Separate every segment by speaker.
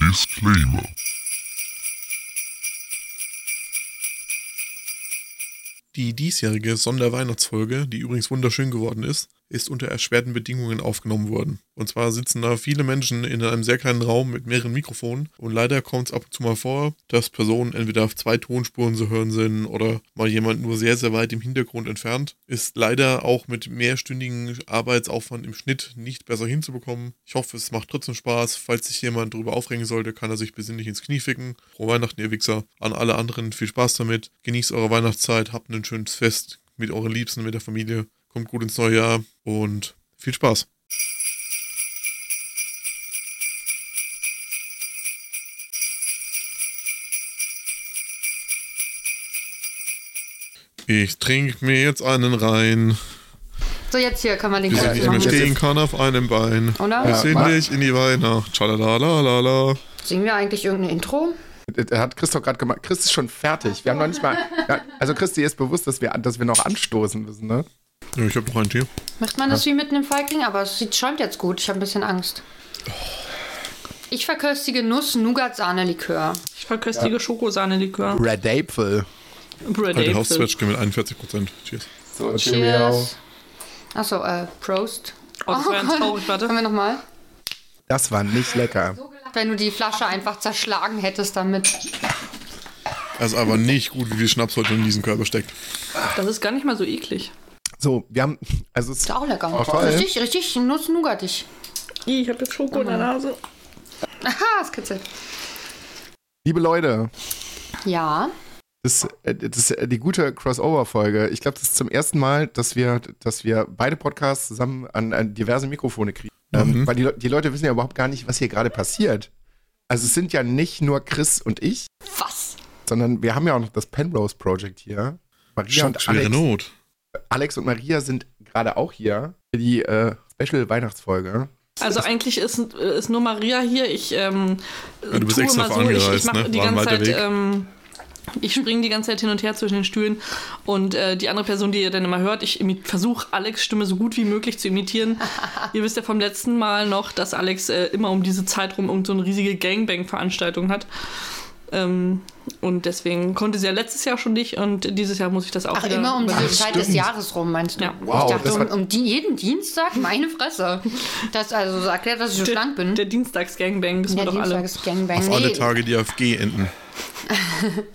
Speaker 1: Disclaimer.
Speaker 2: Die diesjährige Sonderweihnachtsfolge, die übrigens wunderschön geworden ist, ist unter erschwerten Bedingungen aufgenommen worden. Und zwar sitzen da viele Menschen in einem sehr kleinen Raum mit mehreren Mikrofonen und leider kommt es ab und zu mal vor, dass Personen entweder auf zwei Tonspuren zu hören sind oder mal jemand nur sehr, sehr weit im Hintergrund entfernt. Ist leider auch mit mehrstündigen Arbeitsaufwand im Schnitt nicht besser hinzubekommen. Ich hoffe, es macht trotzdem Spaß. Falls sich jemand drüber aufregen sollte, kann er sich besinnlich ins Knie ficken. Frohe Weihnachten, ihr Wichser. An alle anderen viel Spaß damit. Genießt eure Weihnachtszeit, habt ein schönes Fest mit euren Liebsten, mit der Familie kommt gut ins neue Jahr und viel Spaß. Ich trinke mir jetzt einen rein,
Speaker 3: So, jetzt hier kann man den
Speaker 2: bis ich
Speaker 3: Kreis
Speaker 2: nicht mehr
Speaker 3: machen.
Speaker 2: stehen kann auf einem Bein.
Speaker 3: Oder?
Speaker 2: Bis
Speaker 4: Ja,
Speaker 2: hin ich in die Weihnacht. Schalalalala.
Speaker 3: Singen wir eigentlich irgendein Intro?
Speaker 4: Er Äh, hat Christoph gerade gemacht. Chris ist schon fertig. Wir haben noch nicht mal. Ja, Also Christi ist bewusst, dass wir, dass wir noch anstoßen müssen, ne?
Speaker 2: Ja, ich habe noch ein Tier. Halt
Speaker 3: Macht man das wie mitten im Feigling? Aber es sieht, schäumt jetzt gut. Ich habe ein bisschen Angst. Ich verköstige Nuss-Nougat-Sahne-Likör.
Speaker 5: Ich verköstige Schokosahne-Likör.
Speaker 4: Red Apple.
Speaker 5: Red
Speaker 2: Alte
Speaker 5: Apfel.
Speaker 2: Hauszwetschge mit 41%. Cheers.
Speaker 4: So, Cheerio.
Speaker 3: Cheers. Achso, äh, Prost.
Speaker 5: Oh, das war ein Traurig,
Speaker 3: Können
Speaker 5: warte.
Speaker 3: wir nochmal?
Speaker 4: Das war nicht lecker.
Speaker 3: Wenn du die Flasche einfach zerschlagen hättest damit.
Speaker 2: Das ist aber nicht gut, wie viel Schnaps heute in diesem Körper steckt.
Speaker 5: Das ist gar nicht mal so eklig.
Speaker 4: So, wir haben. Also es,
Speaker 3: Ist auch lecker.
Speaker 4: Oh, toll.
Speaker 3: Richtig, richtig Nuss-Nougatig.
Speaker 5: Ich habe jetzt Schoko in der Nase.
Speaker 3: Aha, es kitzelt.
Speaker 4: liebe Leute,
Speaker 3: Ja.
Speaker 4: das, äh, das ist die gute Crossover-Folge. Ich glaube, das ist zum ersten Mal, dass wir, dass wir beide Podcasts zusammen an, an diverse Mikrofone kriegen. Ähm, weil die, Le- die Leute wissen ja überhaupt gar nicht, was hier gerade passiert. Also es sind ja nicht nur Chris und ich,
Speaker 3: Was?
Speaker 4: sondern wir haben ja auch noch das Penrose Project hier. Maria und
Speaker 2: Schockschwere
Speaker 4: Alex.
Speaker 2: Not.
Speaker 4: Alex und Maria sind gerade auch hier für die äh, Special Weihnachtsfolge.
Speaker 5: Also eigentlich ist, ist nur Maria hier. Ich ähm,
Speaker 2: du bist
Speaker 5: tue
Speaker 2: extra
Speaker 5: immer
Speaker 2: für angereist,
Speaker 5: ich, ich mach
Speaker 2: ne?
Speaker 5: die
Speaker 2: War ein
Speaker 5: ganze
Speaker 2: weiter
Speaker 5: Zeit,
Speaker 2: Weg.
Speaker 5: ähm, ich springe die ganze Zeit hin und her zwischen den Stühlen und äh, die andere Person, die ihr dann immer hört, ich versuche Alex Stimme so gut wie möglich zu imitieren. ihr wisst ja vom letzten Mal noch, dass Alex äh, immer um diese Zeit rum irgend so eine riesige Gangbang-Veranstaltung hat. Ähm, und deswegen konnte sie ja letztes Jahr schon nicht und dieses Jahr muss ich das auch
Speaker 3: Ach,
Speaker 5: wieder
Speaker 3: immer um diese
Speaker 5: übernehmen.
Speaker 3: Zeit des Jahres rum, meinst du?
Speaker 5: Ja.
Speaker 4: Wow,
Speaker 3: ich dachte,
Speaker 4: das
Speaker 3: um,
Speaker 4: hat-
Speaker 3: um die, jeden Dienstag, meine Fresse. Das also so erklärt, dass ich so schlank bin.
Speaker 5: Der Dienstags-Gangbang wissen
Speaker 3: ja,
Speaker 5: wir doch
Speaker 3: Dienstag
Speaker 5: alle.
Speaker 3: ist Gangbang.
Speaker 2: Auf alle Tage, die auf G enden.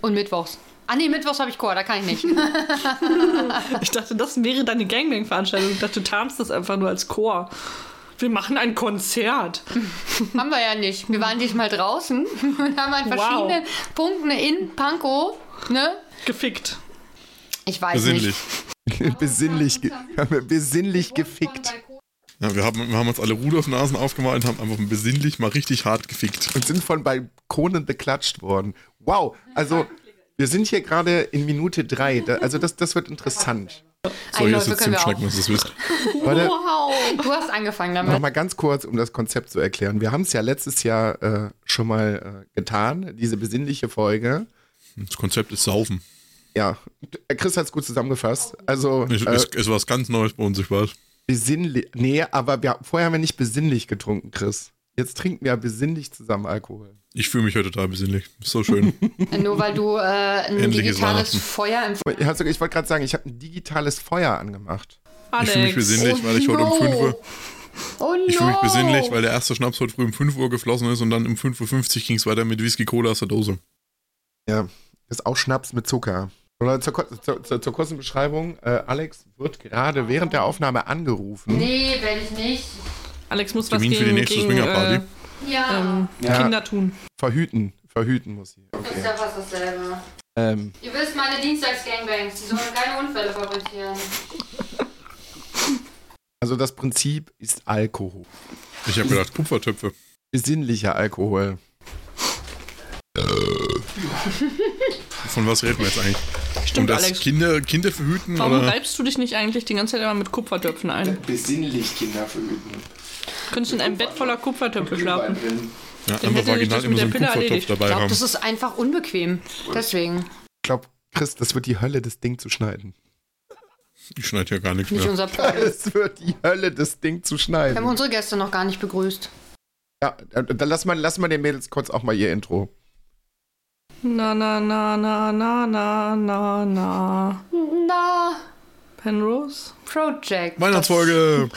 Speaker 3: Und Mittwochs. Ah nee, Mittwochs habe ich Chor, da kann ich nicht.
Speaker 5: Ich dachte, das wäre deine Gangbang-Veranstaltung. Ich dachte, du tarmst das einfach nur als Chor. Wir machen ein Konzert.
Speaker 3: haben wir ja nicht. Wir waren diesmal draußen und haben an
Speaker 5: Wow.
Speaker 3: verschiedenen Punkten in Pankow, ne?
Speaker 5: Gefickt.
Speaker 3: Ich weiß
Speaker 2: Besinnlich.
Speaker 3: nicht.
Speaker 4: besinnlich, ge haben wir besinnlich gefickt
Speaker 2: Ja, wir, haben, wir haben uns alle Rudolf-Nasen aufgemalt und haben einfach besinnlich mal richtig hart gefickt.
Speaker 4: und sind von Balkonen beklatscht worden. Wow, also wir sind hier gerade in Minute drei. Da, also das, das wird interessant.
Speaker 2: So, hier
Speaker 3: Einläufe
Speaker 2: ist jetzt
Speaker 3: können
Speaker 2: zum
Speaker 3: wir auch.
Speaker 2: Schnacken, dass ihr es wisst.
Speaker 4: Leute,
Speaker 3: Wow. Du hast angefangen damit.
Speaker 4: nochmal ganz kurz, um das Konzept zu erklären. Wir haben es ja letztes Jahr äh, schon mal äh, getan, diese besinnliche Folge.
Speaker 2: Das Konzept ist Saufen.
Speaker 4: Ja, Chris hat es gut zusammengefasst. Also
Speaker 2: Es
Speaker 4: äh,
Speaker 2: ist, ist was ganz Neues bei uns, ich weiß.
Speaker 4: Besinnlich. Nee, aber wir, vorher haben wir nicht besinnlich getrunken, Chris. Jetzt trinken wir besinnlich zusammen Alkohol.
Speaker 2: Ich fühle mich heute total besinnlich. Ist so schön.
Speaker 3: Nur weil du äh, ein
Speaker 2: Endlich ist
Speaker 3: digitales
Speaker 2: Weihnachten.
Speaker 3: Feuer im
Speaker 4: Ich, hab sogar- ich wollte gerade sagen, ich habe ein digitales Feuer angemacht.
Speaker 2: Ich
Speaker 5: Alex.
Speaker 2: fühle mich besinnlich, weil ich heute um 5 Uhr.
Speaker 3: Oh no.
Speaker 2: Ich fühle mich besinnlich, weil der erste Schnaps heute früh um 5 Uhr geflossen ist und dann um 5.50 Uhr ging es weiter mit Whisky Cola aus der Dose.
Speaker 4: Ist auch Schnaps mit Zucker. Oder zur, kur- zur, zur, zur kurzen Beschreibung, äh, Alex wird gerade während der Aufnahme angerufen.
Speaker 3: Nee, werde ich nicht.
Speaker 5: Alex muss was
Speaker 2: Termin
Speaker 5: gegen,
Speaker 2: für die nächste
Speaker 5: gegen
Speaker 2: Swingerparty.
Speaker 5: äh,
Speaker 3: Ja.
Speaker 5: ähm,
Speaker 4: Ja.
Speaker 5: Kinder tun.
Speaker 4: Verhüten, verhüten muss sie. Okay.
Speaker 3: fast dasselbe.
Speaker 4: Ähm,
Speaker 3: Ihr wisst, meine Dienstags-Gangbangs, die sollen keine Unfälle fabrizieren.
Speaker 4: also das Prinzip ist Alkohol.
Speaker 2: Ich habe gedacht, Kupfertöpfe.
Speaker 4: Besinnlicher Alkohol.
Speaker 2: Von was reden wir jetzt eigentlich? Und
Speaker 5: Stimmt,
Speaker 2: das
Speaker 5: Alex.
Speaker 2: Kinder, Kinder verhüten
Speaker 5: Warum
Speaker 2: oder?
Speaker 5: reibst du dich nicht eigentlich die ganze Zeit immer mit Kupfertöpfen ein?
Speaker 4: Besinnlich Kinder verhüten.
Speaker 5: Könntest du in einem Bett voller Kupfertöpfe schlafen?
Speaker 2: Ja, einfach
Speaker 5: Dann hätte sich
Speaker 2: vaginal
Speaker 5: das
Speaker 2: immer
Speaker 5: mit
Speaker 2: so
Speaker 5: der
Speaker 2: einen
Speaker 5: Pille
Speaker 2: Kupfertopf
Speaker 5: erledigt.
Speaker 3: Ich
Speaker 2: dabei
Speaker 3: glaube,
Speaker 2: haben.
Speaker 3: das ist einfach unbequem. Deswegen.
Speaker 4: Ich glaube, Chris, das wird die Hölle, das Ding zu schneiden.
Speaker 2: Ich schneide ja gar nichts
Speaker 3: Nicht
Speaker 2: mehr.
Speaker 3: unser Problem.
Speaker 4: Es wird die Hölle, das Ding zu
Speaker 3: Wir
Speaker 4: schneiden.
Speaker 3: haben unsere Gäste noch gar nicht begrüßt.
Speaker 4: Ja, äh, dann lass mal, lass mal den Mädels kurz auch mal ihr Intro.
Speaker 5: Na, na, na, na, na, na, na, na.
Speaker 3: Na,
Speaker 5: Penrose?
Speaker 3: Project.
Speaker 2: Weihnachtsfolge!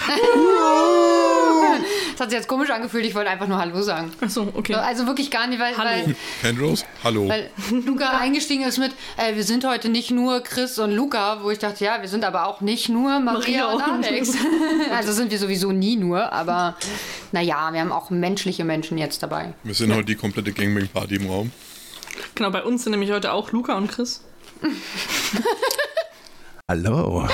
Speaker 3: Das hat sich jetzt komisch angefühlt, ich wollte einfach nur Hallo sagen.
Speaker 5: Achso, okay.
Speaker 3: Also wirklich gar nicht, weil,
Speaker 5: Hallo.
Speaker 3: weil,
Speaker 2: Penrose, hallo.
Speaker 3: weil Luca eingestiegen ist mit, äh, wir sind heute nicht nur Chris und Luca, wo ich dachte, ja, wir sind aber auch nicht nur Maria,
Speaker 5: Maria
Speaker 3: und
Speaker 5: und-
Speaker 3: Alex. also sind wir sowieso nie nur, aber naja, wir haben auch menschliche Menschen jetzt dabei.
Speaker 2: Wir sind heute die komplette Gangbang-Party im Raum.
Speaker 5: Genau, bei uns sind nämlich heute auch Luca und Chris.
Speaker 4: Hallo.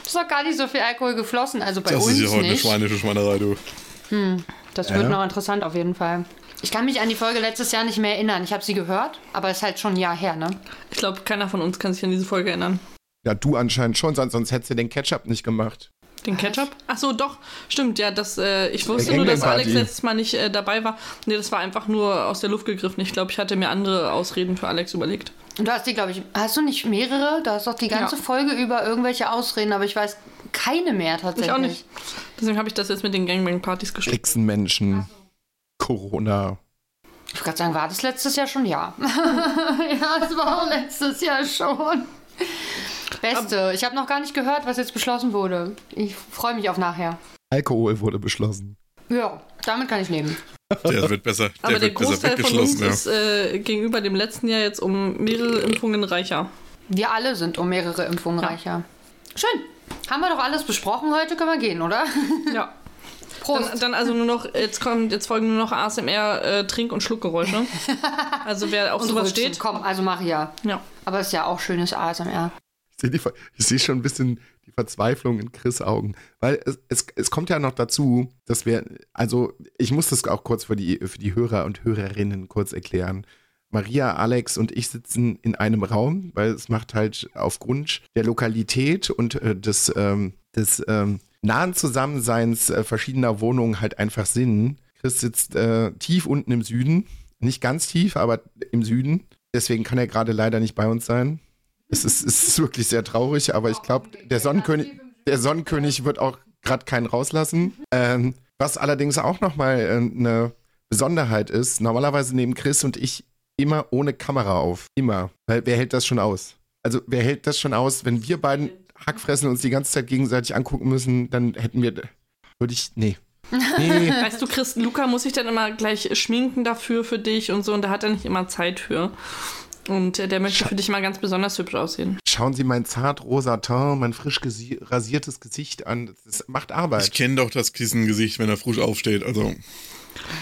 Speaker 3: Es ist doch gar nicht so viel Alkohol geflossen, also bei
Speaker 2: Das
Speaker 3: uns
Speaker 2: ist ja heute eine
Speaker 3: nicht.
Speaker 2: schweinische Schweinerei, du.
Speaker 3: Das wird
Speaker 4: Ja.
Speaker 3: noch interessant auf jeden Fall. Ich kann mich an die Folge letztes Jahr nicht mehr erinnern. Ich habe sie gehört, aber es ist halt schon ein Jahr her, ne?
Speaker 5: Ich glaube, keiner von uns kann sich an diese Folge erinnern.
Speaker 4: Ja, du anscheinend schon, sonst, sonst hättest du den Ketchup nicht gemacht.
Speaker 5: Den Ketchup? Achso, doch. Stimmt, ja, das, äh, ich wusste
Speaker 4: Der
Speaker 5: nur, dass
Speaker 4: Gangnam
Speaker 5: Alex
Speaker 4: Party.
Speaker 5: letztes Mal nicht äh, dabei war. Nee, das war einfach nur aus der Luft gegriffen. Ich glaube, ich hatte mir andere Ausreden für Alex überlegt.
Speaker 3: Und du hast die, glaube ich, hast du nicht mehrere? Da ist doch die ganze
Speaker 5: Ja.
Speaker 3: Folge über irgendwelche Ausreden, aber ich weiß keine mehr tatsächlich.
Speaker 5: Ich auch nicht. Deswegen habe ich das jetzt mit den Gangbang-Partys gespielt.
Speaker 4: Hexenmenschen. Corona.
Speaker 3: Ich wollte gerade sagen, war das letztes Jahr schon? Ja. ja, es war auch letztes Jahr schon. Beste. Ich habe noch gar nicht gehört, was jetzt beschlossen wurde. Ich freue mich auf nachher.
Speaker 4: Alkohol wurde beschlossen.
Speaker 3: Ja, damit kann ich leben.
Speaker 2: Der wird besser, der
Speaker 5: Aber der,
Speaker 2: wird besser
Speaker 5: Großteil von
Speaker 2: weggeschlossen.
Speaker 5: uns
Speaker 2: Ja.
Speaker 5: ist äh, gegenüber dem letzten Jahr jetzt um mehrere Impfungen reicher.
Speaker 3: Wir alle sind um mehrere Impfungen
Speaker 5: Ja.
Speaker 3: reicher. Schön. Haben wir doch alles besprochen heute, können wir gehen, oder?
Speaker 5: Ja.
Speaker 3: Prost.
Speaker 5: Dann, dann also nur noch, jetzt kommt, jetzt folgen nur noch ASMR, äh, Trink- und Schluckgeräusche. Also wer auf
Speaker 3: Und
Speaker 5: sowas
Speaker 3: Rülpsen.
Speaker 5: steht.
Speaker 3: Komm, also Maria.
Speaker 5: Ja.
Speaker 3: Aber ist ja auch schönes ASMR.
Speaker 4: Ich sehe die Ver- ich sehe schon ein bisschen die Verzweiflung in Chris Augen. Weil es, es, es kommt ja noch dazu, dass wir, also ich muss das auch kurz für die, für die Hörer und Hörerinnen kurz erklären. Maria, Alex und ich sitzen in einem Raum, weil es macht halt aufgrund der Lokalität und äh, des, ähm, des ähm, nahen Zusammenseins äh, verschiedener Wohnungen halt einfach Sinn. Chris sitzt äh, tief unten im Süden, nicht ganz tief, aber im Süden. Deswegen kann er gerade leider nicht bei uns sein. Es ist, es ist wirklich sehr traurig, aber ich glaube, der Sonnenkönig, der Sonnenkönig wird auch gerade keinen rauslassen. Ähm, was allerdings auch nochmal äh, eine Besonderheit ist, normalerweise nehmen Chris und ich immer ohne Kamera auf. Immer. Weil wer hält das schon aus? Also wer hält das schon aus, wenn wir beiden Hackfressen uns die ganze Zeit gegenseitig angucken müssen, dann hätten wir. Würde ich. Nee. Nee.
Speaker 5: Weißt du, Chris, Luca muss sich dann immer gleich schminken dafür für dich und so und da hat er nicht immer Zeit für. Und äh, der möchte für dich mal ganz besonders hübsch aussehen.
Speaker 4: Schauen Sie mein zart rosa Teint, mein frisch gesi- rasiertes Gesicht an. Das macht Arbeit.
Speaker 2: Ich kenne doch das Kissengesicht, wenn er frisch aufsteht. Also,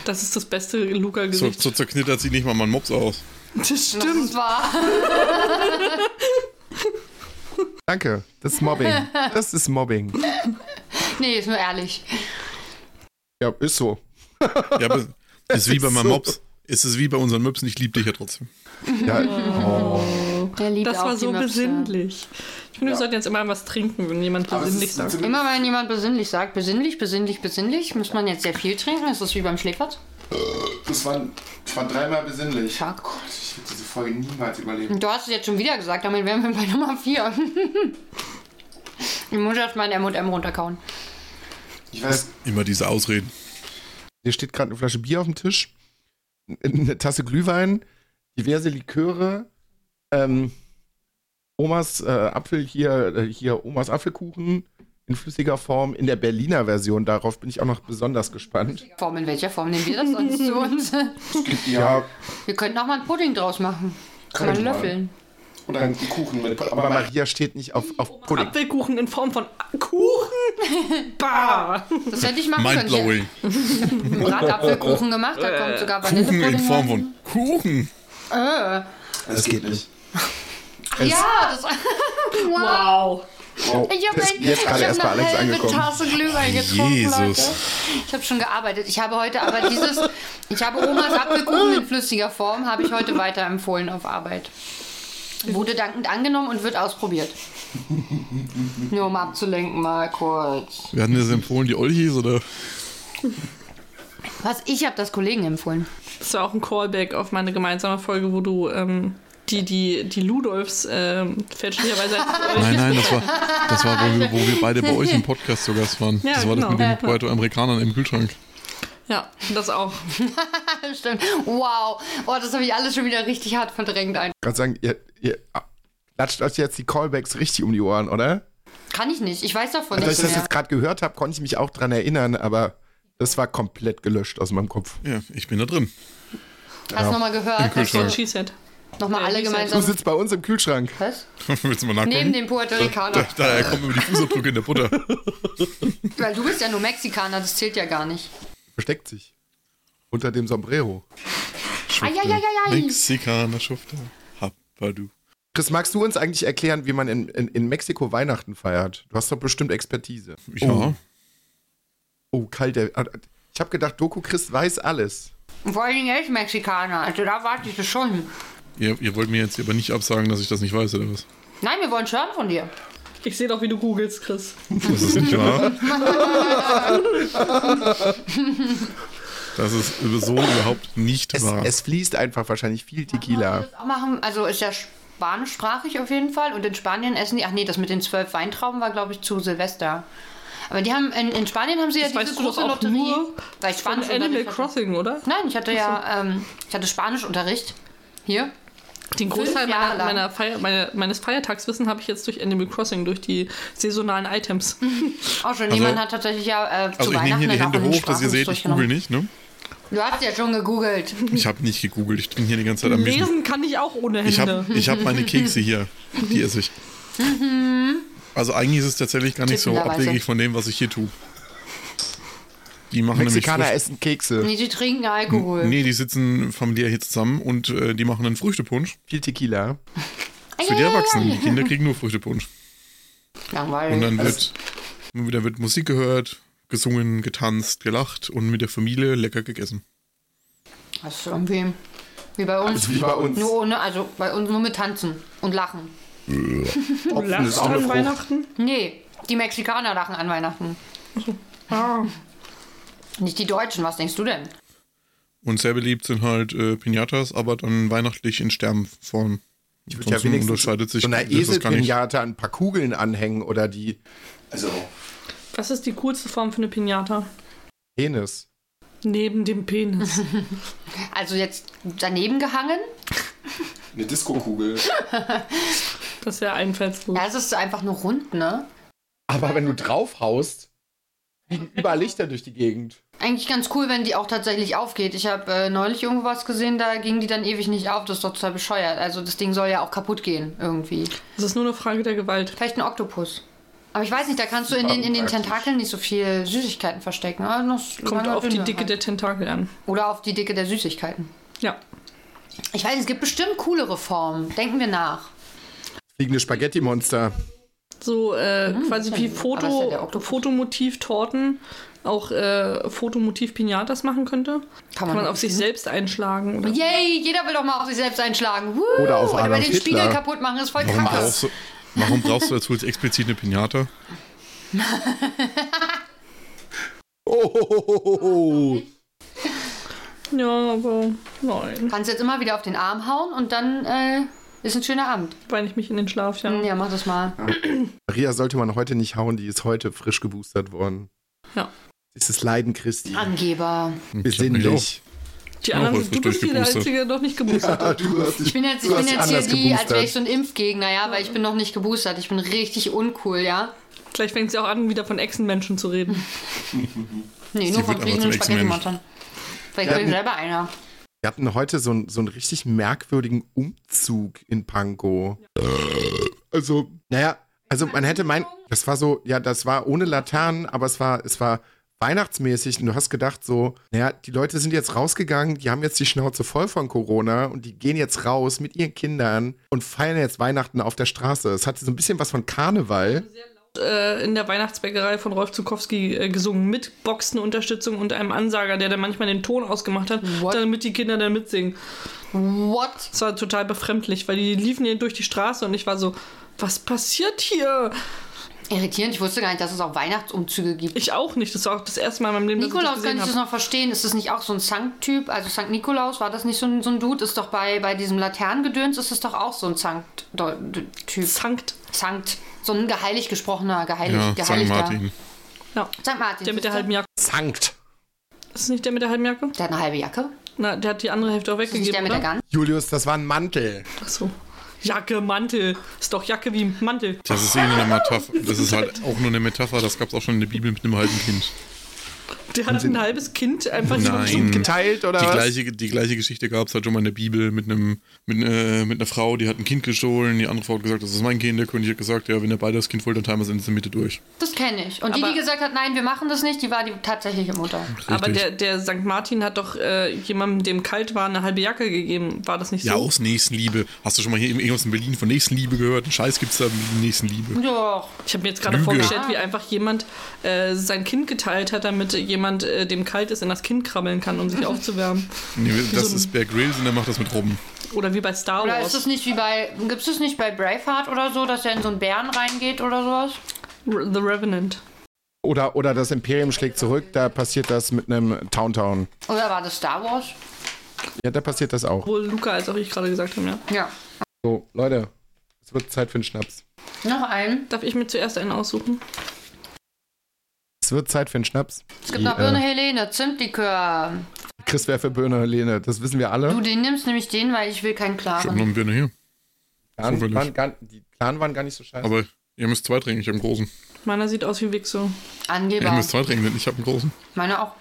Speaker 5: Das ist das beste
Speaker 2: so,
Speaker 5: Luca-Gesicht.
Speaker 2: so zerknittert sieht nicht mal mein Mops aus.
Speaker 5: Das
Speaker 3: Das
Speaker 5: stimmt.
Speaker 3: ist wahr.
Speaker 4: Danke. Das ist Mobbing. Das ist Mobbing.
Speaker 3: Nee, ist nur ehrlich.
Speaker 4: Ja, ist so.
Speaker 2: Ja, aber ist wie bei meinem
Speaker 4: So.
Speaker 2: Mops. Ist es wie bei unseren Möpsen, ich liebe dich ja trotzdem.
Speaker 4: Ja, oh.
Speaker 3: Der liebt
Speaker 5: Das
Speaker 3: auch
Speaker 5: war
Speaker 3: die
Speaker 5: so
Speaker 3: Möpse.
Speaker 5: besinnlich. Ich finde, wir sollten jetzt immer was trinken, wenn jemand besinnlich sagt.
Speaker 3: Immer wenn jemand besinnlich sagt, besinnlich, besinnlich, besinnlich, muss man jetzt sehr viel trinken. Ist das wie beim Schläfert?
Speaker 4: Das war, das war dreimal besinnlich.
Speaker 3: Ja, Gott,
Speaker 4: ich würde diese Folge niemals überleben.
Speaker 3: Du hast es jetzt schon wieder gesagt, damit wären wir bei Nummer 4. Ich muss erst mal ein M&M runterkauen.
Speaker 4: Ich weiß.
Speaker 2: Immer diese Ausreden.
Speaker 4: Hier steht gerade eine Flasche Bier auf dem Tisch, eine Tasse Glühwein, diverse Liköre, ähm, Omas äh, Apfel hier, äh, hier Omas Apfelkuchen in flüssiger Form in der Berliner Version. Darauf bin ich auch noch besonders gespannt.
Speaker 3: Form in welcher Form nehmen wir das sonst zu uns?
Speaker 4: Ja,
Speaker 3: Wir könnten auch mal einen Pudding draus machen. Kann man
Speaker 4: Könnte man.
Speaker 3: löffeln.
Speaker 4: oder einen Kuchen mit. Aber Maria steht nicht auf, auf Pudding.
Speaker 5: Apfelkuchen in Form von A- Kuchen? Bah!
Speaker 3: Das hätte ich machen können.
Speaker 2: Mindblowing.
Speaker 3: Ich hab Bratapfelkuchen gemacht, da kommt sogar
Speaker 2: Kuchen in
Speaker 3: Vanillepudding
Speaker 2: Form
Speaker 3: rein.
Speaker 2: von Kuchen.
Speaker 3: Äh.
Speaker 4: Das geht nicht.
Speaker 3: Ja, das wow.
Speaker 4: Wow.
Speaker 3: Ich habe
Speaker 4: Das- jetzt gerade erst bei
Speaker 3: hab eine
Speaker 4: Alex
Speaker 3: halbe
Speaker 4: angekommen.
Speaker 3: Tasse Glühwein getrunken,
Speaker 2: Jesus.
Speaker 3: Leute. Ich habe schon gearbeitet. Ich habe heute aber dieses, ich habe Omas Apfelkuchen in flüssiger Form, habe ich heute weiterempfohlen auf Arbeit. Wurde dankend angenommen und wird ausprobiert. Nur um abzulenken mal kurz.
Speaker 2: Wir hatten das empfohlen, die Olchis oder?
Speaker 3: Was? Ich habe das Kollegen empfohlen.
Speaker 5: Das war auch ein Callback auf meine gemeinsame Folge, wo du ähm, die, die, die Ludolfs ähm, fälschlicherweise als Olchis
Speaker 2: Nein, nein, das war, das war wo, wir, wo wir beide bei euch im Podcast zu Gast waren.
Speaker 5: Ja,
Speaker 2: das war das
Speaker 5: genau.
Speaker 2: mit den Puerto-Amerikanern im Kühlschrank.
Speaker 5: Ja, das auch.
Speaker 3: Stimmt. Wow. Oh, das habe ich alles schon wieder richtig hart verdrängt. Ein.
Speaker 4: Gerade sagen, ihr, ihr latscht euch jetzt die Callbacks richtig um die Ohren, oder?
Speaker 3: Kann ich nicht. Ich weiß davon
Speaker 4: Also,
Speaker 3: nicht
Speaker 4: als ich das
Speaker 3: mehr.
Speaker 4: jetzt gerade gehört habe, konnte ich mich auch dran erinnern, aber das war komplett gelöscht aus meinem Kopf.
Speaker 2: Ja, ich bin da drin.
Speaker 3: Hast du nochmal
Speaker 2: Im
Speaker 3: gehört? Hast
Speaker 2: Kühlschrank.
Speaker 3: du
Speaker 5: She said.
Speaker 3: nochmal
Speaker 5: Ja,
Speaker 3: alle
Speaker 5: die sind-
Speaker 4: Du
Speaker 3: gemeinsam...
Speaker 4: sitzt bei uns im Kühlschrank.
Speaker 3: Was?
Speaker 2: Willst du mal nachgucken?
Speaker 3: Neben dem Puerto Ricaner.
Speaker 2: da, daher kommen über die Fußabdrücke in der Butter.
Speaker 3: Weil du bist ja nur Mexikaner, das zählt ja gar nicht.
Speaker 4: Versteckt sich. Unter dem Sombrero.
Speaker 3: Eieieiei.
Speaker 2: Mexikaner Schufte. Happadu.
Speaker 4: Chris, magst du uns eigentlich erklären, wie man in, in, in Mexiko Weihnachten feiert? Du hast doch bestimmt Expertise.
Speaker 2: Ja.
Speaker 4: Oh, oh kalt. Der, ich habe gedacht, Doku Chris weiß alles.
Speaker 3: Und vor allen Dingen er ist Mexikaner. Also da warte ich das schon.
Speaker 2: Ihr, ihr wollt mir jetzt aber nicht absagen, dass ich das nicht weiß, oder was?
Speaker 3: Nein, wir wollen schon von dir.
Speaker 5: Ich sehe doch, wie du googelst, Chris.
Speaker 2: Das ist nicht wahr. Das ist so überhaupt nicht
Speaker 4: Es,
Speaker 2: wahr.
Speaker 4: es fließt einfach wahrscheinlich viel Tequila.
Speaker 3: Das auch machen, also ist ja spanischsprachig auf jeden Fall. Und in Spanien essen die, ach nee, das mit den zwölf Weintrauben war, glaube ich, zu Silvester. Aber die haben, in, in Spanien haben sie
Speaker 5: Das
Speaker 3: ja
Speaker 5: weißt
Speaker 3: diese
Speaker 5: du doch
Speaker 3: große
Speaker 5: auch
Speaker 3: Lotterie.
Speaker 5: nur
Speaker 3: weil ich Ne?
Speaker 5: Von
Speaker 3: Spanisch
Speaker 5: Animal
Speaker 3: Unterricht hatte.
Speaker 5: Crossing, oder?
Speaker 3: Nein, ich hatte ja, ähm, ich hatte Spanischunterricht. Hier.
Speaker 5: Den Großteil
Speaker 3: Fünf Jahre
Speaker 5: meiner,
Speaker 3: lang.
Speaker 5: meiner Feier, meine, meines Feiertagswissen habe ich jetzt durch Animal Crossing, durch die saisonalen Items.
Speaker 3: Mhm. Auch schon, jemand hat tatsächlich ja äh,
Speaker 2: also
Speaker 3: zu
Speaker 2: ich nehme
Speaker 3: Weihnachten
Speaker 2: hier die
Speaker 3: dann auch
Speaker 2: Hände
Speaker 3: in den
Speaker 2: hoch, dass ihr
Speaker 3: Sprachkurs
Speaker 2: seht, ich google
Speaker 3: durchgenommen.
Speaker 2: nicht, ne?
Speaker 3: Du hast ja schon gegoogelt.
Speaker 2: Ich habe nicht gegoogelt, ich bin hier die ganze Zeit am Lesen.
Speaker 5: Lesen kann ich auch ohne
Speaker 2: Ich
Speaker 5: Hände.
Speaker 2: habe ich hab meine Kekse hier, die esse ich. Also eigentlich ist es tatsächlich gar nicht so
Speaker 3: Tippenderweise.
Speaker 2: abwegig von dem, was ich hier tue. Die machen
Speaker 4: Mexikaner
Speaker 2: nämlich
Speaker 4: essen Kekse.
Speaker 3: Nee, die trinken Alkohol.
Speaker 2: Früchte nee, die sitzen familiär hier zusammen und äh, die machen einen Früchtepunsch
Speaker 4: Viel Tequila.
Speaker 2: für die Erwachsenen. Die Kinder kriegen nur Früchtepunsch.
Speaker 3: Langweilig.
Speaker 2: Und dann
Speaker 4: also
Speaker 2: wird, dann wird Musik gehört, gesungen, getanzt, gelacht und mit der Familie lecker gegessen.
Speaker 3: Das ist irgendwie wie bei uns.
Speaker 4: Also wie bei uns.
Speaker 3: Nur ohne, also bei uns nur mit Tanzen und Lachen.
Speaker 5: Du
Speaker 4: Hopfen ist
Speaker 5: lachst
Speaker 4: auch eine
Speaker 5: an
Speaker 4: Frucht.
Speaker 5: Weihnachten?
Speaker 3: Nee, die Mexikaner lachen an Weihnachten.
Speaker 5: Ah.
Speaker 3: Nicht die Deutschen, was denkst du denn?
Speaker 2: Und sehr beliebt sind halt äh, Pinatas, aber dann weihnachtlich in Sternform.
Speaker 4: Ich würde ja
Speaker 2: Ansonsten
Speaker 4: wenigstens
Speaker 2: unterscheidet sich
Speaker 4: so einer
Speaker 2: das gar nicht.
Speaker 4: Eselpinata ein paar Kugeln anhängen oder die. Also.
Speaker 5: Was ist die coolste Form für eine Pinata?
Speaker 4: Penis.
Speaker 5: Neben dem Penis.
Speaker 3: Also jetzt daneben gehangen?
Speaker 4: Eine Diskokugel.
Speaker 5: Das wäre einfallslos.
Speaker 3: Ja, es ist einfach nur rund, ne?
Speaker 4: Aber wenn du draufhaust, fliegen überall Lichter durch die Gegend.
Speaker 3: Eigentlich ganz cool, wenn die auch tatsächlich aufgeht. Ich habe äh, neulich irgendwo was gesehen, da ging die dann ewig nicht auf. Das ist doch total bescheuert. Also das Ding soll ja auch kaputt gehen irgendwie.
Speaker 5: Das ist nur eine Frage der Gewalt.
Speaker 3: Vielleicht ein Oktopus. Aber ich weiß nicht, da kannst du in den, in den
Speaker 4: unpraktisch.
Speaker 3: Tentakeln nicht so viel Süßigkeiten verstecken. Aber noch
Speaker 5: Kommt
Speaker 3: lange
Speaker 5: auf die
Speaker 3: Dünne
Speaker 5: Dicke
Speaker 3: halt.
Speaker 5: der Tentakel an.
Speaker 3: Oder auf die Dicke der Süßigkeiten.
Speaker 5: Ja.
Speaker 3: Ich weiß, es gibt bestimmt coolere Formen. Denken wir nach.
Speaker 4: Fliegende Spaghetti-Monster.
Speaker 5: So äh, quasi
Speaker 3: aber Mhm,
Speaker 5: wie
Speaker 3: ist ja der
Speaker 5: Foto,
Speaker 3: Oktopus.
Speaker 5: Fotomotiv-Torten auch äh, Fotomotiv-Pinatas machen könnte. Kann man,
Speaker 3: man- ne?
Speaker 5: auf sich selbst einschlagen. Oder?
Speaker 3: Yay, jeder will doch mal auf sich selbst einschlagen. Woo!
Speaker 4: Oder auf
Speaker 3: Oder
Speaker 4: Adolf
Speaker 3: den Spiegel
Speaker 4: Hitler.
Speaker 3: kaputt machen, ist voll
Speaker 2: Warum
Speaker 3: kacke.
Speaker 2: brauchst, du, warum brauchst du dazu jetzt explizit eine Pinata?
Speaker 4: Oh, oh, oh, oh, oh.
Speaker 5: Ja, aber nein.
Speaker 3: Kannst jetzt immer wieder auf den Arm hauen und dann äh, ist ein schöner Abend.
Speaker 5: Weine ich mich in den Schlaf, ja.
Speaker 3: Ja, mach das mal.
Speaker 4: Maria sollte man heute nicht hauen, die ist heute frisch geboostert worden.
Speaker 5: Ja.
Speaker 4: Das ist Leiden Christi.
Speaker 3: Angeber.
Speaker 4: Besinnlich.
Speaker 5: Die
Speaker 2: Ja,
Speaker 5: anderen,
Speaker 2: Rolf,
Speaker 5: sind- du
Speaker 2: durch
Speaker 5: bist hier der
Speaker 2: geboostert.
Speaker 5: Einzige, der noch nicht geboostert hat.
Speaker 4: Ah, Du hast
Speaker 3: Ich bin jetzt, ich bin jetzt hier die, als wäre ich so ein Impfgegner, ja, weil ich bin noch nicht geboostert. Ich bin richtig uncool, ja.
Speaker 5: Gleich fängt sie auch an, wieder von Echsenmenschen zu reden.
Speaker 3: Nee,
Speaker 2: wird
Speaker 3: nur von
Speaker 2: aber zum
Speaker 3: fliegenden
Speaker 2: Ex-Mensch.
Speaker 3: Spaghetti-Monstern. Vielleicht bin ich selber einer.
Speaker 4: Wir hatten heute so, einen- so einen richtig merkwürdigen Umzug in Pankow. Äh, Also, naja, also man hätte mein, das war so, ja, das war ohne Laternen, aber es war, es war weihnachtsmäßig und du hast gedacht so, naja, die Leute sind jetzt rausgegangen, die haben jetzt die Schnauze voll von Corona und die gehen jetzt raus mit ihren Kindern und feiern jetzt Weihnachten auf der Straße. Es hatte so ein bisschen was von Karneval.
Speaker 5: Äh, in der Weihnachtsbäckerei von Rolf Zukowski äh, gesungen mit Boxenunterstützung und einem Ansager, der dann manchmal den Ton ausgemacht hat,
Speaker 3: What?
Speaker 5: damit die Kinder dann mitsingen.
Speaker 3: What?
Speaker 5: Das war total befremdlich, weil die liefen hier durch die Straße und ich war so, was passiert hier?
Speaker 3: Irritierend, ich wusste gar nicht, dass es auch Weihnachtsumzüge gibt.
Speaker 5: Ich auch nicht. Das war auch das erste Mal in meinem Leben, dass
Speaker 3: Nikolaus
Speaker 5: ich
Speaker 3: kann ich
Speaker 5: das
Speaker 3: das
Speaker 5: gesehen habe.
Speaker 3: noch verstehen. Ist das nicht auch so ein Sankt-Typ? Also Sankt Nikolaus, war das nicht so ein, so ein Dude? Ist doch bei, bei diesem Laternengedöns, ist es doch auch so ein Sankt-Typ.
Speaker 5: Sankt.
Speaker 3: Sankt. So ein geheilig gesprochener, geheilig,
Speaker 2: Ja, St.
Speaker 3: geheiligter.
Speaker 2: Martin.
Speaker 5: Ja.
Speaker 3: Sankt Martin.
Speaker 5: Der mit der
Speaker 3: siehst
Speaker 5: halben Jacke.
Speaker 4: Sankt.
Speaker 3: du?
Speaker 5: Ist es nicht der mit der halben Jacke?
Speaker 3: Der hat eine halbe Jacke.
Speaker 5: Na, der hat die andere Hälfte auch
Speaker 3: Ist das
Speaker 5: weggegeben.
Speaker 3: nicht der mit der
Speaker 5: oder?
Speaker 3: Gans?
Speaker 4: Julius, das war ein Mantel.
Speaker 5: Ach so. Jacke, Mantel. Ist doch Jacke wie Mantel.
Speaker 2: Das ist eben eine Metapher. Das ist halt auch nur eine Metapher. Das gab es auch schon in der Bibel mit einem halben Kind.
Speaker 5: Der hat ein halbes Kind einfach so-
Speaker 2: Nein.
Speaker 4: Geteilt oder
Speaker 2: Hm. Die
Speaker 4: was?
Speaker 2: gleiche, die gleiche Geschichte gab es halt schon mal in der Bibel mit, einem, mit, äh, mit einer Frau, die hat ein Kind gestohlen. Die andere Frau hat gesagt, das ist mein Kind. Der König hat gesagt, ja, wenn ihr beide das Kind wollt, dann teilen wir es in der Mitte durch.
Speaker 3: Das kenne ich. Und die,
Speaker 5: Aber-
Speaker 3: die gesagt hat, nein, wir machen das nicht, die war die tatsächliche Mutter.
Speaker 5: Aber
Speaker 2: Richtig.
Speaker 5: der, der St. Martin hat doch äh, jemandem, dem kalt war, eine halbe Jacke gegeben. War das nicht
Speaker 2: Ja,
Speaker 5: so?
Speaker 2: aus Nächstenliebe. Hast du schon mal hier irgendwas in Berlin von Nächstenliebe gehört? Einen Scheiß gibt's da in Berlin Nächstenliebe.
Speaker 3: Doch.
Speaker 5: Ich habe mir jetzt gerade
Speaker 2: Lüge.
Speaker 5: vorgestellt, wie einfach jemand äh, sein Kind geteilt hat, damit jemand, äh, dem kalt ist, in das Kind krabbeln kann, um sich aufzuwärmen.
Speaker 2: Nee, das
Speaker 5: so ein-
Speaker 2: ist Bear Grylls und der macht das mit Robben.
Speaker 5: Oder wie bei Star
Speaker 3: Oder ist
Speaker 5: Wars.
Speaker 3: es nicht wie bei. Gibt es das nicht bei Braveheart oder so, dass er in so einen Bären reingeht oder sowas?
Speaker 5: Re- The Revenant.
Speaker 4: Oder, oder das Imperium schlägt zurück, da passiert das mit einem Town Town.
Speaker 3: Oder war das Star Wars?
Speaker 4: Ja, da passiert das auch.
Speaker 5: Obwohl Luca als auch ich gerade gesagt haben, ja.
Speaker 3: Ja.
Speaker 4: So, Leute, es wird Zeit für einen Schnaps.
Speaker 3: Noch einen.
Speaker 5: Darf ich mir zuerst einen aussuchen?
Speaker 4: Es wird Zeit für einen Schnaps.
Speaker 3: Es gibt noch Birne Helene, Zimtlikör.
Speaker 4: Chris wäre für Birne, Lene, das wissen wir alle.
Speaker 3: Du, den nimmst nämlich den, weil ich will keinen
Speaker 2: Ich hab noch
Speaker 3: klaren.
Speaker 2: einen Birne hier.
Speaker 4: Clan
Speaker 2: zufällig.
Speaker 4: waren gar, die Clan waren gar nicht so scheiße.
Speaker 2: Aber ihr müsst zwei trinken, ich hab einen großen.
Speaker 5: Meiner sieht aus wie Wichso.
Speaker 2: Ihr
Speaker 3: Angeber.
Speaker 2: müsst zwei trinken, denn ich hab einen großen.
Speaker 3: Meine auch.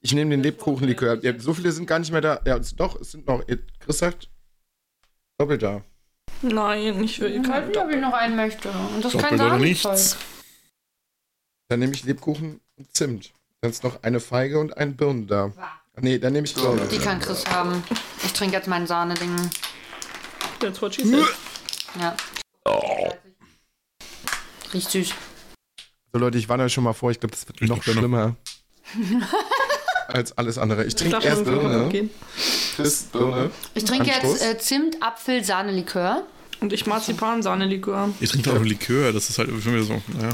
Speaker 4: ich nehme den Lebkuchenlikör. Ja, so viele sind gar nicht mehr da. Ja, es- doch, es sind noch. Chris sagt, doppelt da.
Speaker 5: Nein, ich will
Speaker 3: Ich weiß
Speaker 5: keinen.
Speaker 3: nicht, ob ich noch einen möchte. Und das kann
Speaker 2: Doppelt oder nichts.
Speaker 3: Samenzeug.
Speaker 4: Dann nehme ich Lebkuchen und Zimt. Dann ist noch eine Feige und ein Birnen da. Nee, dann nehme ich Birne.
Speaker 3: Die kann Chris haben. Ich trinke jetzt mein Sahneding.
Speaker 5: That's what she said.
Speaker 3: Ja. Riecht süß.
Speaker 4: So Leute, ich warne euch schon mal vor, ich glaube, das wird
Speaker 2: Richtig
Speaker 4: noch
Speaker 2: Birne.
Speaker 4: schlimmer. als alles andere. Ich
Speaker 5: Ich
Speaker 4: trinke
Speaker 5: darf schon
Speaker 4: erst
Speaker 5: kaputt
Speaker 4: Birne.
Speaker 5: gehen.
Speaker 4: Chris Birne.
Speaker 3: Ich trinke
Speaker 4: Anstoß?
Speaker 3: jetzt äh, Zimt, Apfel, Sahnelikör.
Speaker 5: Und ich Marzipan-Sahne-Likör.
Speaker 2: Ihr trinkt auch Likör, das ist halt schon wieder so. Naja.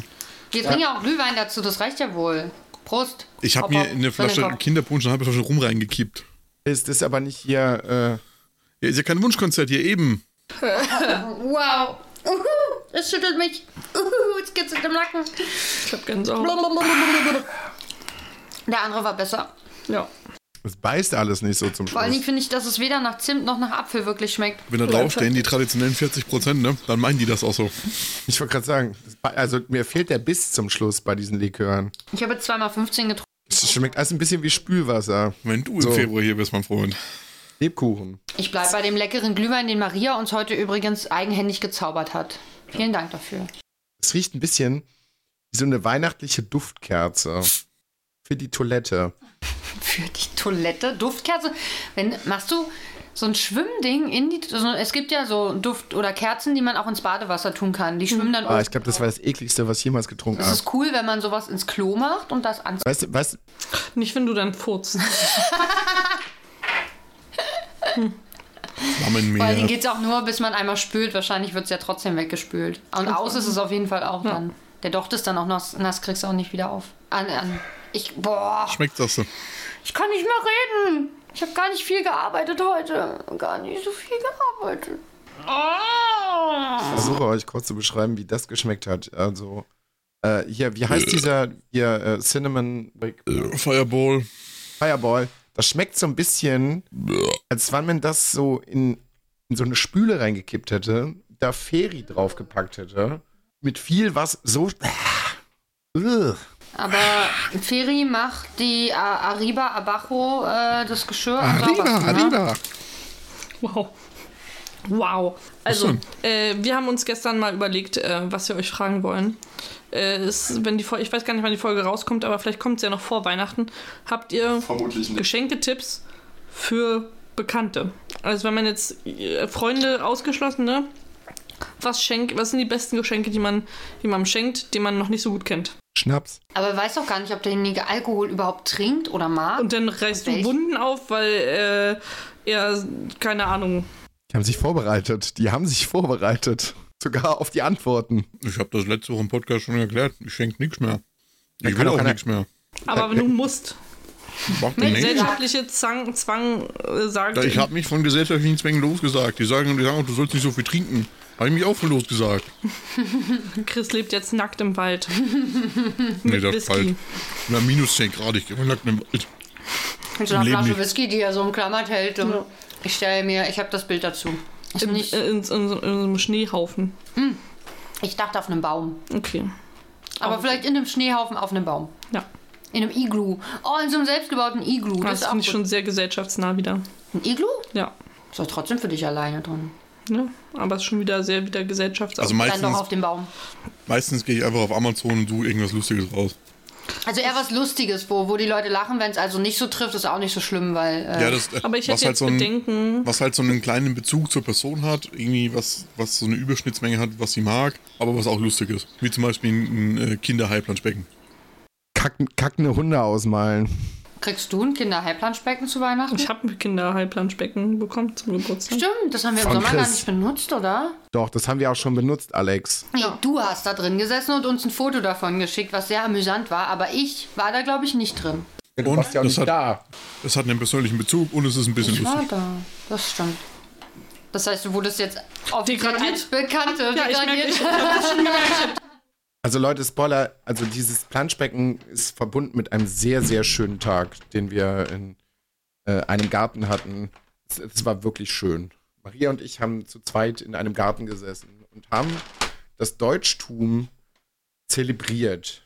Speaker 3: Wir trinken ja auch Glühwein dazu, das reicht ja wohl. Prost.
Speaker 2: Ich hab
Speaker 3: Hopp,
Speaker 2: mir
Speaker 3: hopp.
Speaker 2: in eine Flasche
Speaker 3: Birnenkorb.
Speaker 2: Kinderpunsch eine halbe Flasche rum reingekippt.
Speaker 4: Ist das aber nicht hier. äh,
Speaker 2: Ja, ist ja kein Wunschkonzert hier eben.
Speaker 3: Wow. Uhu, es schüttelt mich. Uhu, es kitzelt im Nacken.
Speaker 5: Ich hab Gänsehaut.
Speaker 3: Blablabla. Der andere war besser.
Speaker 5: Ja.
Speaker 4: Äh, es beißt alles nicht so zum
Speaker 3: Vor allen Dingen
Speaker 4: Schluss.
Speaker 3: finde ich, dass es weder nach Zimt noch nach Apfel wirklich schmeckt.
Speaker 2: Wenn da draufstehen, die traditionellen 40%, ne? Dann meinen die das auch so.
Speaker 4: Ich wollte gerade sagen, es be- also mir fehlt der Biss zum Schluss bei diesen Likören.
Speaker 3: Ich habe jetzt zweimal 15 getrunken.
Speaker 4: Es schmeckt alles ein bisschen wie Spülwasser.
Speaker 2: Wenn du im
Speaker 4: So.
Speaker 2: Februar hier bist, mein Freund.
Speaker 4: Lebkuchen.
Speaker 3: Ich bleibe bei dem leckeren Glühwein, den Maria uns heute übrigens eigenhändig gezaubert hat. Vielen Dank dafür.
Speaker 4: Es riecht ein bisschen wie so eine weihnachtliche Duftkerze. Für die Toilette.
Speaker 3: Für die Toilette, Duftkerze. Wenn, machst du so ein Schwimmding in die. So, es gibt ja so Duft- oder Kerzen, die man auch ins Badewasser tun kann. Die schwimmen dann.
Speaker 4: Ah,
Speaker 3: oben.
Speaker 4: ich glaube, das war das ekligste, was ich jemals getrunken
Speaker 3: Es
Speaker 4: habe.
Speaker 3: ist cool, wenn man sowas ins Klo macht und das anzieht.
Speaker 4: Weißt du, weißt, du,
Speaker 5: Nicht, wenn du dann furzt.
Speaker 3: Vor allen Dingen
Speaker 2: Flammenmeer.
Speaker 3: geht es auch nur, bis man einmal spült. Wahrscheinlich wird es ja trotzdem weggespült. Und aus ist es auf jeden Fall auch dann. Der Docht ist dann auch nass, nass kriegst du auch nicht wieder auf. An, an. Ich, boah,
Speaker 2: Schmeckt das so?
Speaker 3: ich kann nicht mehr reden. Ich habe gar nicht viel gearbeitet heute. Gar nicht so viel gearbeitet. Oh.
Speaker 4: versuche euch kurz zu beschreiben, wie das geschmeckt hat. Also, äh, hier, wie heißt dieser hier, äh, Cinnamon Wick
Speaker 2: Äh, Fireball.
Speaker 4: Fireball? Das schmeckt so ein bisschen, als wenn man das so in, in so eine Spüle reingekippt hätte, da Feri draufgepackt hätte, mit viel was so. Ugh.
Speaker 3: Aber Feri macht die äh, Arriba Abajo äh, das Geschirr am
Speaker 2: Arriba,
Speaker 3: saubersten, ne?
Speaker 2: Arriba.
Speaker 5: Wow. Wow. Also, äh, wir haben uns gestern mal überlegt, äh, was wir euch fragen wollen. Äh, ist, wenn die Fol- ich weiß gar nicht, wann die Folge rauskommt, aber vielleicht kommt es ja noch vor Weihnachten. Habt ihr Geschenketipps für Bekannte? Also, wenn man jetzt äh, Freunde ausgeschlossen, ne? Was, schenkt, was sind die besten Geschenke, die man jemandem schenkt, den man noch nicht so gut kennt?
Speaker 4: Schnaps.
Speaker 3: Aber weiß auch gar nicht, ob derjenige Alkohol überhaupt trinkt oder mag.
Speaker 5: Und dann reißt du
Speaker 3: Welch-
Speaker 5: Wunden auf, weil äh, er, keine Ahnung,
Speaker 4: Die haben sich vorbereitet. Die haben sich vorbereitet. Sogar auf die Antworten.
Speaker 2: Ich habe das letzte Woche im Podcast schon erklärt. Ich schenke nichts mehr. Ich
Speaker 4: kann
Speaker 2: will
Speaker 4: auch
Speaker 2: auch
Speaker 4: keiner-
Speaker 2: nichts mehr.
Speaker 5: aber wenn du musst.
Speaker 2: Macht
Speaker 5: Nee.
Speaker 2: mir nichts.
Speaker 5: Gesellschaftliche Zwang, Zwang äh, sagt.
Speaker 2: Ich habe mich von gesellschaftlichen Zwängen losgesagt. Die sagen, die sagen auch, du sollst nicht so viel trinken. Habe ich mich auch von losgesagt.
Speaker 5: Chris lebt jetzt nackt im Wald.
Speaker 2: Nee,
Speaker 5: Whisky.
Speaker 2: Na, minus 10 Grad. Ich gehe nackt im Wald.
Speaker 3: mit so
Speaker 2: Im
Speaker 3: einer
Speaker 2: Leben
Speaker 3: Flasche
Speaker 2: nicht.
Speaker 3: Whisky, die er so umklammert hält. Und Ich stelle mir, ich habe das Bild dazu. Ist
Speaker 5: In,
Speaker 3: nicht,
Speaker 5: äh, in, in, so- in so einem Schneehaufen.
Speaker 3: ich dachte auf einem Baum.
Speaker 5: Okay.
Speaker 3: Aber vielleicht in einem Schneehaufen auf einem Baum.
Speaker 5: Ja.
Speaker 3: In einem Iglu. Oh, in so einem selbstgebauten Iglu.
Speaker 5: Das,
Speaker 3: Das, ist auch
Speaker 5: finde ich
Speaker 3: gut.
Speaker 5: schon sehr gesellschaftsnah wieder.
Speaker 3: Ein Iglu?
Speaker 5: Ja.
Speaker 3: Ist doch trotzdem für dich alleine drin.
Speaker 5: ja. Aber es ist schon wieder sehr wieder gesellschafts.
Speaker 2: Also
Speaker 3: Dann doch
Speaker 2: meistens,
Speaker 3: auf dem Baum.
Speaker 2: meistens gehe ich einfach auf Amazon und suche irgendwas Lustiges raus.
Speaker 3: Also eher was Lustiges, wo, wo die Leute lachen, wenn es also nicht so trifft, ist auch nicht so schlimm, weil. Äh,
Speaker 2: Ja, das, äh,
Speaker 5: aber ich
Speaker 2: was
Speaker 5: hätte
Speaker 2: halt
Speaker 5: jetzt
Speaker 2: so ein,
Speaker 5: Bedenken.
Speaker 2: was halt so einen kleinen Bezug zur Person hat, irgendwie was, was so eine Überschnittsmenge hat, was sie mag, aber was auch lustig ist. Wie zum Beispiel ein, ein äh, Kinderheilplanschbecken.
Speaker 4: Kacken, kackende Hunde ausmalen.
Speaker 3: Kriegst du ein Kinderheilplanschbecken zu Weihnachten?
Speaker 5: Ich habe ein Kinderheilplanschbecken bekommen zum Geburtstag.
Speaker 3: Stimmt, das haben wir im
Speaker 4: Von
Speaker 3: Sommer gar
Speaker 4: Chris.
Speaker 3: nicht benutzt, oder?
Speaker 4: Doch, das haben wir auch schon benutzt, Alex.
Speaker 3: Nee, du hast da drin gesessen und uns ein Foto davon geschickt, was sehr amüsant war, aber ich war da, glaube ich, nicht drin.
Speaker 4: Du
Speaker 2: Und warst ja auch das nicht hat-
Speaker 4: da.
Speaker 2: Es hat einen persönlichen Bezug und es ist ein bisschen
Speaker 3: Ich war
Speaker 2: lustig.
Speaker 3: da. Das stimmt. Das heißt, du wurdest jetzt offiziell
Speaker 5: Degradiert?
Speaker 3: als Bekannte
Speaker 5: Ja, ich merke,
Speaker 3: degradiert.
Speaker 5: ich habe das schon gemerkt.
Speaker 4: Also Leute, Spoiler, also dieses Planschbecken ist verbunden mit einem sehr, sehr schönen Tag, den wir in äh, einem Garten hatten. Es, es war wirklich schön. Maria und ich haben zu zweit in einem Garten gesessen und haben das Deutschtum zelebriert.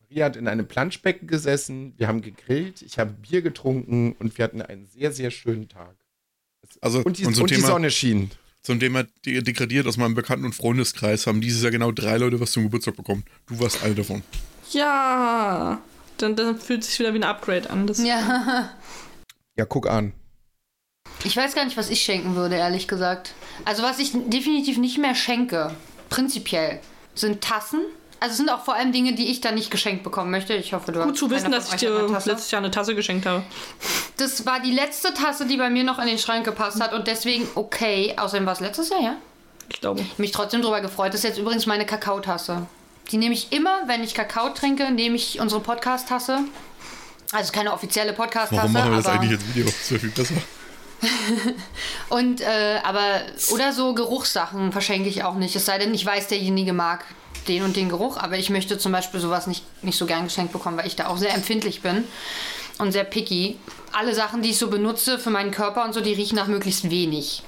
Speaker 4: Maria hat in einem Planschbecken gesessen, wir haben gegrillt, ich habe Bier getrunken und wir hatten einen sehr, sehr schönen Tag.
Speaker 2: Also,
Speaker 4: Und die,
Speaker 2: und zum
Speaker 4: und die
Speaker 2: Thema-
Speaker 4: Sonne schien.
Speaker 2: Zum Thema de- degradiert aus meinem Bekannten- und Freundeskreis haben dieses Jahr genau drei Leute was zum Geburtstag bekommen. Du warst eine davon.
Speaker 5: Ja. Dann, dann fühlt sich wieder wie ein Upgrade an. Das
Speaker 3: Ja.
Speaker 4: Ja, guck an.
Speaker 3: Ich weiß gar nicht, was ich schenken würde, ehrlich gesagt. Also was ich definitiv nicht mehr schenke, prinzipiell, sind Tassen. Also es sind auch vor allem Dinge, die ich dann nicht geschenkt bekommen möchte. Ich hoffe, du
Speaker 5: Gut zu
Speaker 3: keiner
Speaker 5: wissen,
Speaker 3: von
Speaker 5: dass
Speaker 3: euch
Speaker 5: ich
Speaker 3: hat
Speaker 5: dir
Speaker 3: eine Tasse.
Speaker 5: letztes Jahr eine Tasse geschenkt habe.
Speaker 3: Das war die letzte Tasse, die bei mir noch in den Schrank gepasst hat und deswegen okay. Außerdem war es letztes Jahr, ja?
Speaker 5: Ich glaube.
Speaker 3: Mich trotzdem drüber gefreut. Das ist jetzt übrigens meine Kakaotasse. Die nehme ich immer, wenn ich Kakao trinke, nehme ich unsere Podcast-Tasse. Also keine offizielle Podcast-Tasse.
Speaker 2: Warum machen wir das
Speaker 3: aber-
Speaker 2: eigentlich als Video? Das wäre viel besser.
Speaker 3: Und, äh, aber, oder so Geruchssachen verschenke ich auch nicht. Es sei denn, ich weiß, derjenige mag den und den Geruch, aber ich möchte zum Beispiel sowas nicht, nicht so gern geschenkt bekommen, weil ich da auch sehr empfindlich bin und sehr picky. Alle Sachen, die ich so benutze für meinen Körper und so, die riechen nach möglichst wenig.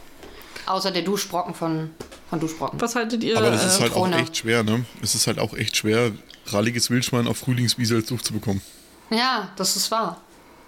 Speaker 3: Außer der Duschbrocken von, von Duschbrocken.
Speaker 5: Was haltet ihr?
Speaker 2: Aber das ist
Speaker 5: äh,
Speaker 2: halt auch
Speaker 3: Corona.
Speaker 2: echt schwer, ne? Es ist halt auch echt schwer, ralliges Wildschwein auf Frühlingswiese als Duft zu bekommen.
Speaker 3: Ja, das ist wahr.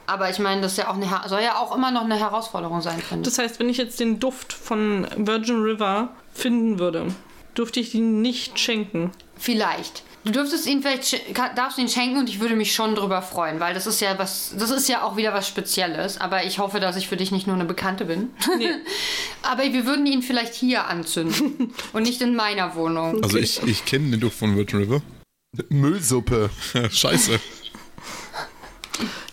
Speaker 3: Aber ich meine, das ist ja auch eine, Her- soll ja auch immer noch eine Herausforderung sein, finde ich.
Speaker 5: das heißt, wenn ich jetzt den Duft von Virgin River finden würde, dürfte ich ihn nicht schenken.
Speaker 3: Vielleicht. Du dürftest ihn vielleicht, sch- ka- darfst ihn schenken und ich würde mich schon drüber freuen, weil das ist ja was, das ist ja auch wieder was Spezielles. Aber ich hoffe, dass ich für dich nicht nur eine Bekannte bin.
Speaker 5: Nee.
Speaker 3: aber wir würden ihn vielleicht hier anzünden und nicht in meiner Wohnung.
Speaker 2: Also ich, ich kenne den Duft von Virgin River.
Speaker 4: Müllsuppe.
Speaker 2: Scheiße.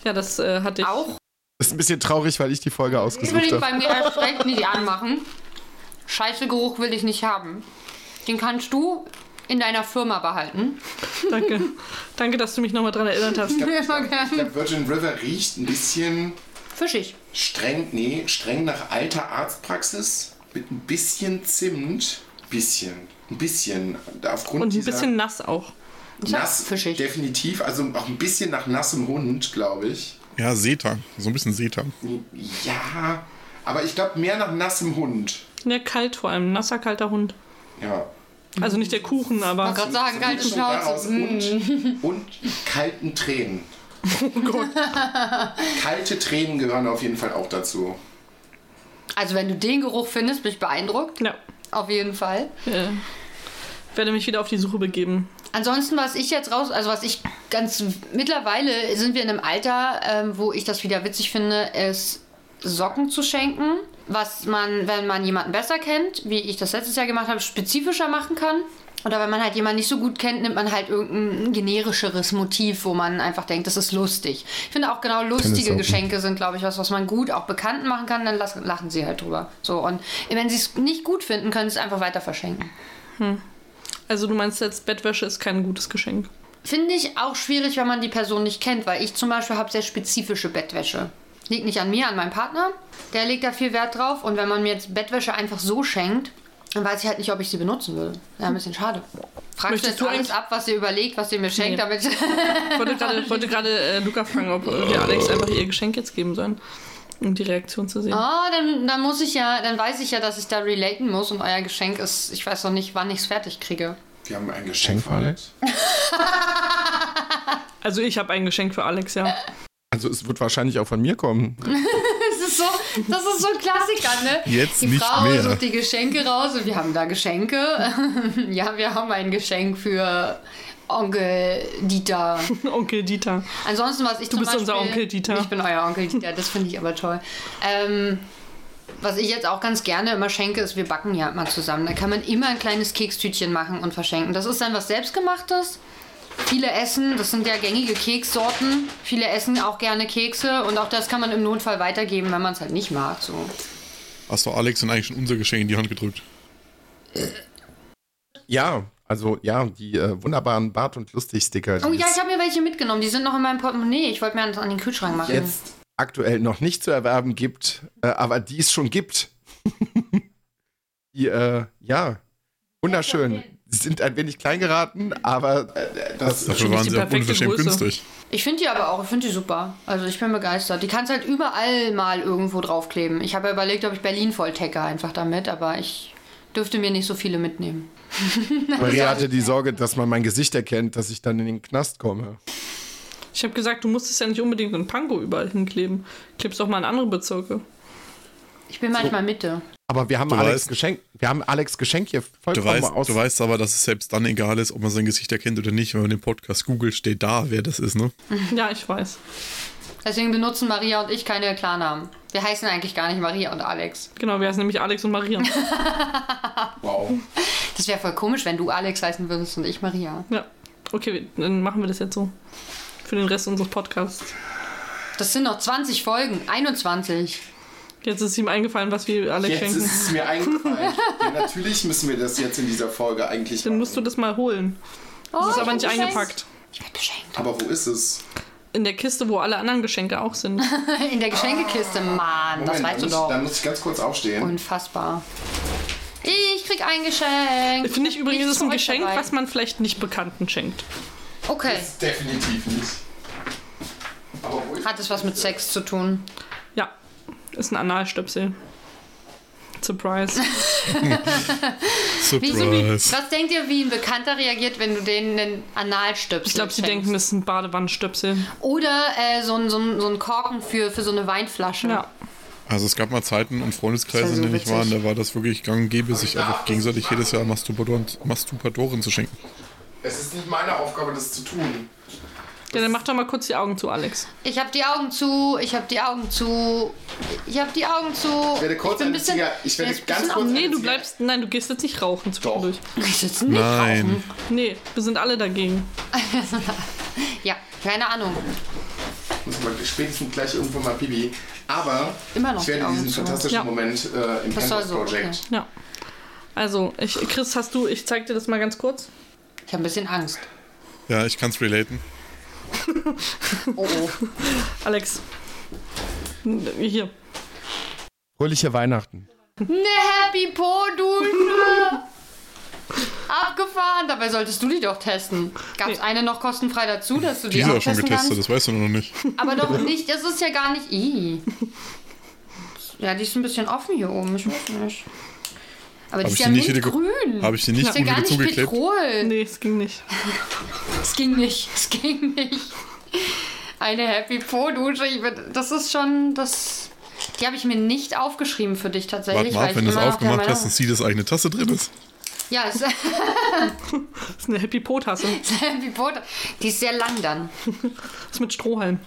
Speaker 5: Ja, das äh, hatte ich.
Speaker 3: Auch?
Speaker 4: Das ist ein bisschen traurig, weil ich die Folge
Speaker 3: Ich will
Speaker 4: ausgesucht
Speaker 3: ihn
Speaker 4: habe.
Speaker 3: bei mir erst recht nicht anmachen. Scheiße Geruch will ich nicht haben. Den kannst du in deiner Firma behalten.
Speaker 5: Danke. Danke, dass du mich nochmal dran erinnert hast.
Speaker 3: Immer gern.
Speaker 4: Virgin River riecht ein bisschen
Speaker 3: Fischig.
Speaker 4: streng, nee, streng nach alter Arztpraxis mit ein bisschen Zimt. Bisschen, ein bisschen. Aufgrund
Speaker 5: Und ein
Speaker 4: dieser
Speaker 5: bisschen nass auch.
Speaker 3: nass, fischig.
Speaker 4: definitiv, also auch ein bisschen nach nassem Hund, glaube ich.
Speaker 2: Ja, Seetang. So ein bisschen Seetang.
Speaker 4: Ja, aber ich glaube mehr nach nassem Hund.
Speaker 5: Ja, kalt vor allem. Nasser, kalter Hund.
Speaker 4: Ja.
Speaker 5: Also nicht der Kuchen, aber.
Speaker 3: Wollte gerade sagen, kalte
Speaker 4: Mischung daraus
Speaker 3: Schnauze.
Speaker 4: Und, und kalten Tränen. Kalte Tränen gehören auf jeden Fall auch dazu.
Speaker 3: Also wenn du den Geruch findest, bin ich beeindruckt.
Speaker 5: Ja.
Speaker 3: Auf jeden Fall.
Speaker 5: Äh, werde mich wieder auf die Suche begeben.
Speaker 3: Ansonsten, was ich jetzt raus, also was ich ganz mittlerweile sind wir in einem Alter, ähm, wo ich das wieder witzig finde, ist Socken zu schenken, was man, wenn man jemanden besser kennt, wie ich das letztes Jahr gemacht habe, spezifischer machen kann. Oder wenn man halt jemanden nicht so gut kennt, nimmt man halt irgendein generischeres Motiv, wo man einfach denkt, das ist lustig. Ich finde auch genau lustige
Speaker 4: Tennissocken.
Speaker 3: Geschenke sind, glaube ich, was, was man gut auch Bekannten machen kann, dann las- lachen sie halt drüber. So, und wenn sie es nicht gut finden, können sie es einfach weiter verschenken.
Speaker 5: Also, du meinst jetzt, Bettwäsche ist kein gutes Geschenk.
Speaker 3: Finde ich auch schwierig, wenn man die Person nicht kennt, weil ich zum Beispiel habe sehr spezifische Bettwäsche. Liegt nicht an mir, an meinem Partner. Der legt da viel Wert drauf. Und wenn man mir jetzt Bettwäsche einfach so schenkt, Dann weiß ich halt nicht, ob ich sie benutzen würde. Ja, ein bisschen schade. Fragst du
Speaker 5: Möchtest
Speaker 3: jetzt
Speaker 5: du
Speaker 3: alles
Speaker 5: eigentlich-
Speaker 3: ab, was ihr überlegt, was ihr mir schenkt,
Speaker 5: Nee.
Speaker 3: damit
Speaker 5: Ich wollte gerade, wollte gerade äh, Luca fragen, ob äh, wir Alex einfach ihr Geschenk jetzt geben sollen, um die Reaktion zu sehen.
Speaker 3: Oh, dann, dann muss ich ja, dann weiß ich ja, dass ich da relaten muss und euer Geschenk ist, ich weiß noch nicht, wann ich es fertig kriege.
Speaker 1: Wir haben ein Geschenk für Alex.
Speaker 5: Also ich habe ein Geschenk für Alex, ja.
Speaker 4: Also es wird wahrscheinlich auch von mir kommen.
Speaker 3: Das ist so, das ist so ein Klassiker, ne?
Speaker 2: Jetzt
Speaker 3: die
Speaker 2: nicht
Speaker 3: Frau
Speaker 2: mehr.
Speaker 3: sucht die Geschenke raus und wir haben da Geschenke. ja, wir haben ein Geschenk für Onkel Dieter.
Speaker 5: Onkel Dieter.
Speaker 3: Ansonsten was ich
Speaker 5: Du
Speaker 3: zum
Speaker 5: bist
Speaker 3: Beispiel,
Speaker 5: unser Onkel Dieter.
Speaker 3: Ich bin euer Onkel Dieter, das finde ich aber toll. Ähm, was ich jetzt auch ganz gerne immer schenke, ist, wir backen ja immer zusammen. Da kann man immer ein kleines Kekstütchen machen und verschenken. Das ist dann was selbstgemachtes. Viele essen, das sind ja gängige Kekssorten. Viele essen auch gerne Kekse und auch das kann man im Notfall weitergeben, wenn man es halt nicht mag. So.
Speaker 2: Hast du Alex dann eigentlich schon unser Geschenk in die Hand gedrückt?
Speaker 4: Ja, also ja, die äh, wunderbaren Bart- und Lustig-Sticker. die
Speaker 3: Oh ja,
Speaker 4: es
Speaker 3: ich habe mir welche mitgenommen. Die sind noch in meinem Portemonnaie. Ich wollte mir eins an den Kühlschrank machen.
Speaker 4: jetzt aktuell noch nicht zu erwerben gibt, äh, aber die es schon gibt. die, äh, ja, wunderschön. Sie sind ein wenig klein geraten, aber äh, das
Speaker 2: Dafür
Speaker 5: nicht
Speaker 2: waren
Speaker 5: die
Speaker 2: sie ja
Speaker 5: perfekte
Speaker 2: unverschämt
Speaker 5: Größe.
Speaker 2: günstig.
Speaker 3: Ich finde die aber auch, ich finde die super. Also ich bin begeistert. Die kannst halt überall mal irgendwo draufkleben. Ich habe ja überlegt, ob ich Berlin volltecke einfach damit, aber ich dürfte mir nicht so viele mitnehmen.
Speaker 4: Maria hatte die Sorge, dass man mein Gesicht erkennt, dass ich dann in den Knast komme.
Speaker 5: Ich habe gesagt, du musstest ja nicht unbedingt so ein Panko überall hinkleben. Klebst doch mal in andere Bezirke.
Speaker 3: Ich bin manchmal Mitte.
Speaker 4: Aber wir haben
Speaker 2: Du
Speaker 4: Alex
Speaker 2: weißt-
Speaker 4: Geschenk, wir haben Alex Geschenk hier
Speaker 2: Du
Speaker 4: vollkommen
Speaker 2: weißt,
Speaker 4: aus.
Speaker 2: du weißt aber, dass es selbst dann egal ist, ob man sein Gesicht erkennt oder nicht. Wenn man den Podcast googelt, steht da, wer das ist, ne?
Speaker 5: Ja, ich weiß.
Speaker 3: Deswegen benutzen Maria und ich keine Klarnamen. Wir heißen eigentlich gar nicht Maria und Alex.
Speaker 5: Genau, wir heißen nämlich Alex und Maria.
Speaker 1: Wow.
Speaker 3: Das wäre voll komisch, wenn du Alex heißen würdest und ich Maria.
Speaker 5: Ja. Okay, wir- dann machen wir das jetzt so. Für den Rest unseres Podcasts.
Speaker 3: Das sind noch 20 Folgen. 21.
Speaker 5: Jetzt ist ihm eingefallen, was wir Alex
Speaker 1: Jetzt
Speaker 5: schenken.
Speaker 1: ist es mir eingefallen. ja, natürlich müssen wir das jetzt in dieser Folge eigentlich
Speaker 5: Dann musst du das mal holen.
Speaker 3: Oh,
Speaker 5: Das ist
Speaker 3: ich
Speaker 5: aber
Speaker 3: werd
Speaker 5: nicht
Speaker 3: beschenkt.
Speaker 5: eingepackt.
Speaker 3: Ich werde beschenkt.
Speaker 1: Aber wo ist es?
Speaker 5: In der Kiste, wo alle anderen Geschenke auch sind.
Speaker 3: In der Geschenkekiste, Mann. das weißt du
Speaker 1: dann, muss,
Speaker 3: doch.
Speaker 1: dann muss ich ganz kurz aufstehen.
Speaker 3: Unfassbar. Ich krieg ein Geschenk.
Speaker 5: Finde ich übrigens
Speaker 3: Nichts
Speaker 5: ist ein
Speaker 3: für euch
Speaker 5: Geschenk,
Speaker 3: dabei.
Speaker 5: was man vielleicht nicht Bekannten schenkt.
Speaker 3: Okay.
Speaker 1: Definitiv nicht. Aber wo ist
Speaker 3: Hat es was mit Sex zu tun?
Speaker 5: Ja, ist ein Analstöpsel. Surprise.
Speaker 3: Wie so wie,
Speaker 2: Surprise.
Speaker 3: was denkt ihr, wie ein Bekannter reagiert, wenn du denen einen Anal stöpst?
Speaker 5: Ich glaube, sie denken, das ist ein Badewannenstöpsel.
Speaker 3: Oder äh, so, ein, so, ein, so ein Korken für, für so eine Weinflasche.
Speaker 5: Ja.
Speaker 2: Also es gab mal Zeiten und Freundeskreise,
Speaker 3: Das
Speaker 2: in
Speaker 3: ist ja so
Speaker 2: denen ich war, und da war das wirklich gang und gäbe, sich einfach gegenseitig jedes Jahr Masturbatoren, Masturbatoren zu schenken.
Speaker 4: Es ist nicht meine Aufgabe, das zu tun.
Speaker 5: ja, dann mach doch mal kurz die Augen zu, Alex.
Speaker 3: Ich hab die Augen zu, ich hab die Augen zu, ich hab die Augen zu. Ich
Speaker 1: werde kurz
Speaker 3: bin
Speaker 1: eine Ziga- ich werde
Speaker 3: bin ein
Speaker 1: ganz
Speaker 3: bisschen
Speaker 1: kurz-
Speaker 5: Nee, du bleibst. Nein, du gehst jetzt nicht rauchen zwischendurch.
Speaker 3: am- Ich sitze nicht
Speaker 2: Nein.
Speaker 5: Nee, wir sind alle dagegen.
Speaker 3: drauf. Ja, keine Ahnung.
Speaker 1: muss man spätestens gleich irgendwo mal Pipi. Aber
Speaker 3: Immer noch
Speaker 1: ich
Speaker 3: die
Speaker 1: werde
Speaker 3: Augen
Speaker 1: diesen
Speaker 3: zu.
Speaker 1: fantastischen
Speaker 5: Ja.
Speaker 1: Moment äh, im
Speaker 3: Das soll
Speaker 1: Campus
Speaker 3: so. Okay.
Speaker 1: Project.
Speaker 3: Ich
Speaker 5: Ja. Also, ich, Chris, hast du, ich zeig dir das mal ganz kurz.
Speaker 3: habe ein bisschen Angst.
Speaker 2: Ja, ich kann's relaten.
Speaker 3: Oh, oh.
Speaker 5: Alex. Hier.
Speaker 4: Fröhliche Weihnachten.
Speaker 3: Eine Happy Po-Dusche! Abgefahren! Dabei solltest du die doch testen. Gab es eine noch kostenfrei dazu, dass du die,
Speaker 2: Die ist
Speaker 3: auch
Speaker 2: ja schon
Speaker 3: testen
Speaker 2: getestet,
Speaker 3: kannst?
Speaker 2: das weißt du noch nicht.
Speaker 3: Aber doch nicht, das ist ja gar nicht. Ih. Ja, die ist ein bisschen offen hier oben, ich weiß nicht. Aber die
Speaker 2: Habe
Speaker 3: ist
Speaker 2: ich,
Speaker 3: ja
Speaker 2: die nicht wieder ge-
Speaker 3: mintgrün.
Speaker 2: hab ich die nicht
Speaker 3: ist ja
Speaker 2: gut
Speaker 3: gar
Speaker 2: wieder
Speaker 3: nicht
Speaker 2: zugeklebt?
Speaker 3: Petrol.
Speaker 5: Nee, es ging nicht.
Speaker 3: Es ging nicht, es ging nicht. Eine Happy Po-Dusche, ich bin- das ist schon, das... Die habe ich mir nicht aufgeschrieben für dich
Speaker 2: Warte
Speaker 3: tatsächlich.
Speaker 2: mal ab,
Speaker 3: weil
Speaker 2: wenn du
Speaker 3: ich
Speaker 2: es
Speaker 3: immer noch der
Speaker 2: aufgemacht
Speaker 3: Meinung-
Speaker 2: hast, dann sieh, dass eigene Tasse drin ist.
Speaker 3: Ja, es
Speaker 5: Das ist eine Happy Po-Tasse.
Speaker 3: Wie Boot. Die ist sehr lang dann.
Speaker 5: Das ist mit Strohhalm.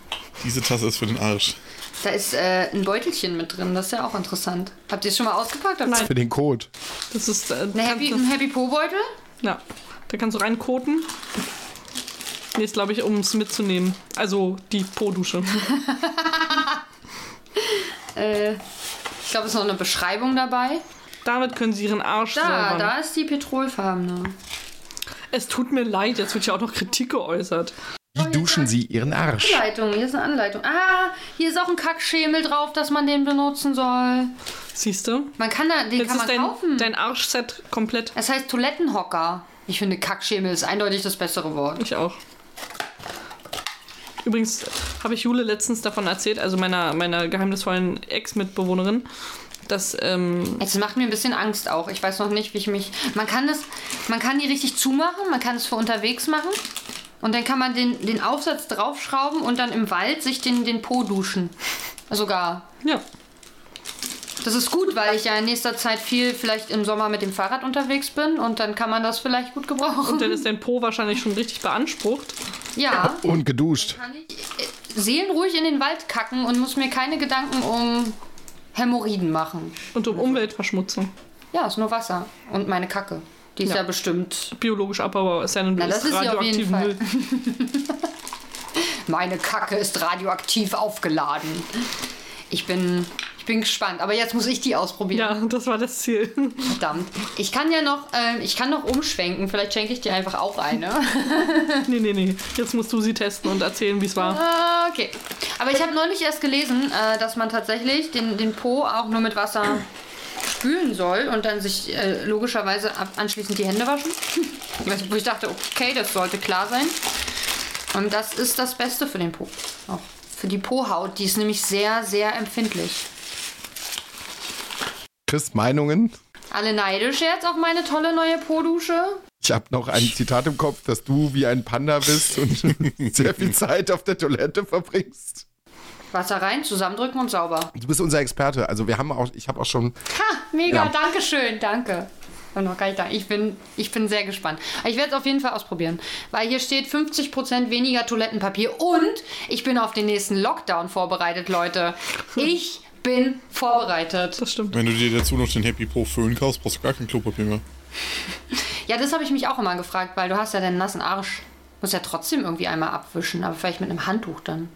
Speaker 2: Diese Tasse ist für den Arsch.
Speaker 3: Da ist äh, ein Beutelchen mit drin, das ist ja auch interessant. Habt ihr es schon mal ausgepackt? Habt ihr-
Speaker 5: Nein.
Speaker 4: Für den Code.
Speaker 5: Das ist. Äh,
Speaker 3: Eine Happy,
Speaker 5: das,
Speaker 3: ein Happy Po-Beutel?
Speaker 5: ja. Da kannst du reinkoten. Nee, ist, glaube ich, um es mitzunehmen. Also die Po-Dusche.
Speaker 3: Äh, ich glaube, es ist noch eine Beschreibung dabei.
Speaker 5: Damit können sie ihren Arsch
Speaker 3: Da,
Speaker 5: säubern.
Speaker 3: da ist die petrolfarbene.
Speaker 5: Es tut mir leid, jetzt wird ja auch noch Kritik geäußert.
Speaker 4: Wie duschen sie ihren Arsch?
Speaker 3: Anleitung, hier ist eine Anleitung. Ah, hier ist auch ein Kackschemel drauf, dass man den benutzen soll.
Speaker 5: Siehst du?
Speaker 3: Man kann da, den
Speaker 5: Jetzt
Speaker 3: kann
Speaker 5: ist
Speaker 3: man
Speaker 5: dein,
Speaker 3: kaufen.
Speaker 5: dein Arschset komplett.
Speaker 3: Es heißt Toilettenhocker. Ich finde Kackschemel ist eindeutig das bessere Wort.
Speaker 5: Ich auch. Übrigens habe ich Jule letztens davon erzählt, also meiner, meiner geheimnisvollen Ex-Mitbewohnerin, dass ähm,
Speaker 3: Jetzt macht mir ein bisschen Angst auch. Ich weiß noch nicht, wie ich mich. Man kann das, man kann die richtig zumachen, man kann es für unterwegs machen. Und dann kann man den, den Aufsatz draufschrauben und dann im Wald sich den, den Po duschen. Sogar.
Speaker 5: ja,
Speaker 3: Das ist gut, weil ich ja in nächster Zeit viel vielleicht im Sommer mit dem Fahrrad unterwegs bin und dann kann man das vielleicht gut gebrauchen.
Speaker 5: dann ist dein Po wahrscheinlich schon richtig beansprucht.
Speaker 3: Ja,
Speaker 4: Und geduscht.
Speaker 3: kann ich äh, seelenruhig in den Wald kacken und muss mir keine Gedanken um Hämorrhoiden machen.
Speaker 5: Und um Umweltverschmutzung.
Speaker 3: Ja, ist nur Wasser und meine Kacke. Die ist ja,
Speaker 5: Ja.
Speaker 3: bestimmt
Speaker 5: Biologisch abbaubar ist ja ein
Speaker 3: Na, das ist ja auf jeden Fall.
Speaker 5: Müll.
Speaker 3: Meine Kacke ist radioaktiv aufgeladen. Ich bin, ich bin gespannt. Aber jetzt muss ich die ausprobieren.
Speaker 5: Ja, das war das Ziel.
Speaker 3: Verdammt. Ich kann ja noch, ähm, ich kann noch umschwenken. Vielleicht schenke ich dir einfach auch eine.
Speaker 5: nee, nee, nee. Jetzt musst du sie testen und erzählen, wie es war.
Speaker 3: Ah, okay. Aber ich habe neulich erst gelesen, äh, dass man tatsächlich den, den Po auch nur mit Wasser spülen soll und dann sich äh, logischerweise ab- anschließend die Hände waschen. Wo ich dachte, okay, das sollte klar sein. Und das ist das Beste für den Po. Auch für die Po-Haut. Die ist nämlich sehr, sehr empfindlich.
Speaker 4: Chris Meinungen.
Speaker 3: Alle neidisch jetzt auf meine tolle neue Po-Dusche?
Speaker 4: Ich habe noch ein Zitat im Kopf, dass du wie ein Panda bist und sehr viel Zeit auf der Toilette verbringst.
Speaker 3: Wasser rein, zusammendrücken und sauber.
Speaker 4: Du bist unser Experte. Also wir haben auch, ich habe auch schon,
Speaker 3: Ha, mega,
Speaker 4: Ja.
Speaker 3: danke schön, danke. Und noch gar nicht da. Ich bin, ich bin sehr gespannt. Ich werde es auf jeden Fall ausprobieren. Weil hier steht 50% weniger Toilettenpapier und ich bin auf den nächsten Lockdown vorbereitet, Leute. Ich bin vorbereitet.
Speaker 5: Das stimmt.
Speaker 2: Wenn du dir dazu noch den Happy Pro Föhn kaufst, brauchst du gar kein Klopapier mehr.
Speaker 3: Ja, das habe ich mich auch immer gefragt, weil du hast ja deinen nassen Arsch. Muss ja trotzdem irgendwie einmal abwischen, aber vielleicht mit einem Handtuch dann.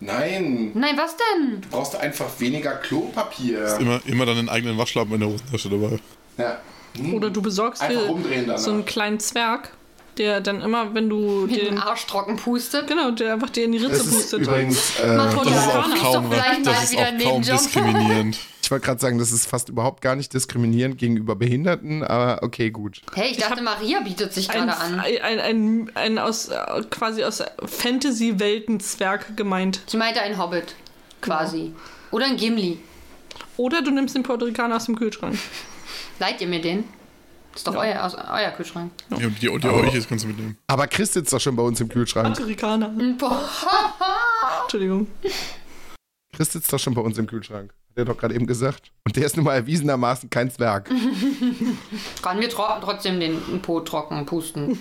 Speaker 1: Nein,
Speaker 3: Nein, was denn?
Speaker 1: du brauchst einfach weniger Klopapier.
Speaker 2: Immer, immer dann den eigenen Waschlappen in der Hosentasche dabei.
Speaker 1: Ja. Hm.
Speaker 5: Oder du besorgst
Speaker 1: Einfach
Speaker 5: dir
Speaker 1: umdrehen dann,
Speaker 5: so einen
Speaker 1: ja.
Speaker 5: kleinen Zwerg, der dann immer, wenn du
Speaker 3: Mit
Speaker 5: den.
Speaker 3: dem Arsch trocken pustet.
Speaker 5: Genau, der einfach dir in die Ritze
Speaker 4: das ist
Speaker 5: pustet.
Speaker 4: übrigens, äh,
Speaker 3: Mach
Speaker 2: Das ist
Speaker 3: Total.
Speaker 2: auch
Speaker 3: Mach
Speaker 2: kaum,
Speaker 3: doch vielleicht mal
Speaker 2: das ist
Speaker 3: wieder
Speaker 2: auch
Speaker 3: einen
Speaker 2: kaum
Speaker 3: Nebenjob.
Speaker 2: diskriminierend.
Speaker 4: ich wollte gerade sagen, das ist fast überhaupt gar nicht diskriminierend gegenüber Behinderten, aber okay, gut.
Speaker 3: Hey, ich dachte, Maria bietet sich
Speaker 5: Ein,
Speaker 3: gerade an.
Speaker 5: ein, ein, ein, aus äh, quasi aus Fantasy-Welten Zwerg gemeint.
Speaker 3: Sie meinte ein Hobbit, quasi. Oder ein Gimli.
Speaker 5: Oder du nimmst den Puerto Ricaner aus dem Kühlschrank.
Speaker 3: Leiht ihr mir den? Ist doch euer, aus, euer Kühlschrank.
Speaker 2: Ja, und die, die euch jetzt kannst du mitnehmen.
Speaker 4: Aber Chris sitzt doch schon bei uns im Kühlschrank.
Speaker 5: Puerto Ricaner.
Speaker 3: Boah.
Speaker 5: Entschuldigung.
Speaker 4: Chris sitzt doch schon bei uns im Kühlschrank. Hat er doch gerade eben gesagt. Und der ist nun mal erwiesenermaßen kein Zwerg.
Speaker 5: Mhm.
Speaker 3: Kann mir tro trotzdem den Po trocken pusten.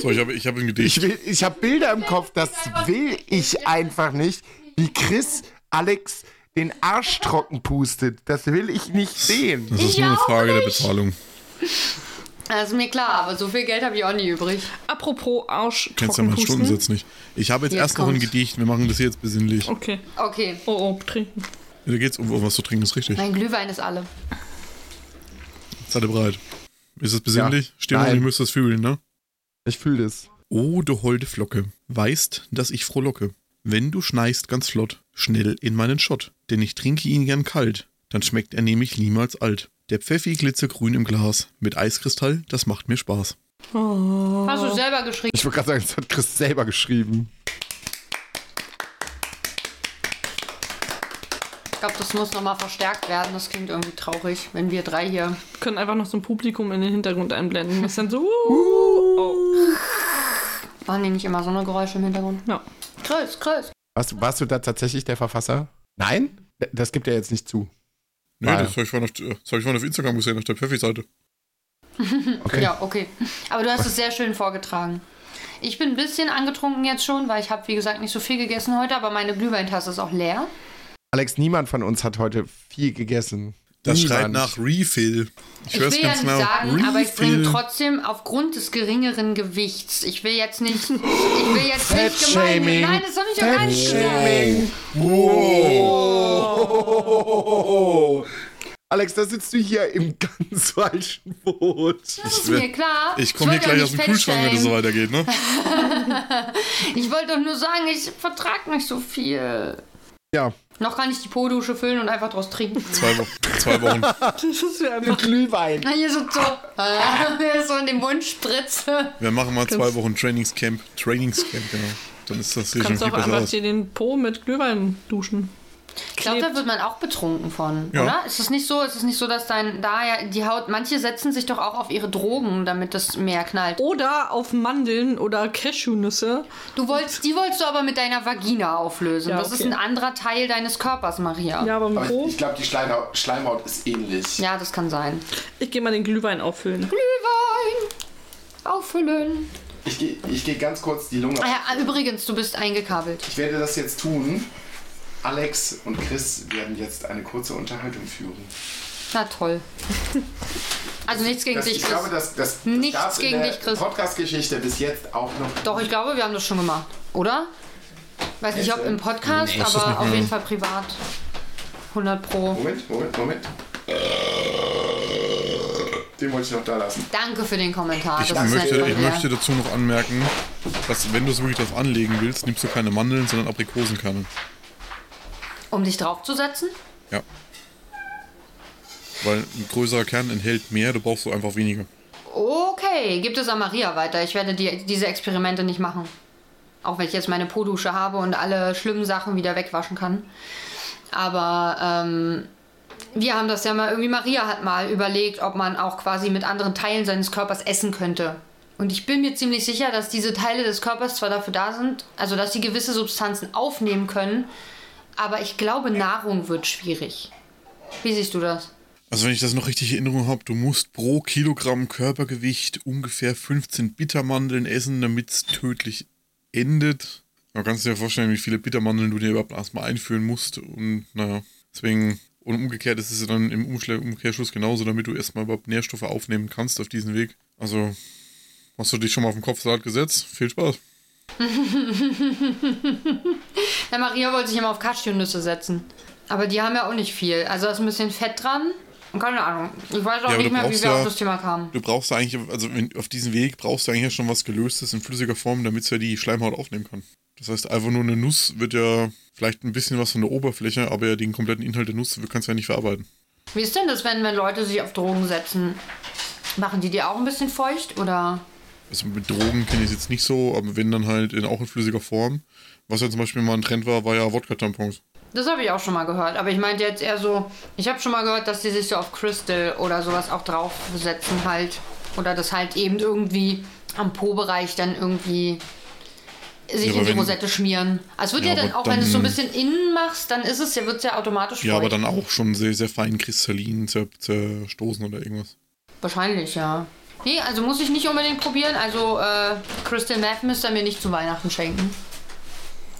Speaker 2: So, ich habe ich hab ein Gedicht.
Speaker 4: Ich, will- ich habe Bilder im Kopf, das will ich einfach nicht. Wie Chris Alex den Arsch trocken pustet, das will ich nicht sehen.
Speaker 2: Das ist nur eine Frage der Bezahlung.
Speaker 3: Das ist mir klar, aber so viel Geld habe ich auch nie übrig.
Speaker 5: Apropos Arsch.
Speaker 2: Kennst ja meinen
Speaker 5: trockenpusten.
Speaker 2: Stundensatz nicht. Ich habe jetzt,
Speaker 3: Jetzt
Speaker 2: erst noch ein
Speaker 3: kommt's.
Speaker 2: Gedicht. Wir machen das hier jetzt besinnlich.
Speaker 5: Okay.
Speaker 3: Okay,
Speaker 5: Oh, oh, trinken.
Speaker 2: Ja, da geht's um, um was zu trinken, ist richtig.
Speaker 3: mein Glühwein ist alle.
Speaker 2: Seid ihr bereit? Ist es besinnlich?
Speaker 4: Ja.
Speaker 2: Stimmt,
Speaker 4: Nein.
Speaker 2: ihr müsst es fühlen, ne?
Speaker 4: Ich fühle das.
Speaker 2: O du holde Flocke, weißt, dass ich frohlocke. Wenn du schneist ganz flott, schnell in meinen Schott, denn ich trinke ihn gern kalt, dann schmeckt er nämlich niemals alt. Der Pfeffi glitzergrün im Glas, mit Eiskristall, das macht mir Spaß.
Speaker 3: Hast du selber geschrieben?
Speaker 4: Ich wollte gerade sagen, das hat Chris selber geschrieben.
Speaker 3: Ich glaube, das muss nochmal verstärkt werden. Das klingt irgendwie traurig, wenn wir drei hier.
Speaker 5: Wir können einfach noch so ein Publikum in den Hintergrund einblenden. Was dann so. Uh, oh.
Speaker 3: Waren die nicht immer so eine Geräusche im Hintergrund?
Speaker 5: Ja.
Speaker 3: Chris, Chris.
Speaker 4: Warst, du- warst du da tatsächlich der Verfasser? Nein? D- Das gibt er jetzt nicht zu.
Speaker 2: Nee,
Speaker 4: Ah,
Speaker 2: das habe ich vorhin auf, äh, das hab ich vorhin auf Instagram gesehen, auf der Pfeffi-Seite.
Speaker 4: Okay.
Speaker 3: Ja, okay. Aber du hast es sehr schön vorgetragen. Ich bin ein bisschen angetrunken jetzt schon, weil ich habe, wie gesagt, nicht so viel gegessen heute, aber meine Glühweintasse ist auch leer.
Speaker 4: Alex, niemand von uns hat heute viel gegessen.
Speaker 2: Das
Speaker 4: niemand.
Speaker 2: schreit nach Refill.
Speaker 3: Ich
Speaker 2: hör's genau.
Speaker 3: will ja nicht sagen, aber ich bringe trotzdem aufgrund des geringeren Gewichts. Ich will jetzt nicht. Ich will jetzt nicht gemein.
Speaker 4: Fettshaming.
Speaker 3: Nein, das habe ich doch gar nicht gesagt.
Speaker 4: Shaming.
Speaker 1: Wow.
Speaker 4: Oh. Alex, da sitzt du hier im ganz falschen Boot.
Speaker 3: Das ist mir klar.
Speaker 2: Ich komme hier
Speaker 3: wollte
Speaker 2: gleich
Speaker 3: auch
Speaker 2: aus dem
Speaker 3: nicht
Speaker 2: Kühlschrank, wenn das so
Speaker 3: feststellen.
Speaker 2: weitergeht, ne?
Speaker 3: Ich wollte doch nur sagen, ich vertrag nicht so viel.
Speaker 4: Ja,
Speaker 3: Noch kann ich die Po-Dusche füllen und einfach draus trinken.
Speaker 2: Zwei Wochen. Zwei Wochen.
Speaker 5: Das ist ja einfach.
Speaker 4: Glühwein.
Speaker 3: Na, Hier so, so, äh, so in den Mund spritze.
Speaker 2: Wir machen mal zwei Wochen Trainingscamp. Trainingscamp, genau. Dann ist das hier schon
Speaker 5: Kannst
Speaker 2: viel
Speaker 5: auch
Speaker 2: besser
Speaker 5: einfach
Speaker 2: aus.
Speaker 5: dir den Po mit Glühwein duschen.
Speaker 3: Ich glaube, da
Speaker 5: Klebt.
Speaker 3: wird man auch betrunken von,
Speaker 2: Ja.
Speaker 3: oder? Ist es nicht so, ist es nicht so, dass dein da ja die Haut, manche setzen sich doch auch auf ihre Drogen, damit das mehr knallt.
Speaker 5: Oder auf Mandeln oder Cashewnüsse.
Speaker 3: Du wolltest, die wolltest du aber mit deiner Vagina auflösen.
Speaker 5: Ja,
Speaker 3: das ist
Speaker 5: okay.
Speaker 3: ein anderer Teil deines Körpers, Maria.
Speaker 5: Ja,
Speaker 3: Ja,
Speaker 5: aber im
Speaker 1: Aber
Speaker 5: Po.
Speaker 1: ich glaube, die Schleimhaut, Schleimhaut ist ähnlich.
Speaker 3: das kann sein.
Speaker 5: Ich gehe mal den Glühwein auffüllen.
Speaker 3: Glühwein auffüllen.
Speaker 1: Ich gehe ich geh ganz kurz die Lunge.
Speaker 3: Ah Ja, übrigens, du bist eingekabelt.
Speaker 1: Ich werde das jetzt tun. Alex und Chris werden jetzt eine kurze Unterhaltung führen.
Speaker 3: Na toll. Also nichts gegen
Speaker 1: Das,
Speaker 3: dich.
Speaker 1: ich
Speaker 3: Chris.
Speaker 1: glaube, das, das, das
Speaker 3: Nichts
Speaker 1: gab's in
Speaker 3: gegen
Speaker 1: der
Speaker 3: dich, Chris.
Speaker 1: Podcast-Geschichte bis jetzt auch noch.
Speaker 3: Doch, ich glaube, wir haben das schon gemacht, oder? Weiß nicht, ob im Podcast, aber auf jeden Fall privat. 100 Pro.
Speaker 1: Moment, Moment, Moment. Den wollte ich noch da lassen.
Speaker 3: Danke für den Kommentar.
Speaker 2: Ich
Speaker 3: das ist nett
Speaker 2: möchte,
Speaker 3: von
Speaker 2: ich
Speaker 3: dir.
Speaker 2: möchte dazu noch anmerken, dass wenn du es wirklich drauf anlegen willst, nimmst du keine Mandeln, sondern Aprikosenkerne.
Speaker 3: Um dich draufzusetzen?
Speaker 2: Ja. Weil ein größerer Kern enthält mehr, du brauchst so einfach weniger.
Speaker 3: Okay, gib es an Maria weiter. Ich werde die, diese Experimente nicht machen. Auch wenn ich jetzt meine Po-Dusche habe und alle schlimmen Sachen wieder wegwaschen kann. Aber ähm, wir haben das ja mal, irgendwie Maria hat mal überlegt, ob man auch quasi mit anderen Teilen seines Körpers essen könnte. Und ich bin mir ziemlich sicher, dass diese Teile des Körpers zwar dafür da sind, also dass sie gewisse Substanzen aufnehmen können, aber ich glaube, Nahrung wird schwierig. Wie siehst du das?
Speaker 2: Also wenn ich das noch richtig in Erinnerung habe, du musst pro Kilogramm Körpergewicht ungefähr 15 Bittermandeln essen, damit es tödlich endet. Man kannst dir ja vorstellen, wie viele Bittermandeln du dir überhaupt erstmal einführen musst. Und naja, deswegen, und umgekehrt ist es ja dann im Umschle- Umkehrschluss genauso, damit du erstmal überhaupt Nährstoffe aufnehmen kannst auf diesen Weg. Also, hast du dich schon mal auf den Kopfsalat gesetzt? Viel Spaß.
Speaker 3: Na, Maria wollte sich immer auf Cashewnüsse setzen. Aber die haben ja auch nicht viel. Also da ist ein bisschen Fett dran. Und keine Ahnung. Ich weiß
Speaker 2: Ja,
Speaker 3: auch
Speaker 2: aber
Speaker 3: nicht
Speaker 2: du
Speaker 3: mehr, wie
Speaker 2: brauchst
Speaker 3: wir
Speaker 2: ja-
Speaker 3: auf das Thema kamen.
Speaker 2: Du brauchst ja eigentlich, also wenn, auf diesem Weg brauchst du eigentlich ja schon was Gelöstes in flüssiger Form, damit es ja die Schleimhaut aufnehmen kann. Das heißt, einfach nur eine Nuss wird ja vielleicht ein bisschen was von der Oberfläche, aber ja den kompletten Inhalt der Nuss kannst du ja nicht verarbeiten.
Speaker 3: Wie ist denn das, wenn, wenn Leute sich auf Drogen setzen? Machen die die auch ein bisschen feucht? Oder?
Speaker 2: Also mit Drogen kenne ich es jetzt nicht so, aber wenn dann halt in, auch in flüssiger Form. Was ja zum Beispiel mal ein Trend war, war ja Wodka-Tampons.
Speaker 3: Das habe ich auch schon mal gehört. Aber ich meinte jetzt eher so, ich habe schon mal gehört, dass die sich so auf Crystal oder sowas auch draufsetzen halt. Oder das halt eben irgendwie am Po-Bereich dann irgendwie sich
Speaker 2: Ja, aber
Speaker 3: in die
Speaker 2: wenn-
Speaker 3: Rosette schmieren. Also es
Speaker 2: Ja,
Speaker 3: wird ja, dann,
Speaker 2: aber
Speaker 3: auch wenn du es so ein
Speaker 2: dann-
Speaker 3: bisschen innen machst, dann ist es ja, wird es ja automatisch
Speaker 2: Ja,
Speaker 3: feucht.
Speaker 2: aber dann auch schon sehr, sehr fein kristallin zer, zerstoßen oder irgendwas.
Speaker 3: Wahrscheinlich, ja. Nee, also muss ich nicht unbedingt probieren. Also äh, Crystal Meth müsst ihr mir nicht zu Weihnachten schenken.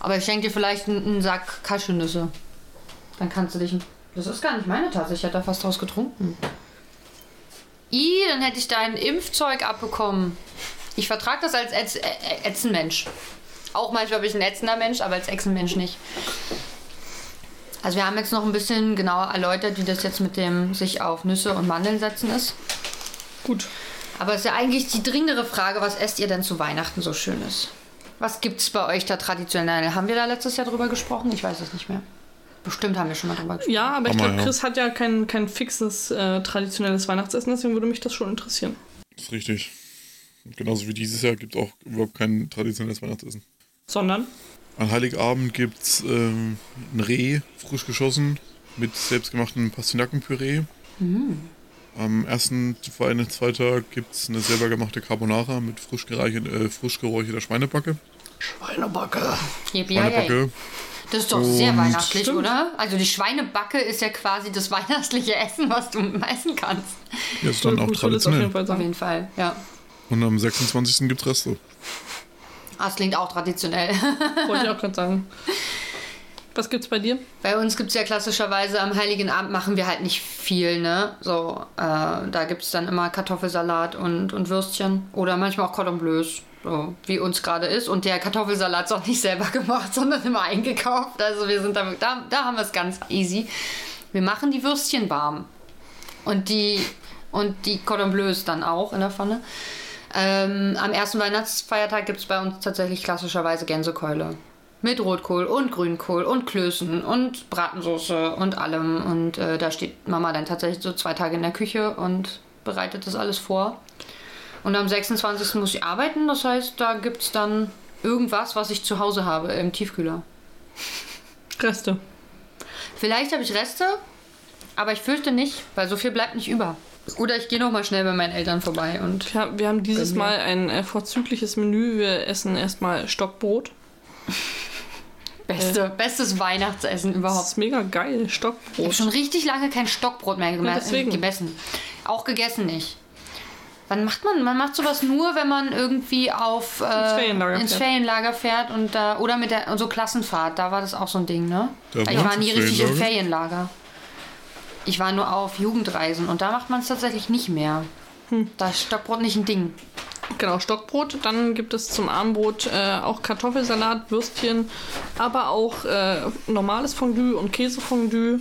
Speaker 3: Aber ich schenke dir vielleicht einen, einen Sack Cashewnüsse. Dann kannst du dich... Das ist gar nicht meine Tasse. Ich hätte da fast draus getrunken. I, dann hätte ich dein Impfzeug abbekommen. Ich vertrage das als Ätz Ä- Ä- Ätzenmensch. Auch manchmal bin ich ein ätzender Mensch, aber als Echsenmensch nicht. Also wir haben jetzt noch ein bisschen genauer erläutert, wie das jetzt mit dem sich auf Nüsse und Mandeln setzen ist.
Speaker 5: Gut.
Speaker 3: Aber es ist ja eigentlich die dringendere Frage, was esst ihr denn zu Weihnachten so Schönes? Was gibt's bei euch da traditionell? Haben wir da letztes Jahr drüber gesprochen? Ich weiß es nicht mehr. Bestimmt haben wir schon mal drüber gesprochen.
Speaker 5: Ja, aber ich
Speaker 2: Hammer,
Speaker 5: glaube,
Speaker 2: ja.
Speaker 5: Chris hat ja kein, kein fixes äh, traditionelles Weihnachtsessen, deswegen würde mich das schon interessieren.
Speaker 2: Das ist richtig. Und Genauso wie dieses Jahr gibt es auch überhaupt kein traditionelles Weihnachtsessen.
Speaker 5: Sondern
Speaker 2: An Heiligabend gibt's ähm, ein Reh, frisch geschossen, mit selbstgemachtem Pastinakenpüree. Am ersten Weihnachtsfeiertag gibt's eine selber gemachte Carbonara mit frisch, gereichert- äh, frisch geräucherter Schweinebacke.
Speaker 3: Yippie, yay.
Speaker 2: Schweinebacke.
Speaker 3: Das ist doch sehr weihnachtlich,
Speaker 5: Stimmt.
Speaker 3: oder? Also die Schweinebacke ist ja quasi das weihnachtliche Essen, was du essen kannst.
Speaker 2: Ja, ist dann auch
Speaker 5: gut würde es auf
Speaker 2: traditionell.
Speaker 5: jeden Fall
Speaker 3: Auf
Speaker 5: sagen.
Speaker 3: jeden Fall, ja.
Speaker 2: Und am 26. gibt's Reste.
Speaker 3: Ah, Das klingt auch traditionell.
Speaker 5: Wollte ich auch gerade sagen. Was gibt's bei dir?
Speaker 3: Bei uns gibt es ja klassischerweise am Heiligen Abend machen wir halt nicht viel, ne? So, äh, da gibt es dann immer Kartoffelsalat und, und Würstchen oder manchmal auch Cordon Bleus, so wie uns gerade ist. Und der Kartoffelsalat ist auch nicht selber gemacht, sondern immer eingekauft. Also wir sind da, da, da haben wir es ganz easy. Wir machen die Würstchen warm. Und die, und die Cordon Bleus dann auch in der Pfanne. Ähm, am ersten Weihnachtsfeiertag gibt es bei uns tatsächlich klassischerweise Gänsekeule. Mit Rotkohl und Grünkohl und Klößen und Bratensoße und allem. Und äh, da steht Mama dann tatsächlich so zwei Tage in der Küche und bereitet das alles vor. Und am 26. muss ich arbeiten, das heißt, da gibt es dann irgendwas, was ich zu Hause habe im Tiefkühler.
Speaker 5: Reste.
Speaker 3: Vielleicht habe ich Reste, aber ich fürchte nicht, weil so viel bleibt nicht über. Oder ich gehe nochmal schnell bei meinen Eltern vorbei und.
Speaker 5: Wir haben, wir haben dieses
Speaker 3: Bei mir.
Speaker 5: Mal ein äh, vorzügliches Menü. Wir essen erstmal Stockbrot.
Speaker 3: Beste, äh, bestes Weihnachtsessen
Speaker 5: Das
Speaker 3: überhaupt.
Speaker 5: ist mega geil,
Speaker 3: Oh. Ich habe
Speaker 5: Stockbrot.
Speaker 3: schon richtig lange kein Stockbrot mehr
Speaker 5: Ja,
Speaker 3: geme
Speaker 5: deswegen.
Speaker 3: gemessen. Auch gegessen nicht. Wann macht man? Man macht sowas nur, wenn man irgendwie auf äh, ins,
Speaker 5: Ferienlager
Speaker 3: Ferienlager,
Speaker 5: fährt.
Speaker 3: fährt und da oder mit der und so Klassenfahrt. Da war das auch so ein Ding, ne?
Speaker 2: Da
Speaker 3: ich
Speaker 2: waren
Speaker 3: war
Speaker 2: Sie
Speaker 3: nie
Speaker 2: im
Speaker 3: richtig im Ferienlager. Ich war nur auf Jugendreisen und da macht man es tatsächlich nicht mehr.
Speaker 5: Hm.
Speaker 3: Da ist Stockbrot nicht ein Ding.
Speaker 5: Genau, Stockbrot. Dann gibt es zum Armbrot äh, auch Kartoffelsalat, Würstchen, aber auch äh, normales Fondue und Käsefondue.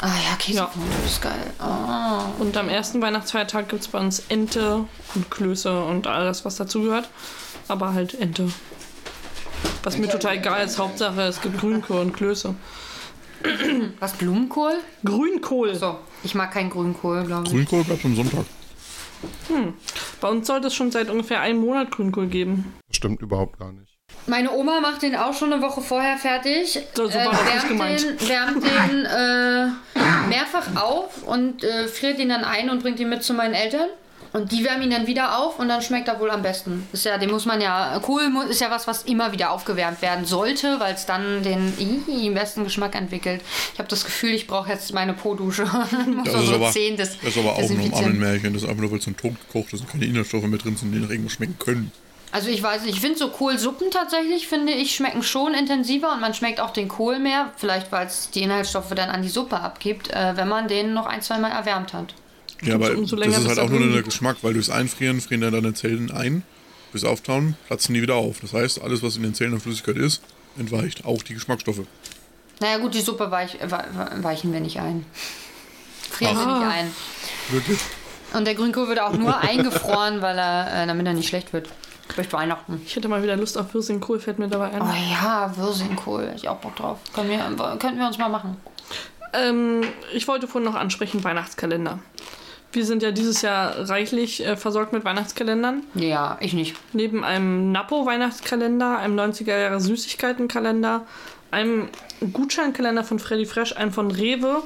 Speaker 3: Ah ja, Käsekuchen, das ist geil. Ah.
Speaker 5: Und am ersten Weihnachtsfeiertag gibt es bei uns Ente und Klöße und alles, was dazugehört. Aber halt Ente. Was mir total egal ist. Hauptsache, es gibt Grünkohl und Klöße.
Speaker 3: Was, Blumenkohl?
Speaker 5: Grünkohl.
Speaker 3: So, ich mag keinen Grünkohl, glaube ich.
Speaker 2: Grünkohl bleibt am Sonntag.
Speaker 5: Bei uns sollte es schon seit ungefähr einem Monat Grünkohl geben.
Speaker 4: Stimmt überhaupt gar nicht.
Speaker 3: Meine Oma macht den auch schon eine Woche vorher fertig. Äh,
Speaker 5: So, so war das nicht gemeint.
Speaker 3: den, wärmt den äh, mehrfach auf und äh, friert ihn dann ein und bringt ihn mit zu meinen Eltern. Und die wärmen ihn dann wieder auf und dann schmeckt er wohl am besten. Ist ja, den muss man ja. Kohl mu- ist ja was, was immer wieder aufgewärmt werden sollte, weil es dann den ih, besten Geschmack entwickelt. Ich habe das Gefühl, ich brauche jetzt meine Po-Dusche. muss
Speaker 2: Das
Speaker 3: auch
Speaker 2: ist
Speaker 3: so
Speaker 2: aber,
Speaker 3: zehn
Speaker 2: das
Speaker 3: des-
Speaker 2: ist aber auch nur ein
Speaker 3: desinfizieren.
Speaker 2: Armenmärchen. Das ist einfach nur, weil es zum Tod gekocht ist und keine Inhaltsstoffe mehr drin sind, die nach irgendwas schmecken können.
Speaker 3: Also ich weiß nicht, ich finde so Kohlsuppen tatsächlich, finde ich, schmecken schon intensiver und man schmeckt auch den Kohl mehr, vielleicht weil es die Inhaltsstoffe dann an die Suppe abgibt, äh, wenn man den noch ein, zwei Mal erwärmt hat.
Speaker 2: Ja, aber
Speaker 5: umso länger,
Speaker 2: das ist halt
Speaker 5: bis er
Speaker 2: auch nur der
Speaker 5: blutet.
Speaker 2: Geschmack, weil durchs Einfrieren frieren dann deine Zellen ein, bis auftauen, platzen die wieder auf. Das heißt, alles, was in den Zellen an Flüssigkeit ist, entweicht. Auch die Geschmacksstoffe.
Speaker 3: Naja gut, die Suppe weich, we- we- weichen wir nicht ein. Frieren wir
Speaker 5: Ah.
Speaker 3: nicht ein.
Speaker 2: Wirklich?
Speaker 3: Und der Grünkohl wird auch nur eingefroren, weil er, äh, damit er nicht schlecht wird. Durch Weihnachten.
Speaker 5: Ich hätte mal wieder Lust auf Würstchenkohl, fällt mir dabei ein.
Speaker 3: Oh ja, Würsinkohl, hätte ich auch Bock drauf. Können wir, könnten wir uns mal machen.
Speaker 5: Ähm, ich wollte vorhin noch ansprechen, Weihnachtskalender. Wir sind ja dieses Jahr reichlich äh, versorgt mit Weihnachtskalendern.
Speaker 3: Ja, ich nicht.
Speaker 5: Neben einem Napo-Weihnachtskalender, einem 90er-Jahre-Süßigkeitenkalender, einem Gutscheinkalender von Freddy Fresh, einem von Rewe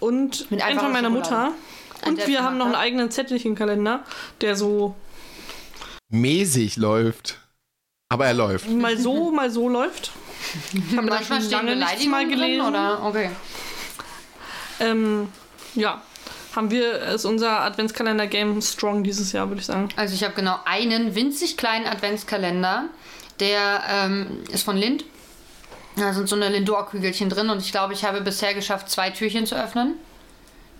Speaker 5: und
Speaker 3: Mit
Speaker 5: einem
Speaker 3: einfacher
Speaker 5: von meiner
Speaker 3: Schokolade.
Speaker 5: Mutter.
Speaker 3: Ein
Speaker 5: Und wir haben noch einen
Speaker 3: selbstgemachter.
Speaker 5: eigenen Zettelchenkalender, der so
Speaker 4: Mäßig läuft. Aber er läuft.
Speaker 5: mal so, mal so läuft. Ich habe da
Speaker 3: Manchmal
Speaker 5: schon
Speaker 3: stehen
Speaker 5: lange nichts mal
Speaker 3: Beleidigungen drin,
Speaker 5: gelesen.
Speaker 3: oder? Okay.
Speaker 5: Ähm, ja, haben wir, ist unser Adventskalender-Game strong dieses Jahr, würde ich sagen.
Speaker 3: Also ich habe genau einen winzig kleinen Adventskalender. Der ähm, ist von Lind. Da sind so eine Lindor-Kügelchen drin und ich glaube, ich habe bisher geschafft, zwei Türchen zu öffnen.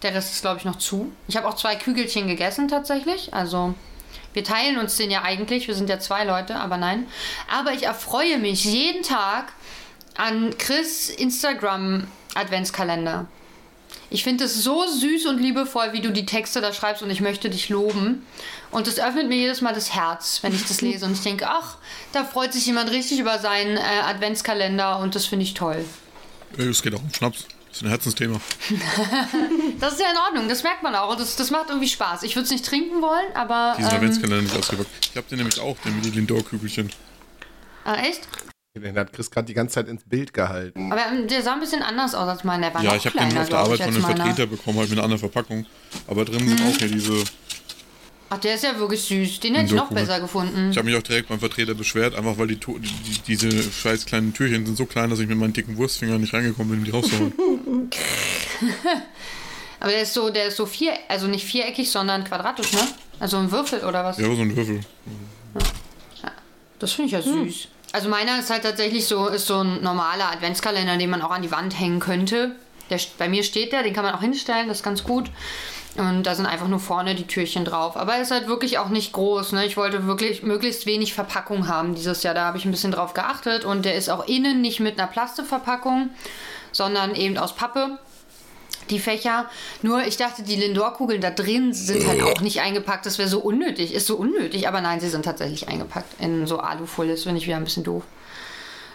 Speaker 3: Der Rest ist, glaube ich, noch zu. Ich habe auch zwei Kügelchen gegessen tatsächlich. Also wir teilen uns den ja eigentlich. Wir sind ja zwei Leute, aber nein. Aber ich erfreue mich jeden Tag an Chris Instagram Adventskalender. Ich finde es so süß und liebevoll, wie du die Texte da schreibst und ich möchte dich loben. Und es öffnet mir jedes Mal das Herz, wenn ich das lese und ich denke, ach, da freut sich jemand richtig über seinen äh, Adventskalender und das finde ich toll.
Speaker 2: Äh, Es geht auch um Schnaps. Das ist ein Herzensthema.
Speaker 3: Das ist ja in Ordnung, das merkt man auch. Das, das macht irgendwie Spaß. Ich würde es nicht trinken wollen, aber.
Speaker 2: Diesen
Speaker 3: Ähm,
Speaker 2: Adventskalender nicht ausgepackt. Ich habe den nämlich auch, den mit den Lindor-Kügelchen.
Speaker 3: ah, echt?
Speaker 4: Den hat Chris gerade die ganze Zeit ins Bild gehalten.
Speaker 3: Aber ähm, der sah ein bisschen anders aus als meiner. Der war
Speaker 2: Ja,
Speaker 3: noch
Speaker 2: ich habe
Speaker 3: kleiner,
Speaker 2: den auf der
Speaker 3: glaub
Speaker 2: Arbeit
Speaker 3: ich,
Speaker 2: von
Speaker 3: als
Speaker 2: einem
Speaker 3: meiner. Mhm.
Speaker 2: Vertreter bekommen, halt mit einer anderen Verpackung. Aber drin sind auch hier diese.
Speaker 3: Ach, der ist ja wirklich süß. Den hätte ich noch
Speaker 2: Doku mit-
Speaker 3: besser gefunden.
Speaker 2: Ich habe mich auch direkt beim Vertreter beschwert, einfach weil die, Tu- die, die diese scheiß kleinen Türchen sind so klein, dass ich mit meinen dicken Wurstfingern nicht reingekommen bin, um die rauszuholen.
Speaker 3: Aber der ist so, der ist so vier, also nicht viereckig, sondern quadratisch, ne? Also ein Würfel oder was?
Speaker 2: ja, so ein Würfel.
Speaker 3: Das finde ich ja süß. Also meiner ist halt tatsächlich so, ist so ein normaler Adventskalender, den man auch an die Wand hängen könnte. Der, st- bei mir steht der, den kann man auch hinstellen, das ist ganz gut. Und da sind einfach nur vorne die Türchen drauf. Aber er ist halt wirklich auch nicht groß. Ne? Ich wollte wirklich möglichst wenig Verpackung haben dieses Jahr. Da habe ich ein bisschen drauf geachtet. Und der ist auch innen nicht mit einer Plastikverpackung, sondern eben aus Pappe. die Fächer. Nur ich dachte, die Lindor-Kugeln da drin sind halt auch nicht eingepackt. Das wäre so unnötig. Ist so unnötig. Aber nein, sie sind tatsächlich eingepackt in so Alufolie. Das finde ich wieder ein bisschen doof.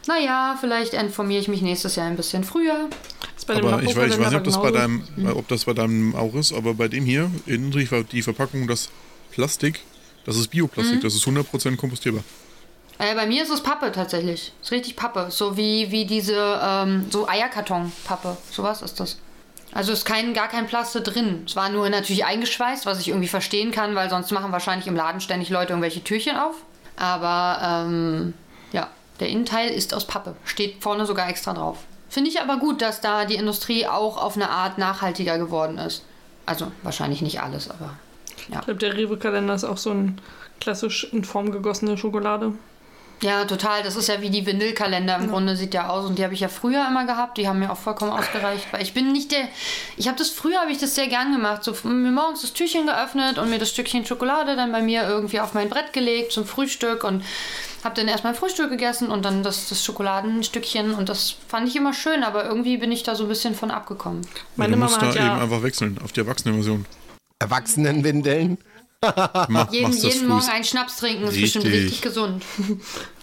Speaker 3: Naja, vielleicht informiere ich mich nächstes Jahr ein bisschen früher.
Speaker 5: Ist bei
Speaker 2: Aber ich, weiß- ich weiß nicht, ob das, bei
Speaker 5: genauso.
Speaker 2: deinem,
Speaker 3: Hm.
Speaker 2: ob das bei deinem auch ist, aber bei dem hier, innen drin war die Verpackung, das Plastik, das ist
Speaker 3: Hm.
Speaker 2: Bioplastik, das ist 100% kompostierbar.
Speaker 3: Äh, bei mir ist es Pappe tatsächlich. Ist richtig Pappe. So wie, wie diese, ähm, so Eierkartonpappe. Sowas ist das. Also ist kein, gar kein Plaste drin. Es war nur natürlich eingeschweißt, was ich irgendwie verstehen kann, weil sonst machen wahrscheinlich im Laden ständig Leute irgendwelche Türchen auf. Aber ähm, ja, der Innenteil ist aus Pappe. Steht vorne sogar extra drauf. Finde ich aber gut, dass da die Industrie auch auf eine Art nachhaltiger geworden ist. Also wahrscheinlich nicht alles, aber ja.
Speaker 5: Ich glaube, der Rewe-Kalender ist auch so ein klassisch in Form gegossene Schokolade.
Speaker 3: Ja, total. Das ist ja wie die Vinylkalender im Grunde, sieht ja aus. Und die habe ich ja früher immer gehabt. Die haben mir auch vollkommen ausgereicht. Weil ich bin nicht der. Ich habe das früher, habe ich das sehr gern gemacht. So mir morgens das Türchen geöffnet und mir das Stückchen Schokolade dann bei mir irgendwie auf mein Brett gelegt zum Frühstück und habe dann erstmal Frühstück gegessen und dann das, das Schokoladenstückchen. Und das fand ich immer schön, aber irgendwie bin ich da so ein bisschen von abgekommen.
Speaker 5: Meine
Speaker 2: du
Speaker 5: Mama
Speaker 2: musst da
Speaker 5: hat ja.
Speaker 2: eben einfach wechseln, auf die Erwachsenenversion.
Speaker 4: Erwachsenenwindeln.
Speaker 2: Mach,
Speaker 3: Jeden,
Speaker 2: machst das
Speaker 3: jeden
Speaker 2: früh.
Speaker 3: Morgen einen Schnaps trinken ist bestimmt
Speaker 2: Richtig.
Speaker 3: richtig gesund.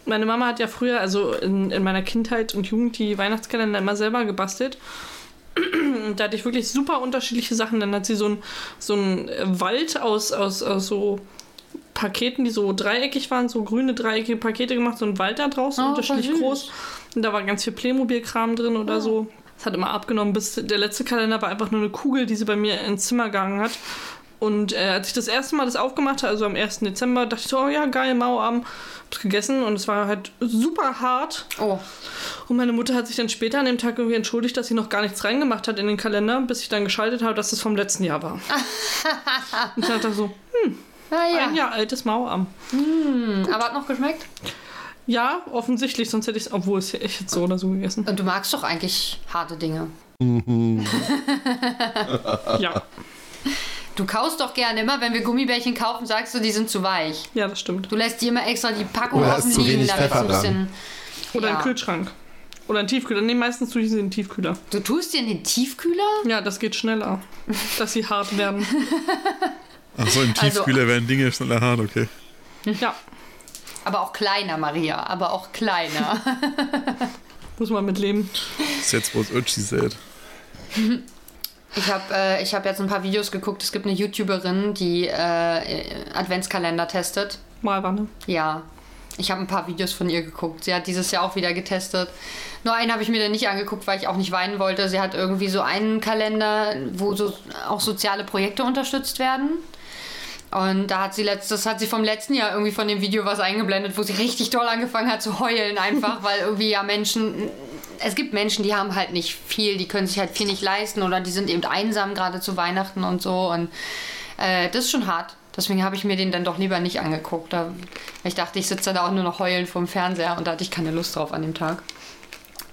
Speaker 5: Meine Mama hat ja früher, also in, in meiner Kindheit und Jugend, die Weihnachtskalender immer selber gebastelt. Und Da hatte ich wirklich super unterschiedliche Sachen. Dann hat sie so einen so einen, äh, Wald aus, aus, aus so Paketen, die so dreieckig waren, so grüne dreieckige Pakete gemacht, so einen Wald da draußen,
Speaker 3: Oh,
Speaker 5: unterschiedlich
Speaker 3: voll süß. Ah.
Speaker 5: groß. Und da war ganz viel Playmobil-Kram drin oder so. Das hat immer abgenommen, bis der letzte Kalender war einfach nur eine Kugel, die sie bei mir ins Zimmer gehangen hat. Und äh, als ich das erste Mal das aufgemacht habe, also am 1. Dezember, dachte ich so, oh ja, geil, Mauerarm. Hab's gegessen und es war halt super hart.
Speaker 3: Oh,
Speaker 5: Und meine Mutter hat sich dann später an dem Tag irgendwie entschuldigt, dass sie noch gar nichts reingemacht hat in den Kalender, bis ich dann geschaltet habe, dass es vom letzten Jahr war. und ich dachte so,
Speaker 2: Ah,
Speaker 5: ein
Speaker 3: naja.
Speaker 5: Jahr altes Mauerarm.
Speaker 3: Ah, Hm, Aber hat noch geschmeckt?
Speaker 5: Ja, offensichtlich, sonst hätte ich es, obwohl es ich hätte so oder so gegessen.
Speaker 3: Und du magst doch eigentlich harte Dinge.
Speaker 5: Ja,
Speaker 3: Du kaust doch gerne immer, wenn wir Gummibärchen kaufen, sagst du, die sind zu weich.
Speaker 5: ja, das stimmt.
Speaker 3: Du lässt dir immer extra die Packung
Speaker 4: Oder
Speaker 3: offen
Speaker 4: ist zu
Speaker 3: liegen,
Speaker 4: wenig
Speaker 3: damit es ein
Speaker 4: Pfeffer dran.
Speaker 3: bisschen.
Speaker 5: Oder
Speaker 3: ja.
Speaker 5: ein Kühlschrank. Oder ein Tiefkühler. Nee, meistens tue ich sie in den Tiefkühler.
Speaker 3: Du tust dir in den Tiefkühler?
Speaker 5: Ja, das geht schneller, dass sie hart werden.
Speaker 2: Achso, im
Speaker 3: Also-
Speaker 2: Tiefkühler werden Dinge schneller hart, okay.
Speaker 5: Ja,
Speaker 3: Aber auch kleiner, Maria. Aber auch kleiner.
Speaker 5: muss man mitleben.
Speaker 2: That's what Urchi said.
Speaker 3: ich habe äh, ich hab jetzt ein paar Videos geguckt. Es gibt eine YouTuberin, die äh, Adventskalender testet.
Speaker 5: Malwanne.
Speaker 3: Ja. Ich habe ein paar Videos von ihr geguckt. Sie hat dieses Jahr auch wieder getestet. Nur einen habe ich mir dann nicht angeguckt, weil ich auch nicht weinen wollte. Sie hat irgendwie so einen Kalender, wo so auch soziale Projekte unterstützt werden. Und da hat sie letztes, hat sie vom letzten Jahr irgendwie von dem Video was eingeblendet, wo sie richtig doll angefangen hat zu heulen, einfach, weil irgendwie ja Menschen, es gibt Menschen, die haben halt nicht viel, die können sich halt viel nicht leisten oder die sind eben einsam gerade zu Weihnachten und so. Und äh, das ist schon hart. Deswegen habe ich mir den dann doch lieber nicht angeguckt. Da, ich dachte, ich sitze da auch nur noch heulend vorm Fernseher und da hatte ich keine Lust drauf an dem Tag.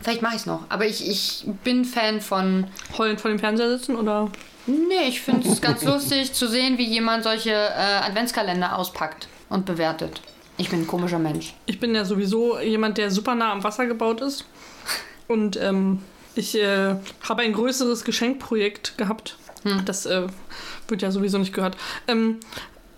Speaker 3: Vielleicht mache ich es noch, aber ich, ich bin Fan von
Speaker 5: Heulend vor dem Fernseher sitzen oder
Speaker 3: Nee, ich finde es ganz lustig zu sehen, wie jemand solche äh, Adventskalender auspackt und bewertet. Ich bin ein komischer Mensch.
Speaker 5: Ich bin ja sowieso jemand, der super nah am Wasser gebaut ist. Und ähm, ich äh, habe ein größeres Geschenkprojekt gehabt. Das äh, wird ja sowieso nicht gehört. Ähm,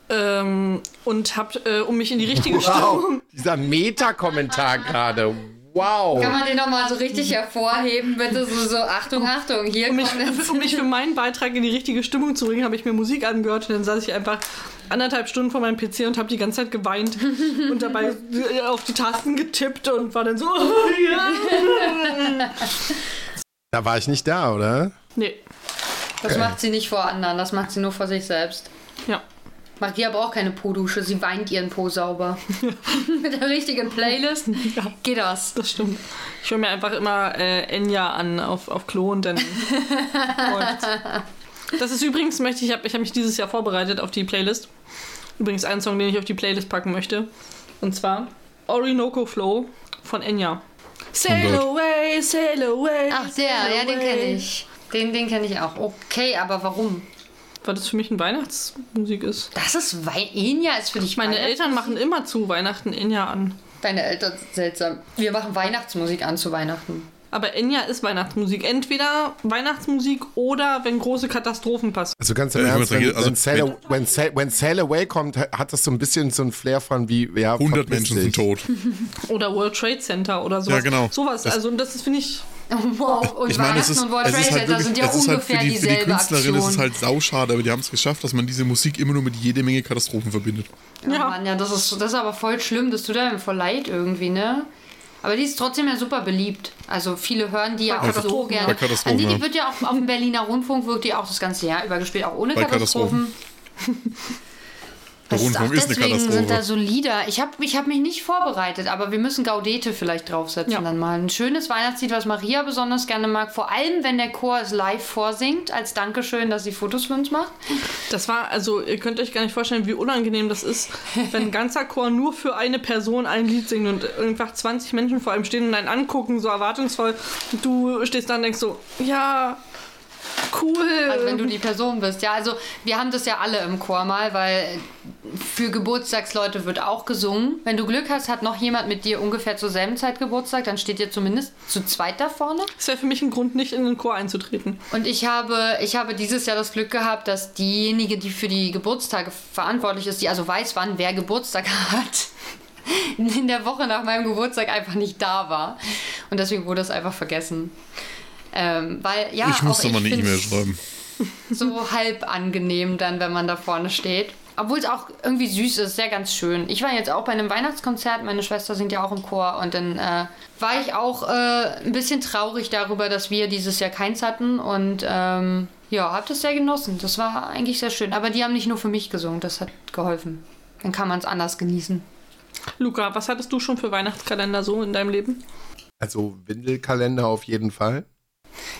Speaker 5: ähm, und habe, äh, um mich in die richtige Stimmung. um
Speaker 4: Wow, dieser Meta-Kommentar gerade. Wow.
Speaker 3: Kann man den nochmal so richtig hervorheben, bitte? So, so Achtung, Achtung, hier
Speaker 5: Um mich,
Speaker 3: kommt jetzt.
Speaker 5: um mich für meinen Beitrag in die richtige Stimmung zu bringen, habe ich mir Musik angehört und dann saß ich einfach anderthalb Stunden vor meinem PC und habe die ganze Zeit geweint und dabei äh, auf die Tasten getippt und war dann so. ja.
Speaker 4: Da war ich nicht da, oder?
Speaker 5: Nee,
Speaker 3: Das macht sie nicht vor anderen, das macht sie nur vor sich selbst.
Speaker 5: ja.
Speaker 3: Maria braucht keine Po-Dusche, sie weint ihren Po sauber. Mit der richtigen Playlist
Speaker 5: ja.
Speaker 3: geht das.
Speaker 5: Das stimmt. Ich höre mir einfach immer äh, Enya an auf, auf Klo und dann. läuft's. das ist übrigens, möchte ich, ich habe ich hab mich dieses Jahr vorbereitet auf die Playlist. Übrigens ein Song, den ich auf die Playlist packen möchte. Und zwar Orinoco Flow von Enya. Sail
Speaker 2: Gott.
Speaker 5: away, sail away.
Speaker 3: Ach, der,
Speaker 5: sail
Speaker 3: ja, den
Speaker 5: away.
Speaker 3: kenne ich. Den, den kenne ich auch. Okay, aber warum?
Speaker 5: Weil das für mich ein Weihnachtsmusik ist.
Speaker 3: Das ist Wein. Enya ist für dich
Speaker 5: Meine
Speaker 3: Weihnachts-
Speaker 5: Eltern machen immer zu Weihnachten Enya an.
Speaker 3: Deine Eltern sind seltsam. Wir machen Weihnachtsmusik an zu Weihnachten.
Speaker 5: Aber Enya ist Weihnachtsmusik. Entweder Weihnachtsmusik oder wenn große Katastrophen passen.
Speaker 4: Also ganz im
Speaker 2: Ja, ich
Speaker 4: Ernst,
Speaker 2: würd
Speaker 4: wenn,
Speaker 2: sagen, also
Speaker 4: wenn, Sail, wenn, Sail, wenn Sail Away kommt, hat das so ein bisschen so ein Flair von wie, ja,
Speaker 2: 100
Speaker 4: verpiss
Speaker 2: Menschen
Speaker 4: dich.
Speaker 2: sind tot.
Speaker 5: Oder World Trade Center oder sowas.
Speaker 2: Ja, genau.
Speaker 5: Sowas.
Speaker 2: Das-
Speaker 5: also das ist, finde ich,
Speaker 3: Oh, Wow, und
Speaker 2: Ich meine, es
Speaker 3: Weihnachten
Speaker 2: ist,
Speaker 3: und World
Speaker 2: es ist halt
Speaker 3: Trade Center
Speaker 2: wirklich,
Speaker 3: sind ja
Speaker 2: es ist halt für
Speaker 3: ungefähr
Speaker 2: die, für die
Speaker 3: dieselbe
Speaker 2: Künstlerin ist es
Speaker 3: Aktion.
Speaker 2: halt sauschade, aber die haben es geschafft, dass man diese Musik immer nur mit jede Menge Katastrophen verbindet.
Speaker 5: Ja.
Speaker 3: Ja. Mann, ja, das ist, das ist aber voll schlimm. Das tut einem voll leid irgendwie, ne? Aber die ist trotzdem ja super beliebt. Also viele hören die ja
Speaker 5: Bei
Speaker 3: auch so
Speaker 5: Katastrophen, ja.
Speaker 3: gerne.
Speaker 2: Bei Katastrophen,
Speaker 3: An die,
Speaker 2: ja.
Speaker 3: die wird ja auch auf dem Berliner Rundfunk wird die auch das ganze Jahr über gespielt, auch ohne
Speaker 2: Bei
Speaker 3: Katastrophen.
Speaker 2: Der
Speaker 3: Das
Speaker 2: Rundfunk
Speaker 3: auch
Speaker 2: ist eine
Speaker 3: deswegen sind da
Speaker 2: Katastrophe.
Speaker 3: so Lieder. Ich habe ich hab mich nicht vorbereitet, aber wir müssen Gaudete vielleicht draufsetzen
Speaker 5: Ja.
Speaker 3: dann mal. Ein schönes Weihnachtslied, was Maria besonders gerne mag. Vor allem, wenn der Chor es live vorsingt, als Dankeschön, dass sie Fotos für uns macht.
Speaker 5: das war, also ihr könnt euch gar nicht vorstellen, wie unangenehm das ist, wenn ein ganzer Chor nur für eine Person ein Lied singt und einfach 20 Menschen vor einem stehen und einen angucken, so erwartungsvoll. Und du stehst da und denkst so, ja, cool.
Speaker 3: Also wenn du die Person bist. Ja, also wir haben das ja alle im Chor mal, weil für Geburtstagsleute wird auch gesungen. Wenn du Glück hast, hat noch jemand mit dir ungefähr zur selben Zeit Geburtstag, dann steht ihr zumindest zu zweit da vorne.
Speaker 5: das wäre für mich ein Grund, nicht in den Chor einzutreten.
Speaker 3: Und ich habe, ich habe dieses Jahr das Glück gehabt, dass diejenige, die für die Geburtstage verantwortlich ist, die also weiß, wann wer Geburtstag hat, in der Woche nach meinem Geburtstag einfach nicht da war. Und deswegen wurde es einfach vergessen. Ähm, weil, ja,
Speaker 2: ich muss
Speaker 3: auch
Speaker 2: doch mal eine
Speaker 3: find's-
Speaker 2: E-Mail schreiben.
Speaker 3: so halb angenehm dann, wenn man da vorne steht. Obwohl es auch irgendwie süß ist, sehr ganz schön. Ich war jetzt auch bei einem Weihnachtskonzert, meine Schwester singt ja auch im Chor und dann äh, war ich auch äh, ein bisschen traurig darüber, dass wir dieses Jahr keins hatten und ähm, ja, hab das sehr genossen. Das war eigentlich sehr schön. Aber die haben nicht nur für mich gesungen, das hat geholfen. Dann kann man es anders genießen.
Speaker 5: Luca, was hattest du schon für Weihnachtskalender so in deinem Leben?
Speaker 4: Also Windelkalender auf jeden Fall.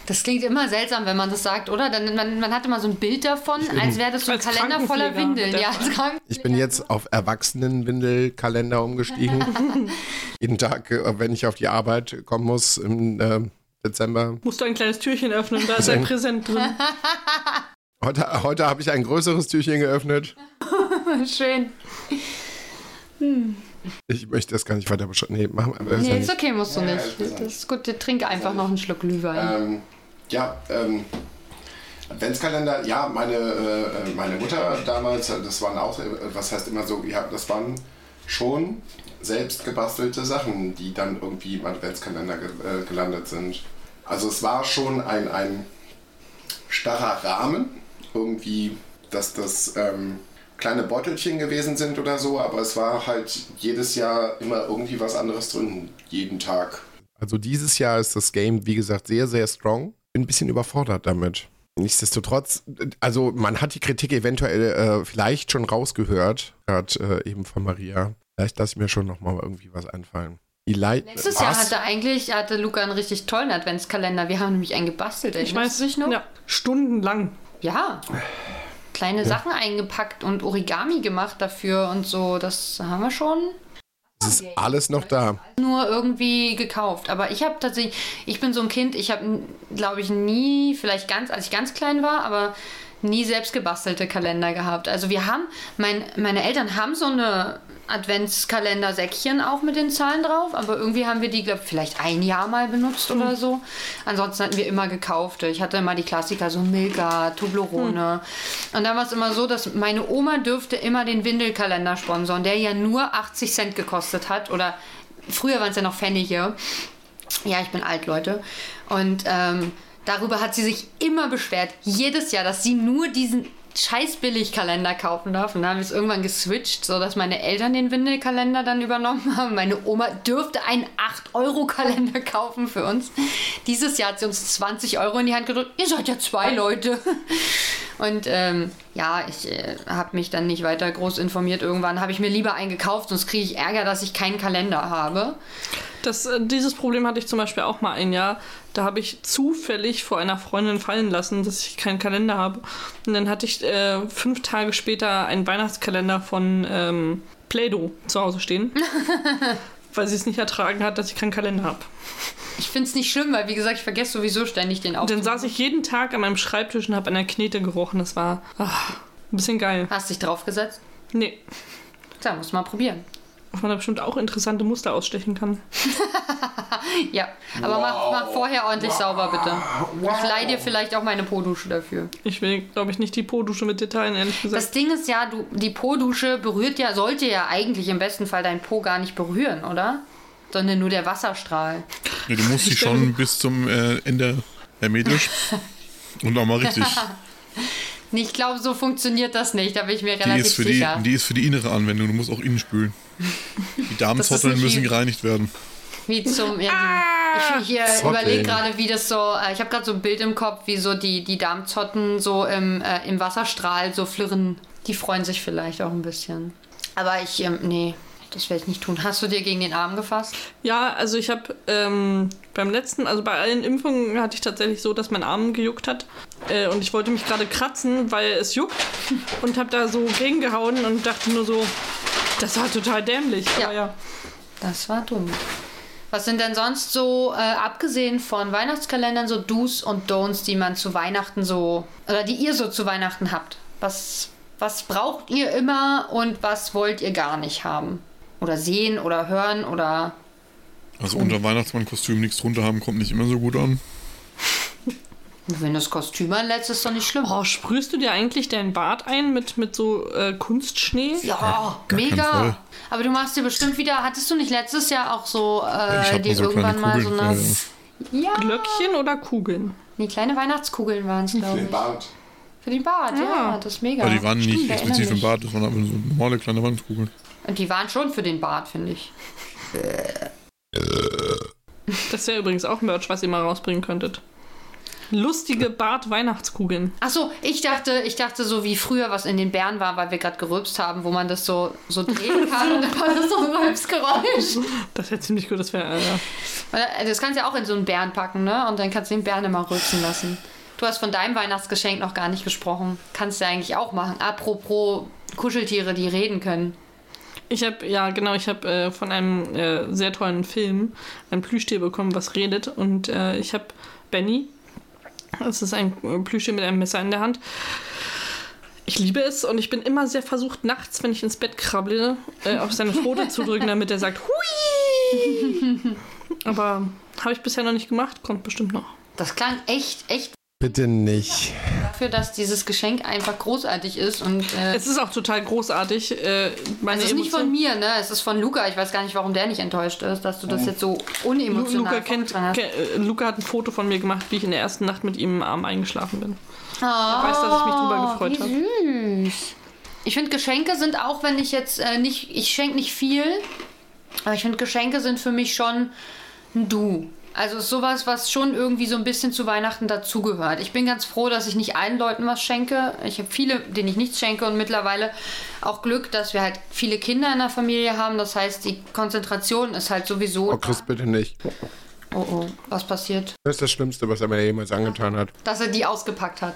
Speaker 3: Das klingt immer seltsam, wenn man das sagt, oder? Dann, man, man hat immer so ein Bild davon, als wäre das so ein
Speaker 5: Als
Speaker 3: Kalender voller
Speaker 5: Krankenpfleger
Speaker 3: Windeln.
Speaker 5: mit der
Speaker 3: Ja, als Kranken
Speaker 4: Ich bin jetzt auf Erwachsenen-Windelkalender umgestiegen. jeden Tag, äh, wenn ich auf die Arbeit kommen muss im ähm, Dezember.
Speaker 5: Musst du ein kleines Türchen öffnen, da ist ein Präsent drin.
Speaker 4: Heute, heute habe ich ein größeres Türchen geöffnet.
Speaker 3: schön.
Speaker 4: Ich möchte das gar nicht weiter beschreiben. Nee, machen wir
Speaker 3: Nee,
Speaker 4: nee,
Speaker 3: ist okay, musst du
Speaker 1: Ja, ja,
Speaker 3: nicht.
Speaker 1: ist gesagt.
Speaker 3: Das ist gut, trink einfach noch einen Schluck Glühwein.
Speaker 1: Ähm, ja, ähm, Adventskalender, ja, meine, äh, äh, meine Mutter damals, äh, das waren auch, äh, was heißt immer so, ja, das waren schon selbst gebastelte Sachen, die dann irgendwie im Adventskalender ge äh, gelandet sind. Also es war schon ein, ein starrer Rahmen, irgendwie, dass das ähm, kleine Beutelchen gewesen sind oder so, aber es war halt jedes Jahr immer irgendwie was anderes drin, jeden Tag.
Speaker 4: Also dieses Jahr ist das Game, wie gesagt, sehr, sehr strong. Bin ein bisschen überfordert damit. Nichtsdestotrotz, also man hat die Kritik eventuell äh, vielleicht schon rausgehört, gerade äh, eben von Maria. Vielleicht lasse ich mir schon nochmal irgendwie was einfallen. Vielleicht,
Speaker 3: Letztes Jahr hatte eigentlich hatte Luca einen richtig tollen Adventskalender. Wir haben nämlich einen gebastelt.
Speaker 5: Ich
Speaker 3: erinnerst
Speaker 5: weiß
Speaker 3: du dich noch?
Speaker 5: Ja, stundenlang.
Speaker 3: Ja. Kleine Sachen eingepackt und Origami gemacht dafür und so. Das haben wir schon
Speaker 4: es ist alles noch da.
Speaker 3: nur irgendwie gekauft. Aber ich habe tatsächlich, ich bin so ein Kind, ich habe, glaube ich, nie, vielleicht ganz, als ich ganz klein war, aber nie selbst gebastelte Kalender gehabt. Also wir haben, mein, meine Eltern haben so eine Adventskalendersäckchen auch mit den Zahlen drauf, aber irgendwie haben wir die, glaube ich, vielleicht ein Jahr mal benutzt oder so. Ansonsten hatten wir immer gekaufte. Ich hatte immer die Klassiker, so Milka, Toblerone. Und dann war es immer so, dass meine Oma dürfte immer den Windelkalender sponsern, der ja nur 80 Cent gekostet hat oder Früher waren es ja noch Pfennige. Ja, ich bin alt, Leute. Und ähm, darüber hat sie sich immer beschwert, jedes Jahr, dass sie nur diesen scheiß Billigkalender kaufen darf. Und dann haben wir es irgendwann geswitcht, sodass meine Eltern den Windelkalender dann übernommen haben. Meine Oma dürfte einen 8-Euro-Kalender kaufen für uns. Dieses Jahr hat sie uns 20 Euro in die Hand gedrückt. Ihr seid ja zwei Leute. Und ähm, ja, ich äh, habe mich dann nicht weiter groß informiert. Irgendwann habe ich mir lieber einen gekauft, sonst kriege ich Ärger, dass ich keinen Kalender habe.
Speaker 5: Das, äh, dieses Problem hatte ich zum Beispiel auch mal ein Jahr. Da habe ich zufällig vor einer Freundin fallen lassen, dass ich keinen Kalender habe. Und dann hatte ich äh, fünf Tage später einen Weihnachtskalender von ähm, Play-Doh zu Hause stehen. weil sie es nicht ertragen hat, dass ich keinen Kalender habe.
Speaker 3: Ich finde es nicht schlimm, weil wie gesagt, ich vergesse sowieso ständig den
Speaker 5: Und
Speaker 3: Auftrag.
Speaker 5: dann saß ich jeden Tag an meinem Schreibtisch und habe an der Knete gerochen. Das war ach, ein bisschen geil.
Speaker 3: Hast dich draufgesetzt?
Speaker 5: Nee,
Speaker 3: Tja, muss mal probieren.
Speaker 5: dass man da bestimmt auch interessante Muster ausstechen kann.
Speaker 3: Ja, aber mach, mach vorher ordentlich sauber, bitte. Ich leih dir vielleicht auch meine Po-Dusche dafür.
Speaker 5: Ich will, glaube ich, nicht die Po-Dusche mit Details, ehrlich
Speaker 3: Das
Speaker 5: gesagt.
Speaker 3: Ding ist ja, du, die Po-Dusche berührt ja, sollte ja eigentlich im besten Fall dein Po gar nicht berühren, oder? Sondern nur der Wasserstrahl.
Speaker 2: Nee, du musst dich schon bis zum äh, Ende hermetisch und nochmal richtig.
Speaker 3: Nee, Ich glaube, so funktioniert das nicht, da bin ich mir
Speaker 2: Die
Speaker 3: relativ
Speaker 2: ist, für die,
Speaker 3: sicher.
Speaker 2: die ist für die innere Anwendung, du musst auch innen spülen. Die Damenzotteln
Speaker 3: nicht
Speaker 2: müssen
Speaker 3: wie-
Speaker 2: gereinigt werden.
Speaker 3: Wie zum. Ja, die, ich ich
Speaker 4: Zotteln.
Speaker 3: überlege gerade, wie das so. Äh, ich habe gerade so ein Bild im Kopf, wie so die, die Darmzotten so im, äh, im Wasserstrahl so flirren. Die freuen sich vielleicht auch ein bisschen. Aber ich, ähm, nee, das werde ich nicht tun. Hast du dir gegen den Arm gefasst?
Speaker 5: Ja, also ich habe ähm, beim letzten, also bei allen Impfungen hatte ich tatsächlich so, dass mein Arm gejuckt hat. Äh, und ich wollte mich gerade kratzen, weil es juckt. Und habe da so gegengehauen und dachte nur so, das war total dämlich.
Speaker 3: Ja.
Speaker 5: Aber ja.
Speaker 3: Das war dumm. Was sind denn sonst so, äh, abgesehen von Weihnachtskalendern, so Do's und Don'ts, die man zu Weihnachten so, oder die ihr so zu Weihnachten habt? Was, was braucht ihr immer und was wollt ihr gar nicht haben? Oder sehen oder hören oder...
Speaker 2: Also unter Weihnachtsmannkostüm nichts drunter haben, kommt nicht immer so gut an.
Speaker 3: Wenn das Kostüm anlässt, ist doch nicht schlimm.
Speaker 5: Oh, sprühst du dir eigentlich deinen Bart ein mit, mit so äh, Kunstschnee?
Speaker 3: ja,
Speaker 2: keinen Fall.
Speaker 3: mega. Aber du machst dir bestimmt wieder, hattest du nicht letztes Jahr auch so,
Speaker 2: ich
Speaker 3: äh,
Speaker 2: hab nur
Speaker 3: dir
Speaker 2: so kleine
Speaker 3: irgendwann mal
Speaker 2: Kugeln.
Speaker 3: so
Speaker 2: ja,
Speaker 3: eine...
Speaker 2: ja.
Speaker 3: Ja,
Speaker 5: Glöckchen oder Kugeln?
Speaker 3: die kleine Weihnachtskugeln waren es, glaube
Speaker 1: Den
Speaker 3: ich.
Speaker 1: Bart.
Speaker 3: Für den Bart, ja, das ist mega.
Speaker 2: Aber die waren nicht
Speaker 3: Stimmt,
Speaker 2: explizit
Speaker 3: erinnere
Speaker 2: im
Speaker 3: mich.
Speaker 2: Bad, das waren einfach so normale kleine Wandkugeln.
Speaker 3: Und die waren schon für den Bart, finde ich.
Speaker 5: Das wäre übrigens auch Merch, was ihr mal rausbringen könntet. Lustige Bart-Weihnachtskugeln.
Speaker 3: Achso, ich dachte, ich dachte so wie früher, was in den Bären war, weil wir gerade gerülpst haben, wo man das so, so drehen kann und dann war das so ein Rülpsgeräusch.
Speaker 5: Das wäre ziemlich gut, das wäre. Äh, ja.
Speaker 3: Weil also Das kannst du ja auch in so einen Bären packen, ne? Und dann kannst du den Bären immer rülpsen lassen. Du hast von deinem Weihnachtsgeschenk noch gar nicht gesprochen. Kannst du ja eigentlich auch machen. Apropos Kuscheltiere, die reden können.
Speaker 5: Ich habe, ja, genau, ich habe äh, von einem äh, sehr tollen Film ein Plüschtier bekommen, was redet. Und äh, ich habe Benny. Das ist ein äh, Plüschtier mit einem Messer in der Hand. Ich liebe es und ich bin immer sehr versucht, nachts, wenn ich ins Bett krabble, äh, auf seine Pfote zu drücken, damit er sagt Hui! Aber habe ich bisher noch nicht gemacht, kommt bestimmt noch.
Speaker 3: Das klang echt, echt
Speaker 4: Bitte nicht.
Speaker 3: dafür, dass dieses Geschenk einfach großartig ist. Und äh,
Speaker 5: Es ist auch total großartig. Äh, meine
Speaker 3: es Also ist nicht
Speaker 5: Emotionen-
Speaker 3: von mir, ne? Es ist von Luca. Ich weiß gar nicht, warum der nicht enttäuscht ist, dass du das jetzt so
Speaker 5: Lu-
Speaker 3: unemotional
Speaker 5: Luca, kennt,
Speaker 3: vorgetragen hast.
Speaker 5: ke- äh, Luca hat ein Foto von mir gemacht, wie ich in der ersten Nacht mit ihm im Arm eingeschlafen bin.
Speaker 3: Ah,
Speaker 5: weiß, dass ich mich drüber gefreut
Speaker 3: wie Süß. Ich finde, Geschenke sind auch, wenn ich jetzt äh, nicht, ich schenke nicht viel, aber ich finde, Geschenke sind für mich schon ein Du. Also ist sowas, was schon irgendwie so ein bisschen zu Weihnachten dazugehört. Ich bin ganz froh, dass ich nicht allen Leuten was schenke. Ich habe viele, denen ich nichts schenke und mittlerweile auch Glück, dass wir halt viele Kinder in der Familie haben. Das heißt, die Konzentration ist halt sowieso.
Speaker 4: Oh, Chris, bitte nicht.
Speaker 3: Oh oh, was passiert?
Speaker 4: Das ist das Schlimmste, was er mir jemals angetan hat.
Speaker 3: Dass er die ausgepackt hat.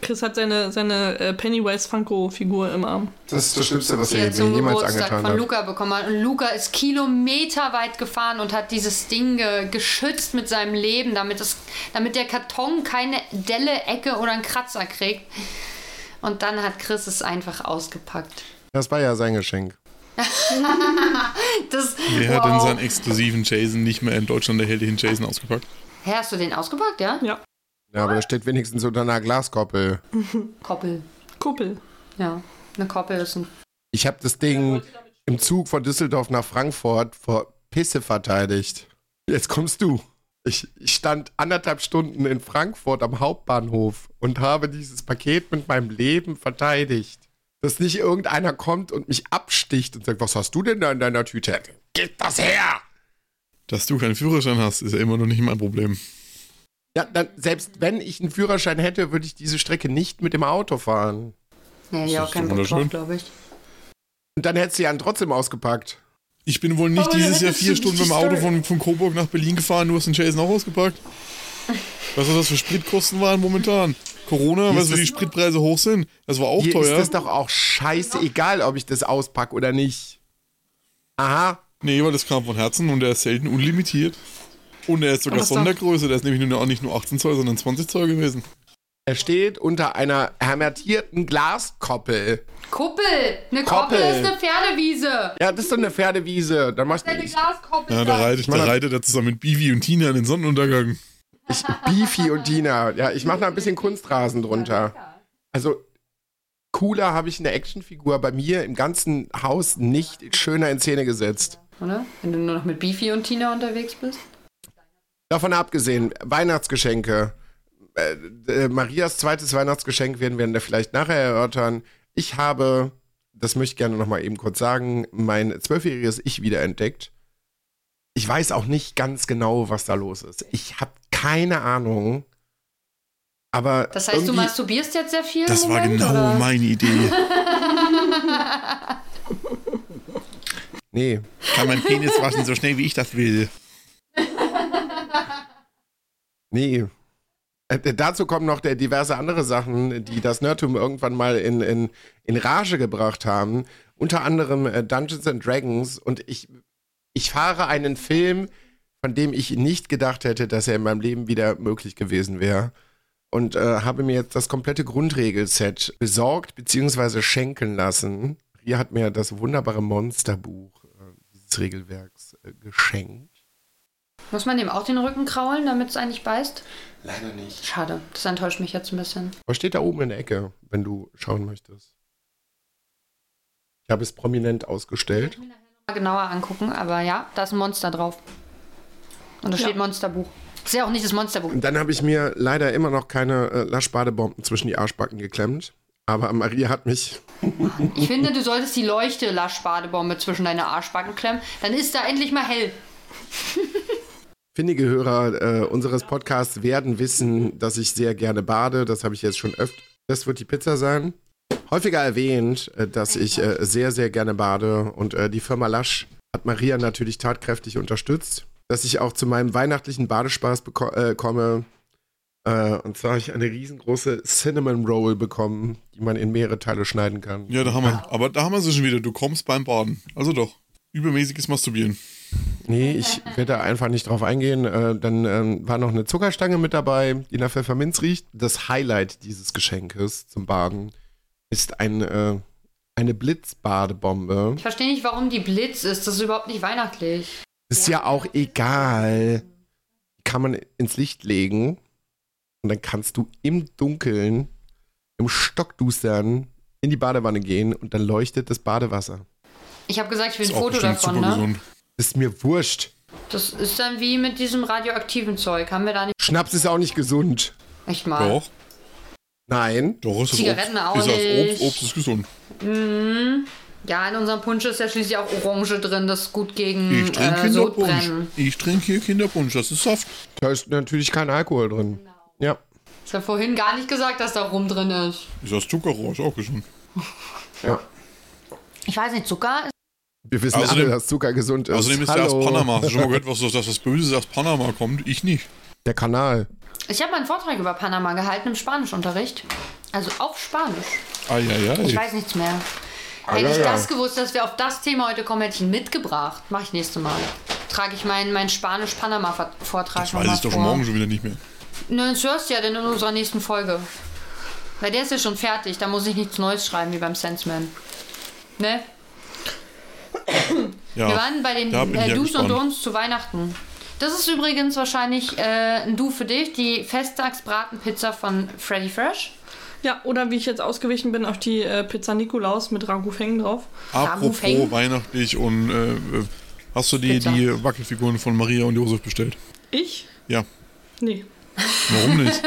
Speaker 5: Chris hat seine, seine äh, Pennywise Funko-Figur im Arm.
Speaker 1: Das ist das Schlimmste, was
Speaker 3: die
Speaker 1: ich.
Speaker 3: er zum
Speaker 4: mir jemals
Speaker 3: Geburtstag
Speaker 4: angetan
Speaker 3: von
Speaker 4: hat.
Speaker 3: Luca bekommen hat. Und Luca ist kilometerweit gefahren und hat dieses Ding ge geschützt mit seinem Leben, damit, es, damit der Karton keine Delle, Ecke oder einen Kratzer kriegt. Und dann hat Chris es einfach ausgepackt.
Speaker 4: Das war ja sein Geschenk.
Speaker 3: Das,
Speaker 2: Wer hat denn
Speaker 3: wow.
Speaker 2: seinen exklusiven Jason nicht mehr in Deutschland erhältlichen Jason ausgepackt?
Speaker 3: Hä, hast du den ausgepackt, ja?
Speaker 4: Ja, aber da steht wenigstens unter einer Glaskoppel.
Speaker 3: Koppel.
Speaker 5: Kuppel.
Speaker 3: Ja, eine Koppel ist ein...
Speaker 4: Ich habe das Ding im Zug von Düsseldorf nach Frankfurt vor Pisse verteidigt. Jetzt kommst du. Ich, ich stand anderthalb Stunden in Frankfurt am Hauptbahnhof und habe dieses Paket mit meinem Leben verteidigt. Dass nicht irgendeiner kommt und mich absticht und sagt, was hast du denn da in deiner Tüte? Gib das her!
Speaker 2: Dass du keinen Führerschein hast, ist ja immer noch nicht mein Problem.
Speaker 4: Ja, dann, selbst wenn ich einen Führerschein hätte, würde ich diese Strecke nicht mit dem Auto fahren.
Speaker 3: Nee,
Speaker 2: Das
Speaker 3: ja,
Speaker 2: ist
Speaker 3: auch kein
Speaker 2: doch
Speaker 3: Bock drauf,
Speaker 2: wunderschön.
Speaker 3: glaube ich.
Speaker 4: Und dann hättest du ja einen trotzdem ausgepackt.
Speaker 2: Ich bin wohl nicht
Speaker 4: Aber
Speaker 2: dieses Jahr
Speaker 4: hättest
Speaker 2: vier
Speaker 4: du
Speaker 2: Stunden
Speaker 4: nicht
Speaker 2: mit dem
Speaker 4: die
Speaker 2: Auto
Speaker 4: Story-
Speaker 2: von, von Coburg nach Berlin gefahren, du hast den Jason auch ausgepackt. Was das für Spritkosten waren momentan? Corona,
Speaker 4: Hier
Speaker 2: weißt
Speaker 4: ist
Speaker 2: du, wie die
Speaker 4: das-
Speaker 2: Spritpreise hoch sind? Das war auch
Speaker 4: Hier ist
Speaker 2: teuer.
Speaker 4: das doch auch scheißegal, ob ich das auspacke oder nicht. Aha.
Speaker 2: Nee, weil das kam von Herzen und der ist selten unlimitiert. Und er ist sogar
Speaker 5: Aber ist doch-
Speaker 2: Sondergröße, der ist nämlich nur, auch nicht nur 18 Zoll, sondern 20 Zoll gewesen.
Speaker 4: Er steht unter einer hermetierten Glaskoppel.
Speaker 3: Kuppel! Eine Koppel,
Speaker 4: Koppel.
Speaker 3: ist eine Pferdewiese.
Speaker 4: Ja, das ist doch eine Pferdewiese. Da machst du
Speaker 3: Eine
Speaker 4: ich,
Speaker 3: Glaskoppel.
Speaker 2: Ja, da
Speaker 3: sagt-
Speaker 2: reitet, da reitet er zusammen mit Bivi und Tina in den Sonnenuntergang.
Speaker 4: ich Beefy und Dina. Ja, ich mache da ein bisschen Kunstrasen drunter. Also cooler habe ich eine Actionfigur bei mir im ganzen Haus nicht schöner in Szene gesetzt.
Speaker 3: Oder? Wenn du nur noch mit Bifi und Tina unterwegs bist.
Speaker 4: Davon abgesehen, Weihnachtsgeschenke. Äh, äh, Marias zweites Weihnachtsgeschenk werden wir dann vielleicht nachher erörtern. Ich habe, das möchte ich gerne nochmal eben kurz sagen, mein zwölfjähriges Ich wiederentdeckt. Ich weiß auch nicht ganz genau, was da los ist. Ich habe keine Ahnung. Aber
Speaker 3: Das heißt,
Speaker 4: irgendwie-
Speaker 3: du masturbierst jetzt sehr viel?
Speaker 2: Das
Speaker 3: im
Speaker 2: war
Speaker 3: Moment,
Speaker 2: genau
Speaker 3: oder?
Speaker 2: meine Idee.
Speaker 4: Nee,
Speaker 2: Kann mein Penis waschen, so schnell wie ich das will.
Speaker 4: Nee. Äh, äh, dazu kommen noch der diverse andere Sachen, die das Nerdtum irgendwann mal in, in, in Rage gebracht haben. Unter anderem äh, Dungeons and Dragons. Und ich, ich fahre einen Film, von dem ich nicht gedacht hätte, dass er in meinem Leben wieder möglich gewesen wäre. Und äh, habe mir jetzt das komplette Grundregelset besorgt bzw. schenken lassen. Hier hat mir das wunderbare Monsterbuch äh, dieses Regelwerks äh, geschenkt.
Speaker 3: Muss man dem auch den Rücken kraulen, damit es eigentlich beißt?
Speaker 1: Leider nicht.
Speaker 3: Schade, das enttäuscht mich jetzt ein bisschen.
Speaker 4: Was steht da oben in der Ecke, wenn du schauen möchtest? Ich habe es prominent ausgestellt.
Speaker 3: Mal genauer angucken, aber ja, da ist ein Monster drauf. Und da steht Monsterbuch. Ist ja auch nicht das Monsterbuch.
Speaker 4: Und dann habe ich mir leider immer noch keine äh, Laschbadebomben zwischen die Arschbacken geklemmt. Aber Maria hat mich.
Speaker 3: Ich finde, du solltest die Leuchte Laschbadebombe zwischen deine Arschbacken klemmen. Dann ist da endlich mal hell.
Speaker 4: Findige Hörer äh, unseres Podcasts werden wissen, dass ich sehr gerne bade. Das habe ich jetzt schon öfter. Das wird die Pizza sein. Häufiger erwähnt, äh, dass ich äh, sehr, sehr gerne bade. Und äh, die Firma Lasch hat Maria natürlich tatkräftig unterstützt. Dass ich auch zu meinem weihnachtlichen Badespaß beko- äh, komme. Äh, und zwar habe ich eine riesengroße Cinnamon Roll bekommen, die man in mehrere Teile schneiden kann.
Speaker 2: Ja, da haben wir. Aber da haben wir sie schon wieder. Du kommst beim Baden. Also doch. Übermäßiges Masturbieren.
Speaker 4: Nee, ich werde da einfach nicht drauf eingehen. Äh, dann ähm, war noch eine Zuckerstange mit dabei, die nach Pfefferminz riecht. Das Highlight dieses Geschenkes zum Baden ist ein, äh, eine Blitzbadebombe.
Speaker 3: Ich verstehe nicht, warum die Blitz ist. Das ist überhaupt nicht weihnachtlich.
Speaker 4: Ist ja auch egal. Die Kann man ins Licht legen und dann kannst du im Dunkeln, im Stockdustern in die Badewanne gehen und dann leuchtet das Badewasser.
Speaker 3: Ich habe gesagt, ich will
Speaker 2: Ist
Speaker 3: ein
Speaker 2: auch
Speaker 3: Foto
Speaker 2: bestimmt
Speaker 3: davon,
Speaker 2: super
Speaker 3: ne?
Speaker 2: gesund.
Speaker 4: Ist mir wurscht.
Speaker 3: Das ist dann wie mit diesem radioaktiven Zeug. Haben wir da nicht
Speaker 4: Schnaps ist auch nicht gesund.
Speaker 3: echt mal?
Speaker 2: Doch,
Speaker 4: Nein.
Speaker 2: doch, ist das
Speaker 3: Zigaretten
Speaker 2: Obst.
Speaker 3: auch
Speaker 2: ist das
Speaker 3: nicht.
Speaker 2: Obst, Obst ist gesund.
Speaker 3: Ja, in unserem Punsch ist ja schließlich auch Orange drin. Das ist gut gegen
Speaker 2: Ich trinke
Speaker 3: äh,
Speaker 2: Kinderpunsch.
Speaker 3: Sodbrennen.
Speaker 2: Ich trinke hier Kinderpunsch. Das ist Saft.
Speaker 4: Da ist natürlich kein Alkohol drin. Ja.
Speaker 3: Ich habe vorhin gar nicht gesagt, dass da rum drin ist.
Speaker 2: Ist das Zuckerrohr, ist auch gesund.
Speaker 4: Ja.
Speaker 3: Ich weiß nicht, Zucker? ist-
Speaker 4: Wir wissen
Speaker 2: Außerdem-
Speaker 4: alle, dass Zucker gesund ist.
Speaker 2: Außerdem ist
Speaker 4: Hallo.
Speaker 2: der aus Panama. Hast du schon mal gehört, was, dass das Böse aus Panama kommt? Ich nicht.
Speaker 4: Der Kanal.
Speaker 3: Ich habe mal einen Vortrag über Panama gehalten im Spanischunterricht. Also auf Spanisch.
Speaker 2: Ah, ja, ja. Ah,
Speaker 3: Ich weiß nichts mehr. Hätte
Speaker 4: ja,
Speaker 3: ich
Speaker 4: ja.
Speaker 3: das gewusst, dass wir auf das Thema heute kommen, hätte ich ihn mitgebracht. Mache ich nächstes Mal. Trage ich meinen, meinen Spanisch-Panama-Vortrag
Speaker 2: Das weiß ich doch schon morgen schon wieder nicht mehr.
Speaker 3: Nein, das hörst du ja dann in unserer nächsten Folge. Weil der ist ja schon fertig, da muss ich nichts Neues schreiben wie beim Senseman. Ne?
Speaker 2: Ja.
Speaker 3: Wir waren bei den
Speaker 2: da bin ich
Speaker 3: äh,
Speaker 2: ja
Speaker 3: Do's und
Speaker 2: gespannt.
Speaker 3: Don'ts zu Weihnachten. Das ist übrigens wahrscheinlich äh, ein Du für dich, die Festtagsbratenpizza von Freddy Fresh.
Speaker 5: Ja, oder wie ich jetzt ausgewichen bin auf die äh, Pizza Nikolaus mit Ragu Feng drauf.
Speaker 2: Apropos
Speaker 3: Feng.
Speaker 2: weihnachtlich und äh, äh, hast du die,
Speaker 3: Pizza.
Speaker 2: die Wackelfiguren von Maria und Josef bestellt?
Speaker 5: Ich?
Speaker 2: Ja,
Speaker 5: Nee.
Speaker 2: warum nicht?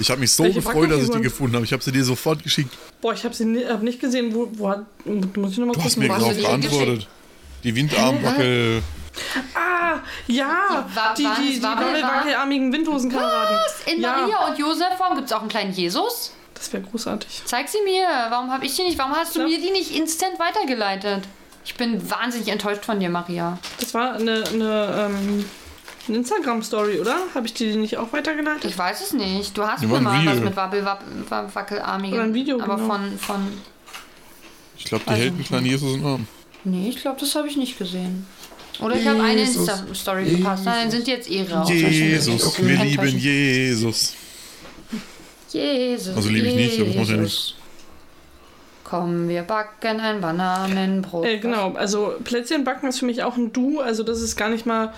Speaker 2: Ich habe mich so
Speaker 5: Welche
Speaker 2: gefreut, dass ich die
Speaker 5: Wackelfiguren?
Speaker 2: gefunden habe. Ich habe sie dir sofort geschickt.
Speaker 5: Boah, ich habe sie ni- hab nicht gesehen. Wo, wo hat, muss ich nochmal
Speaker 2: Du hast
Speaker 5: gucken?
Speaker 2: mir genau
Speaker 3: hast du
Speaker 2: darauf
Speaker 3: die denn
Speaker 2: geantwortet. Die Windarmwackel.
Speaker 5: Ah, ja,
Speaker 3: Die Wa-
Speaker 5: die,
Speaker 3: waren-
Speaker 5: die, die, die
Speaker 3: waren-
Speaker 5: wackelarmigen Windhosenkameraden.
Speaker 3: In
Speaker 5: ja,
Speaker 3: Maria und Josef Form gibt es auch einen kleinen Jesus.
Speaker 5: Das wäre großartig.
Speaker 3: Zeig sie mir. Warum habe ich die nicht? Warum hast du
Speaker 5: Ja.
Speaker 3: mir die nicht instant weitergeleitet? Ich bin wahnsinnig enttäuscht von dir, Maria.
Speaker 5: Das war eine, eine, ähm, eine Instagram-Story, oder? Habe ich die nicht auch weitergeleitet?
Speaker 3: Ich weiß es nicht. Du hast
Speaker 2: Ja,
Speaker 3: mir
Speaker 2: war ein
Speaker 3: mal was
Speaker 2: Video.
Speaker 3: mit Wabbel, Wabbel, Wabbel Wackelarmigen.
Speaker 5: Oder ein Video,
Speaker 3: Aber
Speaker 5: genau.
Speaker 3: von, von.
Speaker 2: Ich glaube, die
Speaker 3: Also-
Speaker 2: hält einen kleinen Jesus im Arm.
Speaker 3: Nee, ich glaube, das habe ich nicht gesehen. Oder ich habe eine
Speaker 1: Jesus.
Speaker 3: Insta-Story verpasst. Nein, dann sind die jetzt eh raus.
Speaker 2: Jesus,
Speaker 3: Okay.
Speaker 2: wir
Speaker 3: Enttäuschend.
Speaker 2: lieben Jesus.
Speaker 3: Jesus.
Speaker 2: Also liebe ich nicht, aber das macht ja
Speaker 3: Jesus. Komm, wir backen ein Bananenbrot.
Speaker 5: Äh, genau, also Plätzchen backen ist für mich auch ein Du, also das ist gar nicht mal,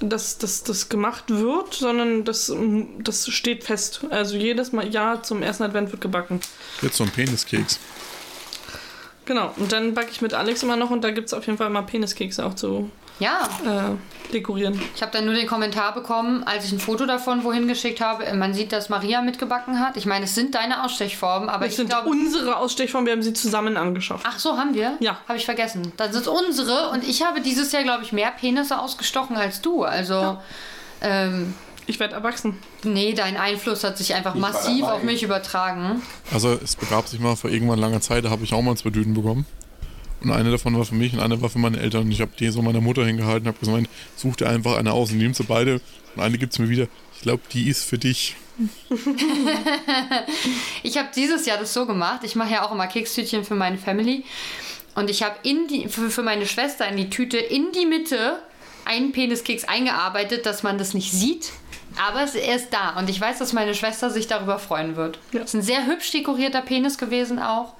Speaker 5: dass das, das gemacht wird, sondern das, mm, das steht fest. Also jedes mal Jahr zum ersten Advent wird gebacken.
Speaker 2: Jetzt so ein Peniskeks.
Speaker 5: Genau, und dann backe ich mit Alex immer noch und da gibt es auf jeden Fall mal Peniskekse auch zu
Speaker 3: Ja,
Speaker 5: äh, dekorieren.
Speaker 3: ich habe dann nur den Kommentar bekommen, als ich ein Foto davon wohin geschickt habe. äh, Man sieht, dass Maria mitgebacken hat. Ich meine, es sind deine Ausstechformen, aber
Speaker 5: Das
Speaker 3: ich
Speaker 5: sind
Speaker 3: glaube.
Speaker 5: unsere Ausstechformen, wir haben sie zusammen angeschafft.
Speaker 3: Ach so, haben wir?
Speaker 5: Ja.
Speaker 3: Habe ich vergessen. Das sind unsere und ich habe dieses Jahr, glaube ich, mehr Penisse ausgestochen als du. Also, ähm,
Speaker 5: Ich werde erwachsen.
Speaker 3: nee, dein Einfluss hat sich einfach
Speaker 1: Ich war
Speaker 3: massiv
Speaker 1: dabei.
Speaker 3: auf mich übertragen.
Speaker 2: Also es begab sich mal vor irgendwann langer Zeit, da habe ich auch mal zwei Düden bekommen. Und eine davon war für mich und eine war für meine Eltern. Und ich habe die so meiner Mutter hingehalten und habe gesagt, such dir einfach eine aus und nimm sie beide. Und eine gibt es mir wieder. Ich glaube, die ist für dich.
Speaker 3: Ich habe dieses Jahr das so gemacht. Ich mache ja auch immer Kekstütchen für meine Family. Und ich habe in die, für, für meine Schwester in die Tüte in die Mitte einen Peniskeks eingearbeitet, dass man das nicht sieht. Aber es, er ist da. Und ich weiß, dass meine Schwester sich darüber freuen wird. Es
Speaker 5: Ja.
Speaker 3: ist ein sehr hübsch dekorierter Penis gewesen auch.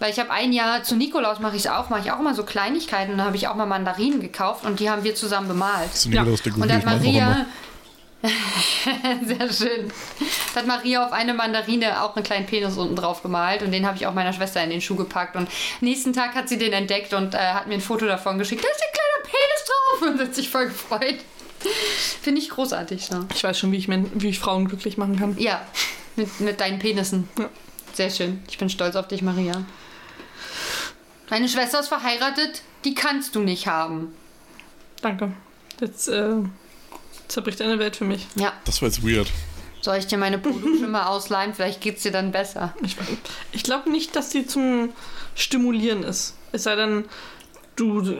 Speaker 3: Weil ich habe ein Jahr zu Nikolaus mache ich es auch, mache ich auch immer so Kleinigkeiten. Und da habe ich auch mal Mandarinen gekauft und die haben wir zusammen bemalt.
Speaker 2: Das ist
Speaker 5: Ja.
Speaker 2: Nikolaus, der
Speaker 3: Und da
Speaker 2: Gute,
Speaker 3: hat
Speaker 2: ich mach noch einmal.
Speaker 3: Maria. Sehr schön. Da hat Maria auf eine Mandarine auch einen kleinen Penis unten drauf gemalt und den habe ich auch meiner Schwester in den Schuh gepackt. Und nächsten Tag hat sie den entdeckt und äh, hat mir ein Foto davon geschickt. Da ist ein kleiner Penis drauf und hat sich voll gefreut. Finde ich großartig. Ne?
Speaker 5: Ich weiß schon, wie ich, Men wie ich Frauen glücklich machen kann.
Speaker 3: Ja, mit, mit deinen Penissen.
Speaker 5: Ja.
Speaker 3: Sehr schön. Ich bin stolz auf dich, Maria. Meine Schwester ist verheiratet, die kannst du nicht haben.
Speaker 5: Danke. Jetzt äh, zerbricht eine Welt für mich.
Speaker 3: Ja,
Speaker 2: Das war jetzt weird.
Speaker 3: soll ich dir meine Produkte mal ausleihen? Vielleicht geht's dir dann besser.
Speaker 5: Ich, ich glaube nicht, dass die zum Stimulieren ist. Es sei denn, du.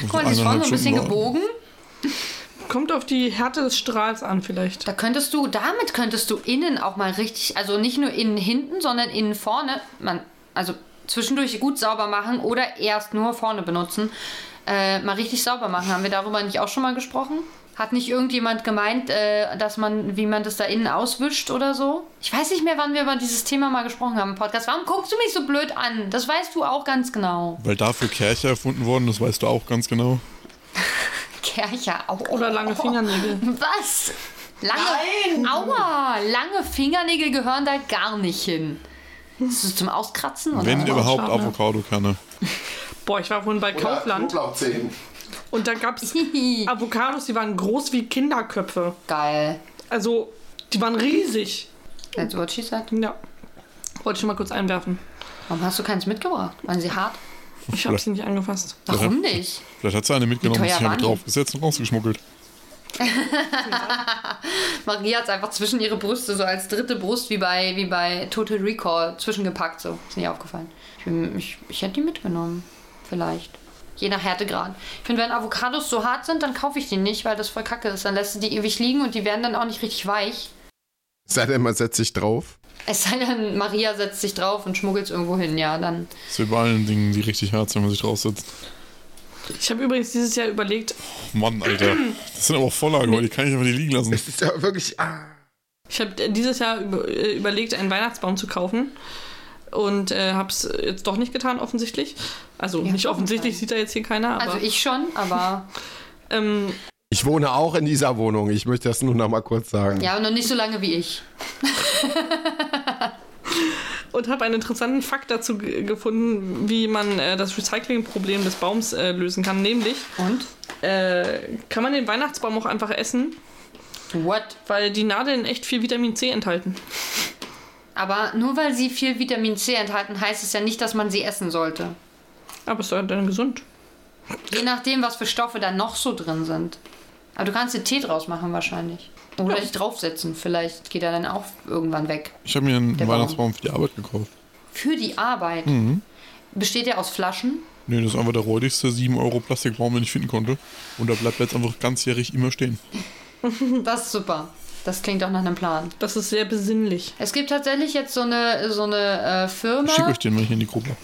Speaker 3: Guck mal, die ist vorne so ein bisschen gebogen.
Speaker 5: Kommt auf die Härte des Strahls an, vielleicht.
Speaker 3: Da könntest du, damit könntest du innen auch mal richtig, also nicht nur innen hinten, sondern innen vorne, man, also zwischendurch gut sauber machen oder erst nur vorne benutzen, äh, mal richtig sauber machen. Haben wir darüber nicht auch schon mal gesprochen? Hat nicht irgendjemand gemeint, äh, dass man, wie man das da innen auswischt oder so? Ich weiß nicht mehr, wann wir über dieses Thema mal gesprochen haben im Podcast. Warum guckst du mich so blöd an? Das weißt du auch ganz genau.
Speaker 2: Weil dafür Kercher erfunden worden, das weißt du auch ganz genau.
Speaker 3: Kercher, auch.
Speaker 5: Oder lange Fingernägel.
Speaker 3: Was? Lange, Aua! Lange Fingernägel gehören da gar nicht hin. Ist es zum Auskratzen? Oder?
Speaker 2: Wenn überhaupt
Speaker 5: schade.
Speaker 2: Avocado-Kanne.
Speaker 5: Boah, ich war vorhin bei
Speaker 1: Oder
Speaker 5: Kaufland
Speaker 1: Knoblauchzehen.
Speaker 5: und da gab es Avocados, die waren groß wie Kinderköpfe.
Speaker 3: Geil.
Speaker 5: Also, die waren riesig.
Speaker 3: That's what she said.
Speaker 5: Ja. Wollte ich nur mal kurz einwerfen.
Speaker 3: Warum hast du keins mitgebracht? Waren sie hart?
Speaker 5: Ich habe sie nicht angefasst.
Speaker 3: Warum nicht?
Speaker 2: Vielleicht hat sie eine mitgenommen,
Speaker 3: Wie teuer
Speaker 2: sich
Speaker 3: waren
Speaker 2: damit
Speaker 3: die?
Speaker 2: draufgesetzt und rausgeschmuggelt.
Speaker 3: Maria hat es einfach zwischen ihre Brüste, so als dritte Brust, wie bei, wie bei Total Recall, zwischengepackt. So. Ist nicht aufgefallen. Ich, bin, ich, ich hätte die mitgenommen. Vielleicht. Je nach Härtegrad. Ich finde, wenn Avocados so hart sind, dann kaufe ich die nicht, weil das voll kacke ist. Dann lässt du die ewig liegen und die werden dann auch nicht richtig weich.
Speaker 4: Sei denn, man setzt sich drauf.
Speaker 3: Es sei denn, Maria setzt sich drauf und schmuggelt es irgendwo hin, ja, dann.
Speaker 2: Das ist wie bei allen Dingen, die richtig hart sind, wenn man sich draufsetzt. Oh
Speaker 5: Ich habe übrigens dieses Jahr überlegt,
Speaker 2: Mann, Alter. Das sind aber auch Vorlagen, weil die kann ich einfach nicht liegen lassen.
Speaker 4: Es ist ja wirklich. Ah.
Speaker 5: Ich habe dieses Jahr über, äh, überlegt, einen Weihnachtsbaum zu kaufen. Und äh, habe es jetzt doch nicht getan, offensichtlich. Also
Speaker 3: Ja,
Speaker 5: nicht offensichtlich, sieht da jetzt hier keiner. Aber,
Speaker 3: Also ich schon, aber
Speaker 5: ähm,
Speaker 4: Ich wohne auch in dieser Wohnung. Ich möchte das nur noch mal kurz sagen.
Speaker 3: ja, noch nicht so lange wie ich.
Speaker 5: und habe einen interessanten Fakt dazu ge- gefunden, wie man äh, das Recyclingproblem des Baums äh, lösen kann. Nämlich
Speaker 3: Und?
Speaker 5: äh, kann man den Weihnachtsbaum auch einfach essen,
Speaker 3: What?
Speaker 5: weil die Nadeln echt viel Vitamin C enthalten.
Speaker 3: Aber nur weil sie viel Vitamin C enthalten, heißt es ja nicht, dass man sie essen sollte.
Speaker 5: Aber es ist dann gesund.
Speaker 3: Je nachdem, was für Stoffe da noch so drin sind. Aber du kannst dir Tee draus machen wahrscheinlich. Oder dich draufsetzen, vielleicht geht er dann auch irgendwann weg.
Speaker 2: Ich habe mir einen
Speaker 3: Der Baum.
Speaker 2: Weihnachtsbaum für die Arbeit gekauft.
Speaker 3: Für die Arbeit. Besteht der aus Flaschen?
Speaker 2: Nö, das ist einfach der räudigste 7 Euro Plastikbaum, den ich finden konnte. Und da bleibt er jetzt einfach ganzjährig immer stehen.
Speaker 3: Das ist super. Das klingt doch nach einem Plan.
Speaker 5: Das ist sehr besinnlich.
Speaker 3: Es gibt tatsächlich jetzt so eine, so eine äh, Firma.
Speaker 2: Ich schicke euch den mal hier in die Gruppe.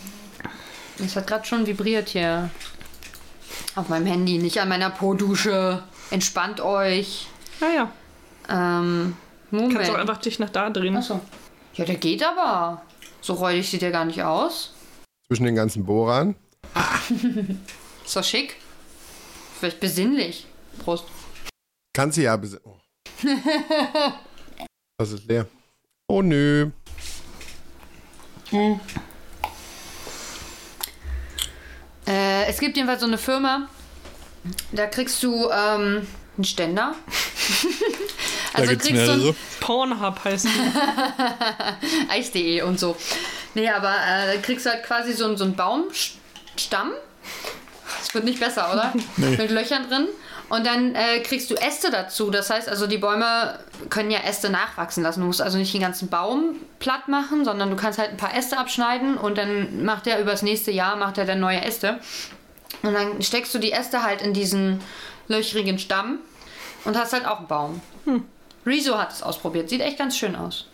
Speaker 3: Es hat gerade schon vibriert hier. Auf meinem Handy, nicht an meiner Po-Dusche. Entspannt euch.
Speaker 5: Naja.
Speaker 3: Ähm,
Speaker 5: Du
Speaker 3: Moment.
Speaker 5: kannst auch einfach dich nach da drehen.
Speaker 3: Achso. Ja, der geht aber. So räudig sieht der gar nicht aus.
Speaker 4: Zwischen den ganzen Bohrern.
Speaker 3: Ist doch schick. Vielleicht besinnlich. Prost.
Speaker 4: Kannst du ja bes- oh. Das ist leer. Oh nö.
Speaker 3: Äh, es gibt jedenfalls so eine Firma, da kriegst du ähm, einen Ständer.
Speaker 2: Da
Speaker 3: Also
Speaker 2: gibt's
Speaker 3: kriegst du
Speaker 2: mehrere.
Speaker 5: Pornhub heißt die.
Speaker 3: Eis.de und so. Nee, aber äh, da kriegst du halt quasi so, einen- so einen Baumstamm. Das wird nicht besser, oder? Mit Löchern drin. Und dann äh, kriegst du Äste dazu. Das heißt also, die Bäume können ja Äste nachwachsen lassen. Du musst also nicht den ganzen Baum platt machen, sondern du kannst halt ein paar Äste abschneiden und dann macht er übers nächste Jahr macht er dann neue Äste. Und dann steckst du die Äste halt in diesen löchrigen Stamm und hast halt auch einen Baum. Rezo hat es ausprobiert. Sieht echt ganz schön aus.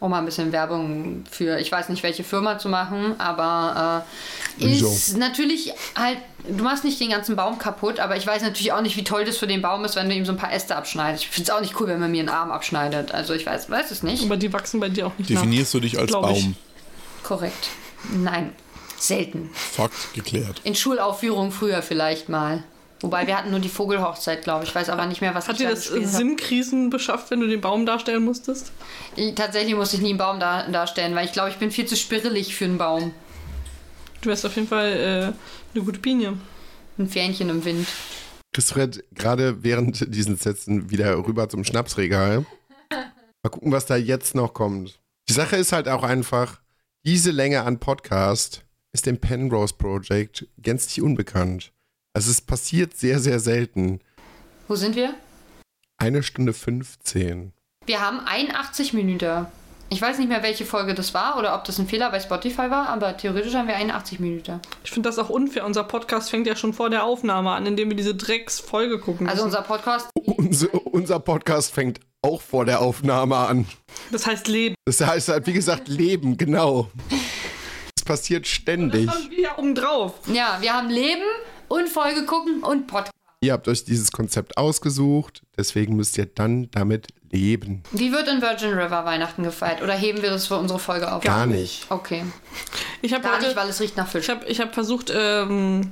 Speaker 3: Um mal ein bisschen Werbung für, ich weiß nicht, welche Firma zu machen, aber äh,
Speaker 4: Rezo.
Speaker 3: ist natürlich halt, du machst nicht den ganzen Baum kaputt, aber ich weiß natürlich auch nicht, wie toll das für den Baum ist, wenn du ihm so ein paar Äste abschneidest. Ich finde es auch nicht cool, wenn man mir einen Arm abschneidet. Also ich weiß, weiß es nicht.
Speaker 5: Aber die wachsen bei dir auch nicht
Speaker 2: Definierst du dich als
Speaker 5: Glaub ich.
Speaker 2: Baum?
Speaker 3: Korrekt. Nein. Selten.
Speaker 2: Fakt geklärt.
Speaker 3: In Schulaufführungen früher vielleicht mal. Wobei wir hatten nur die Vogelhochzeit, glaube ich. Ich weiß aber nicht mehr, was
Speaker 5: nach. Hat
Speaker 3: ich
Speaker 5: dir
Speaker 3: da
Speaker 5: das äh,
Speaker 3: gespielt hab.
Speaker 5: Sinnkrisen beschafft, wenn du den Baum darstellen musstest?
Speaker 3: Ich- Tatsächlich musste ich nie einen Baum da, darstellen, weil ich glaube, ich bin viel zu spirrelig für einen Baum.
Speaker 5: Du wärst auf jeden Fall äh, eine gute Pinie.
Speaker 3: Ein Fähnchen im Wind.
Speaker 4: Christopher hat gerade während diesen Sätzen wieder rüber zum Schnapsregal. Mal gucken, was da jetzt noch kommt. Die Sache ist halt auch einfach, diese Länge an Podcast ist dem Penrose Project gänzlich unbekannt. Also es passiert sehr, sehr selten.
Speaker 3: Wo sind wir?
Speaker 4: Eine Stunde 15.
Speaker 3: Wir haben 81 Minuten. Ich weiß nicht mehr, welche Folge das war oder ob das ein Fehler bei Spotify war, aber theoretisch haben wir 81 Minuten.
Speaker 5: Ich finde das auch unfair. Unser Podcast fängt ja schon vor der Aufnahme an, indem wir diese Drecksfolge gucken.
Speaker 3: Also
Speaker 5: müssen.
Speaker 3: unser Podcast,
Speaker 4: Unser, unser Podcast fängt auch vor der Aufnahme an.
Speaker 5: das heißt Leben.
Speaker 4: Das heißt halt, wie gesagt, Leben, genau. Es passiert ständig.
Speaker 5: Haben wir ja oben drauf.
Speaker 3: ja, wir haben Leben und Folge gucken und Podcast.
Speaker 4: Ihr habt euch dieses Konzept ausgesucht, deswegen müsst ihr dann damit leben.
Speaker 3: Wie wird in Virgin River Weihnachten gefeiert? Oder heben wir das für unsere Folge auf?
Speaker 4: Gar nicht.
Speaker 3: Okay.
Speaker 5: Ich habe
Speaker 3: Gar nicht,
Speaker 5: heute,
Speaker 3: weil es riecht nach Fisch.
Speaker 5: ich habe, ich habe versucht, ähm,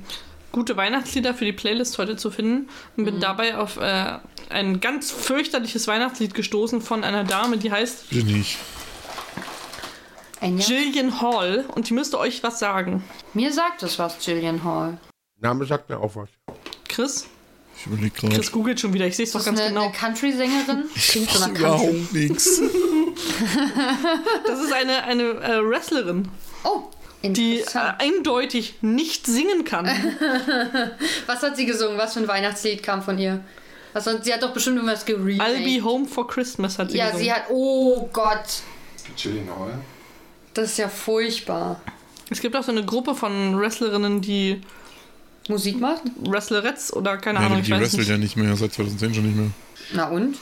Speaker 5: gute Weihnachtslieder für die Playlist heute zu finden und
Speaker 3: Mhm.
Speaker 5: bin dabei auf äh, ein ganz fürchterliches Weihnachtslied gestoßen von einer Dame, die heißt
Speaker 2: Bin ich.
Speaker 3: Ein Jahr.
Speaker 5: Jillian Hall und die müsste euch was sagen.
Speaker 3: Mir sagt es was, Jillian Hall.
Speaker 4: Name sagt mir auch was.
Speaker 5: Chris?
Speaker 2: Ich überlege
Speaker 5: Chris
Speaker 2: gerade.
Speaker 5: googelt schon wieder, ich sehe es doch
Speaker 3: Ist das
Speaker 5: ganz
Speaker 3: eine,
Speaker 5: genau.
Speaker 3: eine Country-Sängerin? Klingt so nach Country.
Speaker 2: Überhaupt nichts.
Speaker 5: Das ist eine, eine äh, Wrestlerin,
Speaker 3: Oh,
Speaker 5: die äh,
Speaker 3: interessant.
Speaker 5: eindeutig nicht singen kann. äh,
Speaker 3: Was hat sie gesungen? Was für ein Weihnachtslied kam von ihr? Was, sonst- sie hat doch bestimmt irgendwas geremaked.
Speaker 5: I'll be home for Christmas hat sie
Speaker 3: Ja,
Speaker 5: gesungen.
Speaker 3: sie hat. Oh Gott,
Speaker 1: Chilling Hall.
Speaker 3: das ist ja furchtbar.
Speaker 5: es gibt auch so eine Gruppe von Wrestlerinnen, die
Speaker 3: Musik macht?
Speaker 5: Wrestlerettes oder keine
Speaker 2: Ja,
Speaker 5: Ahnung,
Speaker 2: die
Speaker 5: ich
Speaker 2: die
Speaker 5: weiß
Speaker 2: wrestelt ja nicht
Speaker 5: nicht.
Speaker 2: mehr, seit 2010 schon nicht mehr.
Speaker 3: Na und?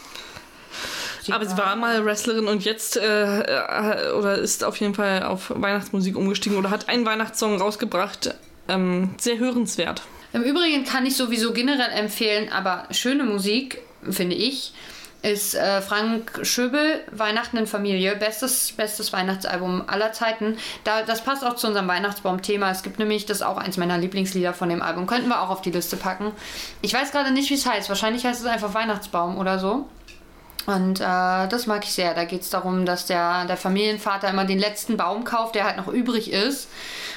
Speaker 5: Aber sie war mal Wrestlerin und jetzt äh, äh, oder ist auf jeden Fall auf Weihnachtsmusik umgestiegen oder hat einen Weihnachtssong rausgebracht. Ähm, sehr hörenswert.
Speaker 3: Im Übrigen kann ich sowieso generell empfehlen, aber schöne Musik, finde ich, ist äh, Frank Schöbel, Weihnachten in Familie, bestes, bestes Weihnachtsalbum aller Zeiten. Da, das passt auch zu unserem Weihnachtsbaum-Thema. Es gibt nämlich, das ist auch eins meiner Lieblingslieder von dem Album. Könnten wir auch auf die Liste packen. Ich weiß gerade nicht, wie es heißt. Wahrscheinlich heißt es einfach Weihnachtsbaum oder so. Und äh, das mag ich sehr. Da geht es darum, dass der, der Familienvater immer den letzten Baum kauft, der halt noch übrig ist.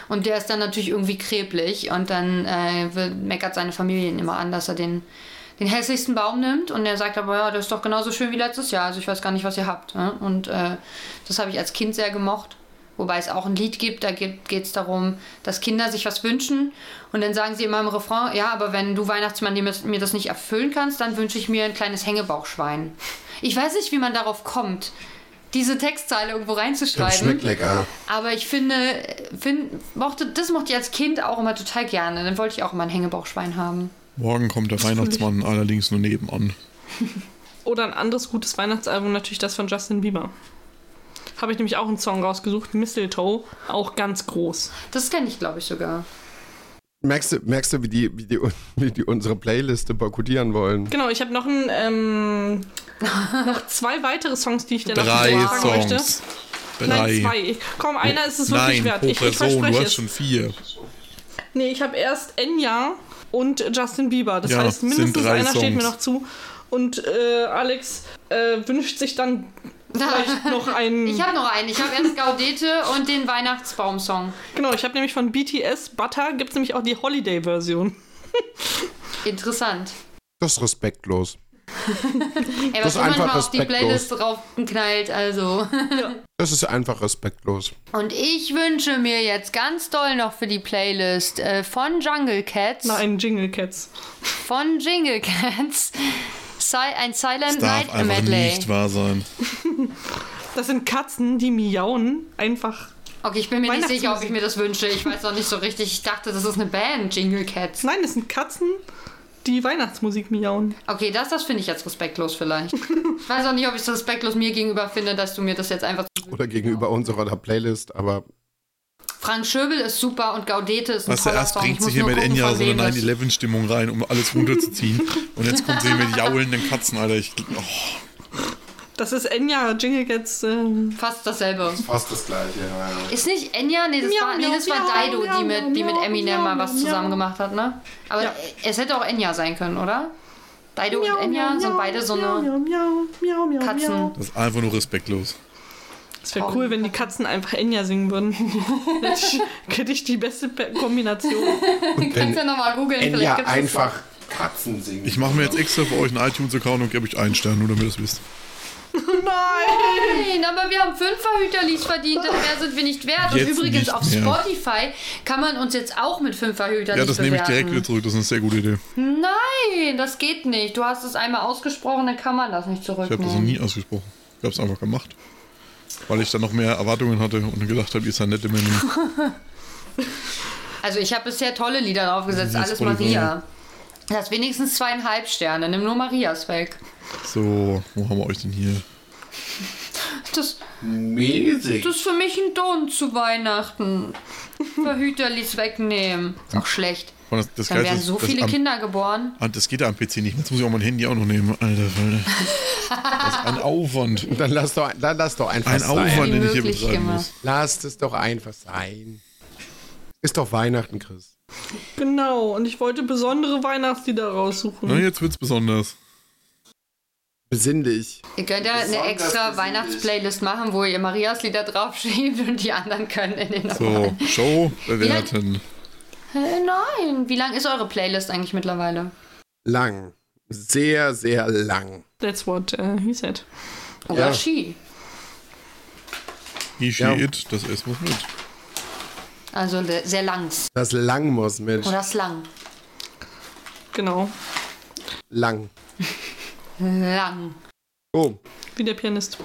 Speaker 3: Und der ist dann natürlich irgendwie kreblich. Und dann äh, wird- meckert seine Familie ihn immer an, dass er den, den hässlichsten Baum nimmt. Und er sagt aber, ja, der ist doch genauso schön wie letztes Jahr. Also ich weiß gar nicht, was ihr habt. Ne? Und äh, das habe ich als Kind sehr gemocht. Wobei es auch ein Lied gibt, da geht es darum, dass Kinder sich was wünschen und dann sagen sie immer im Refrain, ja, aber wenn du Weihnachtsmann dir mis- mir das nicht erfüllen kannst, dann wünsche ich mir ein kleines Hängebauchschwein. Ich weiß nicht, wie man darauf kommt, diese Textzeile irgendwo reinzuschreiben.
Speaker 4: Schmeckt lecker.
Speaker 3: Aber ich finde, äh, find, mochte, das mochte ich als Kind auch immer total gerne. Dann wollte ich auch immer ein Hängebauchschwein haben.
Speaker 2: Morgen kommt der Weihnachtsmann allerdings nur nebenan.
Speaker 5: Oder ein anderes gutes Weihnachtsalbum, natürlich das von Justin Bieber. Habe ich nämlich auch einen Song rausgesucht, Mistletoe, auch ganz groß.
Speaker 3: Das kenne ich, glaube ich, sogar.
Speaker 4: Merkst du, merkst du wie, die, wie, die, wie die unsere Playliste boykottieren wollen?
Speaker 5: Genau, ich habe noch einen ähm, noch zwei weitere Songs, die ich dir noch
Speaker 2: Drei
Speaker 5: sagen möchte.
Speaker 2: Songs.
Speaker 5: Nein,
Speaker 2: Drei.
Speaker 5: zwei. Komm, einer ist es
Speaker 2: Nein,
Speaker 5: wirklich wert.
Speaker 2: pro
Speaker 5: Ich, ich
Speaker 2: Person, du
Speaker 5: verspreche
Speaker 2: hast
Speaker 5: es.
Speaker 2: schon vier.
Speaker 5: Nee, ich habe erst Enya und Justin Bieber. Das
Speaker 2: Ja,
Speaker 5: heißt,
Speaker 2: sind
Speaker 5: mindestens
Speaker 2: drei
Speaker 5: einer steht mir
Speaker 2: Songs.
Speaker 5: noch zu. Und äh, Alex äh, wünscht sich dann vielleicht noch einen.
Speaker 3: Ich habe noch einen. Ich habe erst Gaudete und den Weihnachtsbaum-Song.
Speaker 5: genau, ich habe nämlich von BTS Butter gibt es nämlich auch die Holiday-Version.
Speaker 3: Interessant.
Speaker 4: Das ist respektlos.
Speaker 3: Ey, was
Speaker 4: Das ist
Speaker 3: man
Speaker 4: einfach
Speaker 3: auf die
Speaker 4: respektlos.
Speaker 3: Playlist draufknallt, also.
Speaker 4: Das ist einfach respektlos.
Speaker 3: Und ich wünsche mir jetzt ganz doll noch für die Playlist äh, von Jungle Cats,
Speaker 5: Nein, Jingle Cats.
Speaker 3: von Jingle Cats, Si- ein Silent
Speaker 2: Darf
Speaker 3: Night
Speaker 2: einfach
Speaker 3: Medley.
Speaker 2: nicht wahr sein.
Speaker 5: Das sind Katzen, die miauen. Einfach.
Speaker 3: Okay, ich bin mir nicht sicher, ob
Speaker 5: Weihnachtsmusik.
Speaker 3: ich mir das wünsche. Ich weiß noch nicht so richtig. Ich dachte, das ist eine Band, Jingle Cats.
Speaker 5: Nein, das sind Katzen, die Weihnachtsmusik miauen.
Speaker 3: Okay, das, das finde ich jetzt respektlos vielleicht. ich weiß auch nicht, ob ich es respektlos mir gegenüber finde, dass du mir das jetzt einfach.
Speaker 4: Oder gegenüber unserer Playlist, aber
Speaker 3: Frank Schöbel ist super und Gaudete ist ein
Speaker 2: Was er
Speaker 3: toller
Speaker 2: erst
Speaker 3: Song. Ich
Speaker 2: bringt sie
Speaker 3: muss
Speaker 2: hier
Speaker 3: nur
Speaker 2: mit
Speaker 3: gucken,
Speaker 2: Enya
Speaker 3: von
Speaker 2: so eine
Speaker 3: wem es-
Speaker 2: 9-11-Stimmung rein, um alles runterzuziehen. Und jetzt kommt sie mit jaulenden Katzen, Alter. Ich, oh,
Speaker 5: Das ist Enya, Jingle Cats. Äh,
Speaker 3: Fast dasselbe.
Speaker 1: Fast das gleiche. Ja, ja.
Speaker 3: Ist nicht Enya? Nee, das
Speaker 5: Miau,
Speaker 3: war, nee,
Speaker 5: miau,
Speaker 3: das war
Speaker 5: miau,
Speaker 3: Dido,
Speaker 5: miau,
Speaker 3: die, mit, die mit
Speaker 5: miau,
Speaker 3: Eminem
Speaker 5: miau,
Speaker 3: mal was
Speaker 5: miau.
Speaker 3: zusammen gemacht hat, ne? Aber
Speaker 5: Ja.
Speaker 3: es hätte auch Enya sein können, oder? Dido
Speaker 5: miau,
Speaker 3: und Enya
Speaker 5: miau,
Speaker 3: sind beide so
Speaker 5: miau,
Speaker 3: eine
Speaker 5: miau, miau, miau, miau, miau.
Speaker 3: Katzen.
Speaker 2: das ist einfach nur respektlos.
Speaker 5: Es wäre cool, wenn die Katzen einfach Enya singen würden. Hätte ich, hätte ich die beste Pe- Kombination.
Speaker 3: Kannst ja nochmal googeln,
Speaker 1: Enya
Speaker 3: gibt's das
Speaker 1: einfach Katzen singen.
Speaker 2: Ich mache mir jetzt extra für euch einen iTunes-Account und gebe euch einen Stern, nur damit ihr es wisst.
Speaker 5: Nein!
Speaker 3: noch. Nein, aber wir haben fünf Verhüterlies verdient, das mehr sind wir nicht wert. Und
Speaker 2: Jetzt
Speaker 3: übrigens
Speaker 2: nicht
Speaker 3: auf
Speaker 2: mehr.
Speaker 3: Spotify kann man uns jetzt auch mit fünf Verhüterlies
Speaker 2: Ja, das nehme ich direkt wieder
Speaker 3: bewerten.
Speaker 2: zurück. Das ist eine sehr gute Idee.
Speaker 3: Nein, das geht nicht. Du hast es einmal ausgesprochen, dann kann man das nicht
Speaker 2: Ich habe das noch
Speaker 3: zurücknehmen.
Speaker 2: nie ausgesprochen. Ich habe es einfach gemacht. Weil ich dann noch mehr Erwartungen hatte und gedacht habe, ihr seid nette Menschen.
Speaker 3: Also ich habe bisher tolle Lieder draufgesetzt,
Speaker 2: Ja,
Speaker 3: alles
Speaker 2: Spotify.
Speaker 3: Maria. Das wenigstens zweieinhalb Sterne. Nimm nur Marias weg.
Speaker 2: So, wo haben wir euch denn hier?
Speaker 3: Das,
Speaker 1: Mäßig.
Speaker 3: das ist für mich ein Don zu Weihnachten. Verhüterlis wegnehmen. Ist auch schlecht.
Speaker 2: Und Das, das
Speaker 3: Dann
Speaker 2: Geilste
Speaker 3: werden
Speaker 2: ist,
Speaker 3: so
Speaker 2: das
Speaker 3: viele
Speaker 2: am,
Speaker 3: Kinder geboren.
Speaker 2: Ah, Das geht ja am PC nicht. Jetzt muss ich auch mein Handy auch noch nehmen. Alter, Alter. Das ist ein Aufwand.
Speaker 4: dann lass doch, dann lass doch einfach
Speaker 2: Ein
Speaker 4: sein.
Speaker 2: Aufwand, den ich hier
Speaker 3: Unmöglich
Speaker 2: betreiben
Speaker 3: gemacht.
Speaker 2: muss.
Speaker 4: Lass es doch einfach sein. Ist doch Weihnachten, Chris.
Speaker 5: Genau, und ich wollte besondere Weihnachtslieder
Speaker 2: Na,
Speaker 5: raussuchen.
Speaker 2: jetzt wird's besonders.
Speaker 4: Besinn dich.
Speaker 3: Ihr könnt ja eine
Speaker 1: Besonders
Speaker 3: extra
Speaker 1: besinnlich.
Speaker 3: Weihnachtsplaylist machen, wo ihr Marias Lieder draufschiebt und die anderen können in den
Speaker 2: So,
Speaker 3: normalen.
Speaker 2: Show bewerten.
Speaker 3: Äh, Nein. Wie lang ist eure Playlist eigentlich mittlerweile?
Speaker 4: Lang. Sehr, sehr lang.
Speaker 5: That's what äh, he said.
Speaker 3: Oder
Speaker 4: Ja.
Speaker 3: Ski.
Speaker 2: He, she,
Speaker 4: Ja.
Speaker 2: it, das S muss mit.
Speaker 3: Also le- sehr langs.
Speaker 4: Das lang muss mit.
Speaker 3: Oder slang.
Speaker 5: Genau,
Speaker 4: Lang.
Speaker 3: Lang.
Speaker 4: Oh,
Speaker 5: wie der Pianist.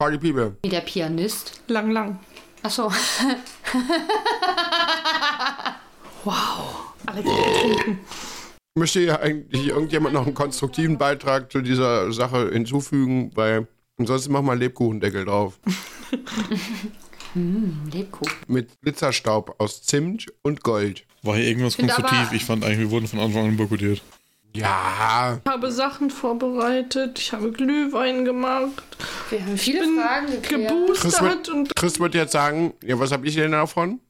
Speaker 4: Party People.
Speaker 3: Wie der Pianist.
Speaker 5: Lang, lang.
Speaker 3: Ach so.
Speaker 5: Alex, getrunken.
Speaker 4: Möchte hier eigentlich irgendjemand noch einen konstruktiven Beitrag zu dieser Sache hinzufügen? Weil ansonsten mach mal einen Lebkuchendeckel drauf.
Speaker 3: Lebkuchen.
Speaker 4: Mit Glitzerstaub aus Zimt und Gold.
Speaker 2: War hier irgendwas
Speaker 3: Find
Speaker 2: konstruktiv?
Speaker 3: aber-
Speaker 2: Ich fand eigentlich, wir wurden von Anfang an boykottiert.
Speaker 4: Ja.
Speaker 5: ich habe Sachen vorbereitet, ich habe Glühwein gemacht,
Speaker 3: Wir haben viele
Speaker 5: bin
Speaker 3: Fragen geklärt.
Speaker 4: Chris
Speaker 5: geboostert
Speaker 4: wird,
Speaker 5: und
Speaker 4: Chris wird jetzt sagen, ja, was habe ich denn davon?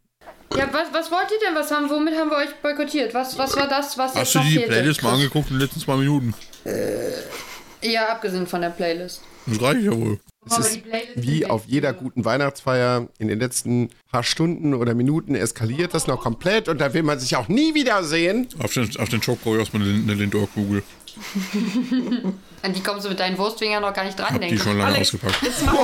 Speaker 3: Ja, was, was wollt ihr denn? Was haben, womit haben wir euch boykottiert? Was, was war das, was
Speaker 2: Hast
Speaker 3: jetzt
Speaker 2: du
Speaker 3: noch
Speaker 2: die
Speaker 3: fehlte?
Speaker 2: Playlist mal angeguckt in den letzten zwei Minuten?
Speaker 3: Ja, abgesehen von der Playlist.
Speaker 2: Das reicht ja wohl.
Speaker 4: Es ist wie auf jeder guten Weihnachtsfeier in den letzten paar Stunden oder Minuten eskaliert das noch komplett und da will man sich auch nie wiedersehen.
Speaker 2: Auf den, auf den Schock brauche ich erstmal eine, eine Lindor-Kugel.
Speaker 3: An die kommst du mit deinen Wurstfingern noch gar nicht dran,
Speaker 2: Hab die
Speaker 3: denke ich.
Speaker 2: schon lange
Speaker 5: Alex,
Speaker 2: ausgepackt.
Speaker 3: Das hat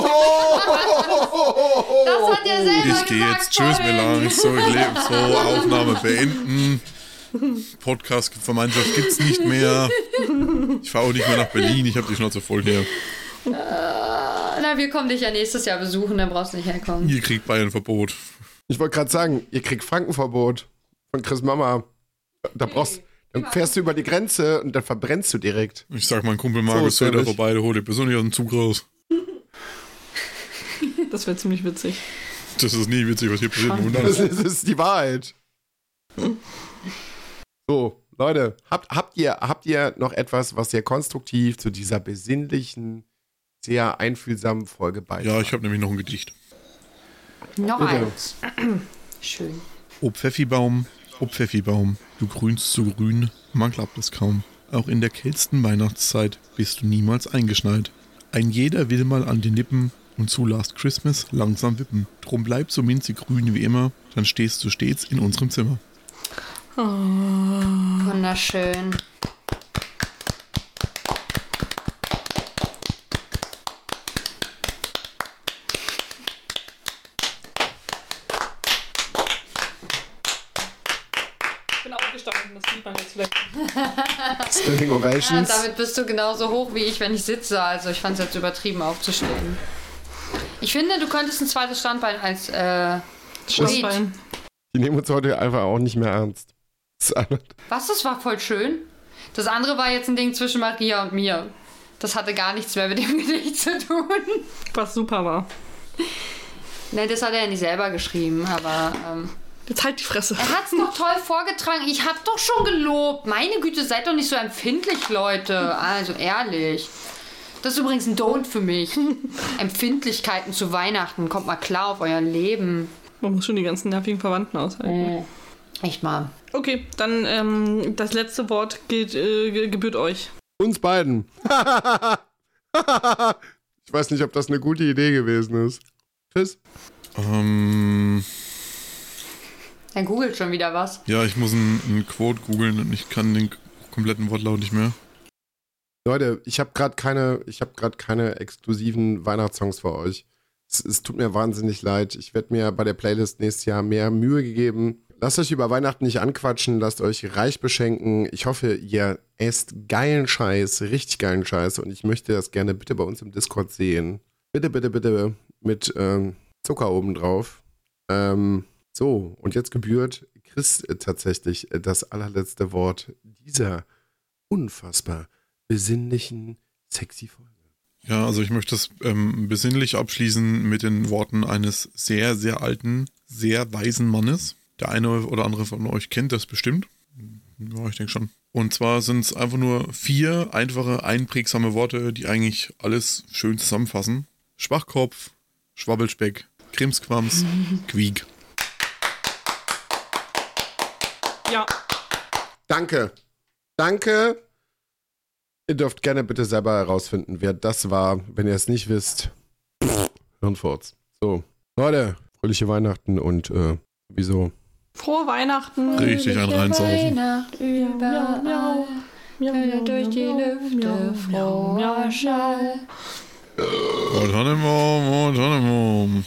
Speaker 3: er selber
Speaker 2: Ich gehe jetzt. Tschüss, Melange. So, ich lebe. So, Aufnahme beenden. Podcast-Vermeinschaft gibt's nicht mehr. Ich fahre auch nicht mehr nach Berlin. Ich habe die Schnauze voll hier.
Speaker 3: Na, wir kommen dich ja nächstes Jahr besuchen, dann brauchst du nicht herkommen.
Speaker 2: Ihr kriegt Bayern Verbot.
Speaker 4: Ich wollte gerade sagen, ihr kriegt Frankenverbot von Chris Mama. Da brauchst dann fährst du über die Grenze und dann verbrennst du direkt.
Speaker 2: Ich sag mein Kumpel Markus,
Speaker 4: So ist
Speaker 2: hört da
Speaker 4: ehrlich.
Speaker 2: vorbei, der holt dir persönlich aus dem Zug raus.
Speaker 5: das wäre ziemlich witzig.
Speaker 2: Das ist nie witzig, was hier passiert. Nur
Speaker 4: Das
Speaker 2: dann-
Speaker 4: ist, das ist die Wahrheit. So, Leute, habt, habt ihr, habt ihr noch etwas, was sehr konstruktiv zu dieser besinnlichen, sehr einfühlsamen Folge beiträgt?
Speaker 2: Ja, ich habe nämlich noch ein Gedicht.
Speaker 3: Noch
Speaker 4: Bitte.
Speaker 3: eins. Schön.
Speaker 2: O Pfeffibaum, o Pfeffibaum, du grünst so grün, man glaubt es kaum. Auch in der kältesten Weihnachtszeit bist du niemals eingeschneit. Ein jeder will mal an den Lippen und zu Last Christmas langsam wippen. Drum bleib so minzig grün wie immer, dann stehst du stets in unserem Zimmer.
Speaker 3: Wunderschön.
Speaker 5: Ich bin aufgestanden, das sieht man jetzt vielleicht.
Speaker 4: Standing
Speaker 3: Ja,
Speaker 4: Ovations.
Speaker 3: damit bist du genauso hoch wie ich, wenn ich sitze. Also ich fand es jetzt übertrieben aufzustehen. Ich finde, du könntest ein zweites Standbein als äh, Poet.
Speaker 5: Schlossbein.
Speaker 4: Die nehmen uns heute einfach auch nicht mehr ernst. Das ist einfach-
Speaker 3: Was, das war voll schön. Das andere war jetzt ein Ding zwischen Maria und mir. Das hatte gar nichts mehr mit dem Gedicht zu tun.
Speaker 5: Was super war.
Speaker 3: Ne, das hat er ja nicht selber geschrieben, aber ähm,
Speaker 5: Jetzt halt die Fresse.
Speaker 3: er hat's doch toll vorgetragen. Ich hab doch schon gelobt. Meine Güte, seid doch nicht so empfindlich, Leute. Also ehrlich. Das ist übrigens ein Don't für mich. Empfindlichkeiten zu Weihnachten. Kommt mal klar auf euer Leben.
Speaker 5: Man muss schon die ganzen nervigen Verwandten aushalten.
Speaker 3: Echt mal.
Speaker 5: Okay, dann ähm, das letzte Wort gilt, äh, ge- gebührt euch.
Speaker 4: Uns beiden. ich weiß nicht, ob das eine gute Idee gewesen ist. Tschüss.
Speaker 2: Ähm,
Speaker 3: Er googelt schon wieder was.
Speaker 2: ja, ich muss einen, einen Quote googeln und ich kann den kompletten Wortlaut nicht mehr.
Speaker 4: Leute, ich habe gerade keine, ich habe gerade keine exklusiven Weihnachtssongs für euch. Es, es tut mir wahnsinnig leid. Ich werde mir bei der Playlist nächstes Jahr mehr Mühe gegeben. Lasst euch über Weihnachten nicht anquatschen, lasst euch reich beschenken. Ich hoffe, ihr esst geilen Scheiß, richtig geilen Scheiß. Und ich möchte das gerne bitte bei uns im Discord sehen. Bitte, bitte, bitte mit ähm, Zucker obendrauf. Ähm, so, und jetzt gebührt Chris äh, tatsächlich äh, das allerletzte Wort dieser unfassbar besinnlichen, sexy Folge.
Speaker 2: Ja, also ich möchte es ähm, besinnlich abschließen mit den Worten eines sehr, sehr alten, sehr weisen Mannes. Der eine oder andere von euch kennt das bestimmt. Ja, ich denke schon. Und zwar sind es einfach nur vier einfache, einprägsame Worte, die eigentlich alles schön zusammenfassen. Schwachkopf, Schwabbelspeck, Krimsquams, Quiek.
Speaker 5: Ja.
Speaker 4: Danke. Danke. Ihr dürft gerne bitte selber herausfinden, wer das war. Wenn ihr es nicht wisst, pff, Hirnfurz. So, Leute, fröhliche Weihnachten und äh, wieso?
Speaker 5: Frohe Weihnachten.
Speaker 2: Richtig
Speaker 3: Oh,
Speaker 2: ein Reinsaufen.
Speaker 3: Weihnacht
Speaker 5: Miau, miau,
Speaker 3: überall.
Speaker 5: miau, miau,
Speaker 3: Töne durch die
Speaker 5: miau, miau,
Speaker 3: Lüfte,
Speaker 5: miau, miau.
Speaker 3: froher Schall.
Speaker 2: Autonomum, autonomum.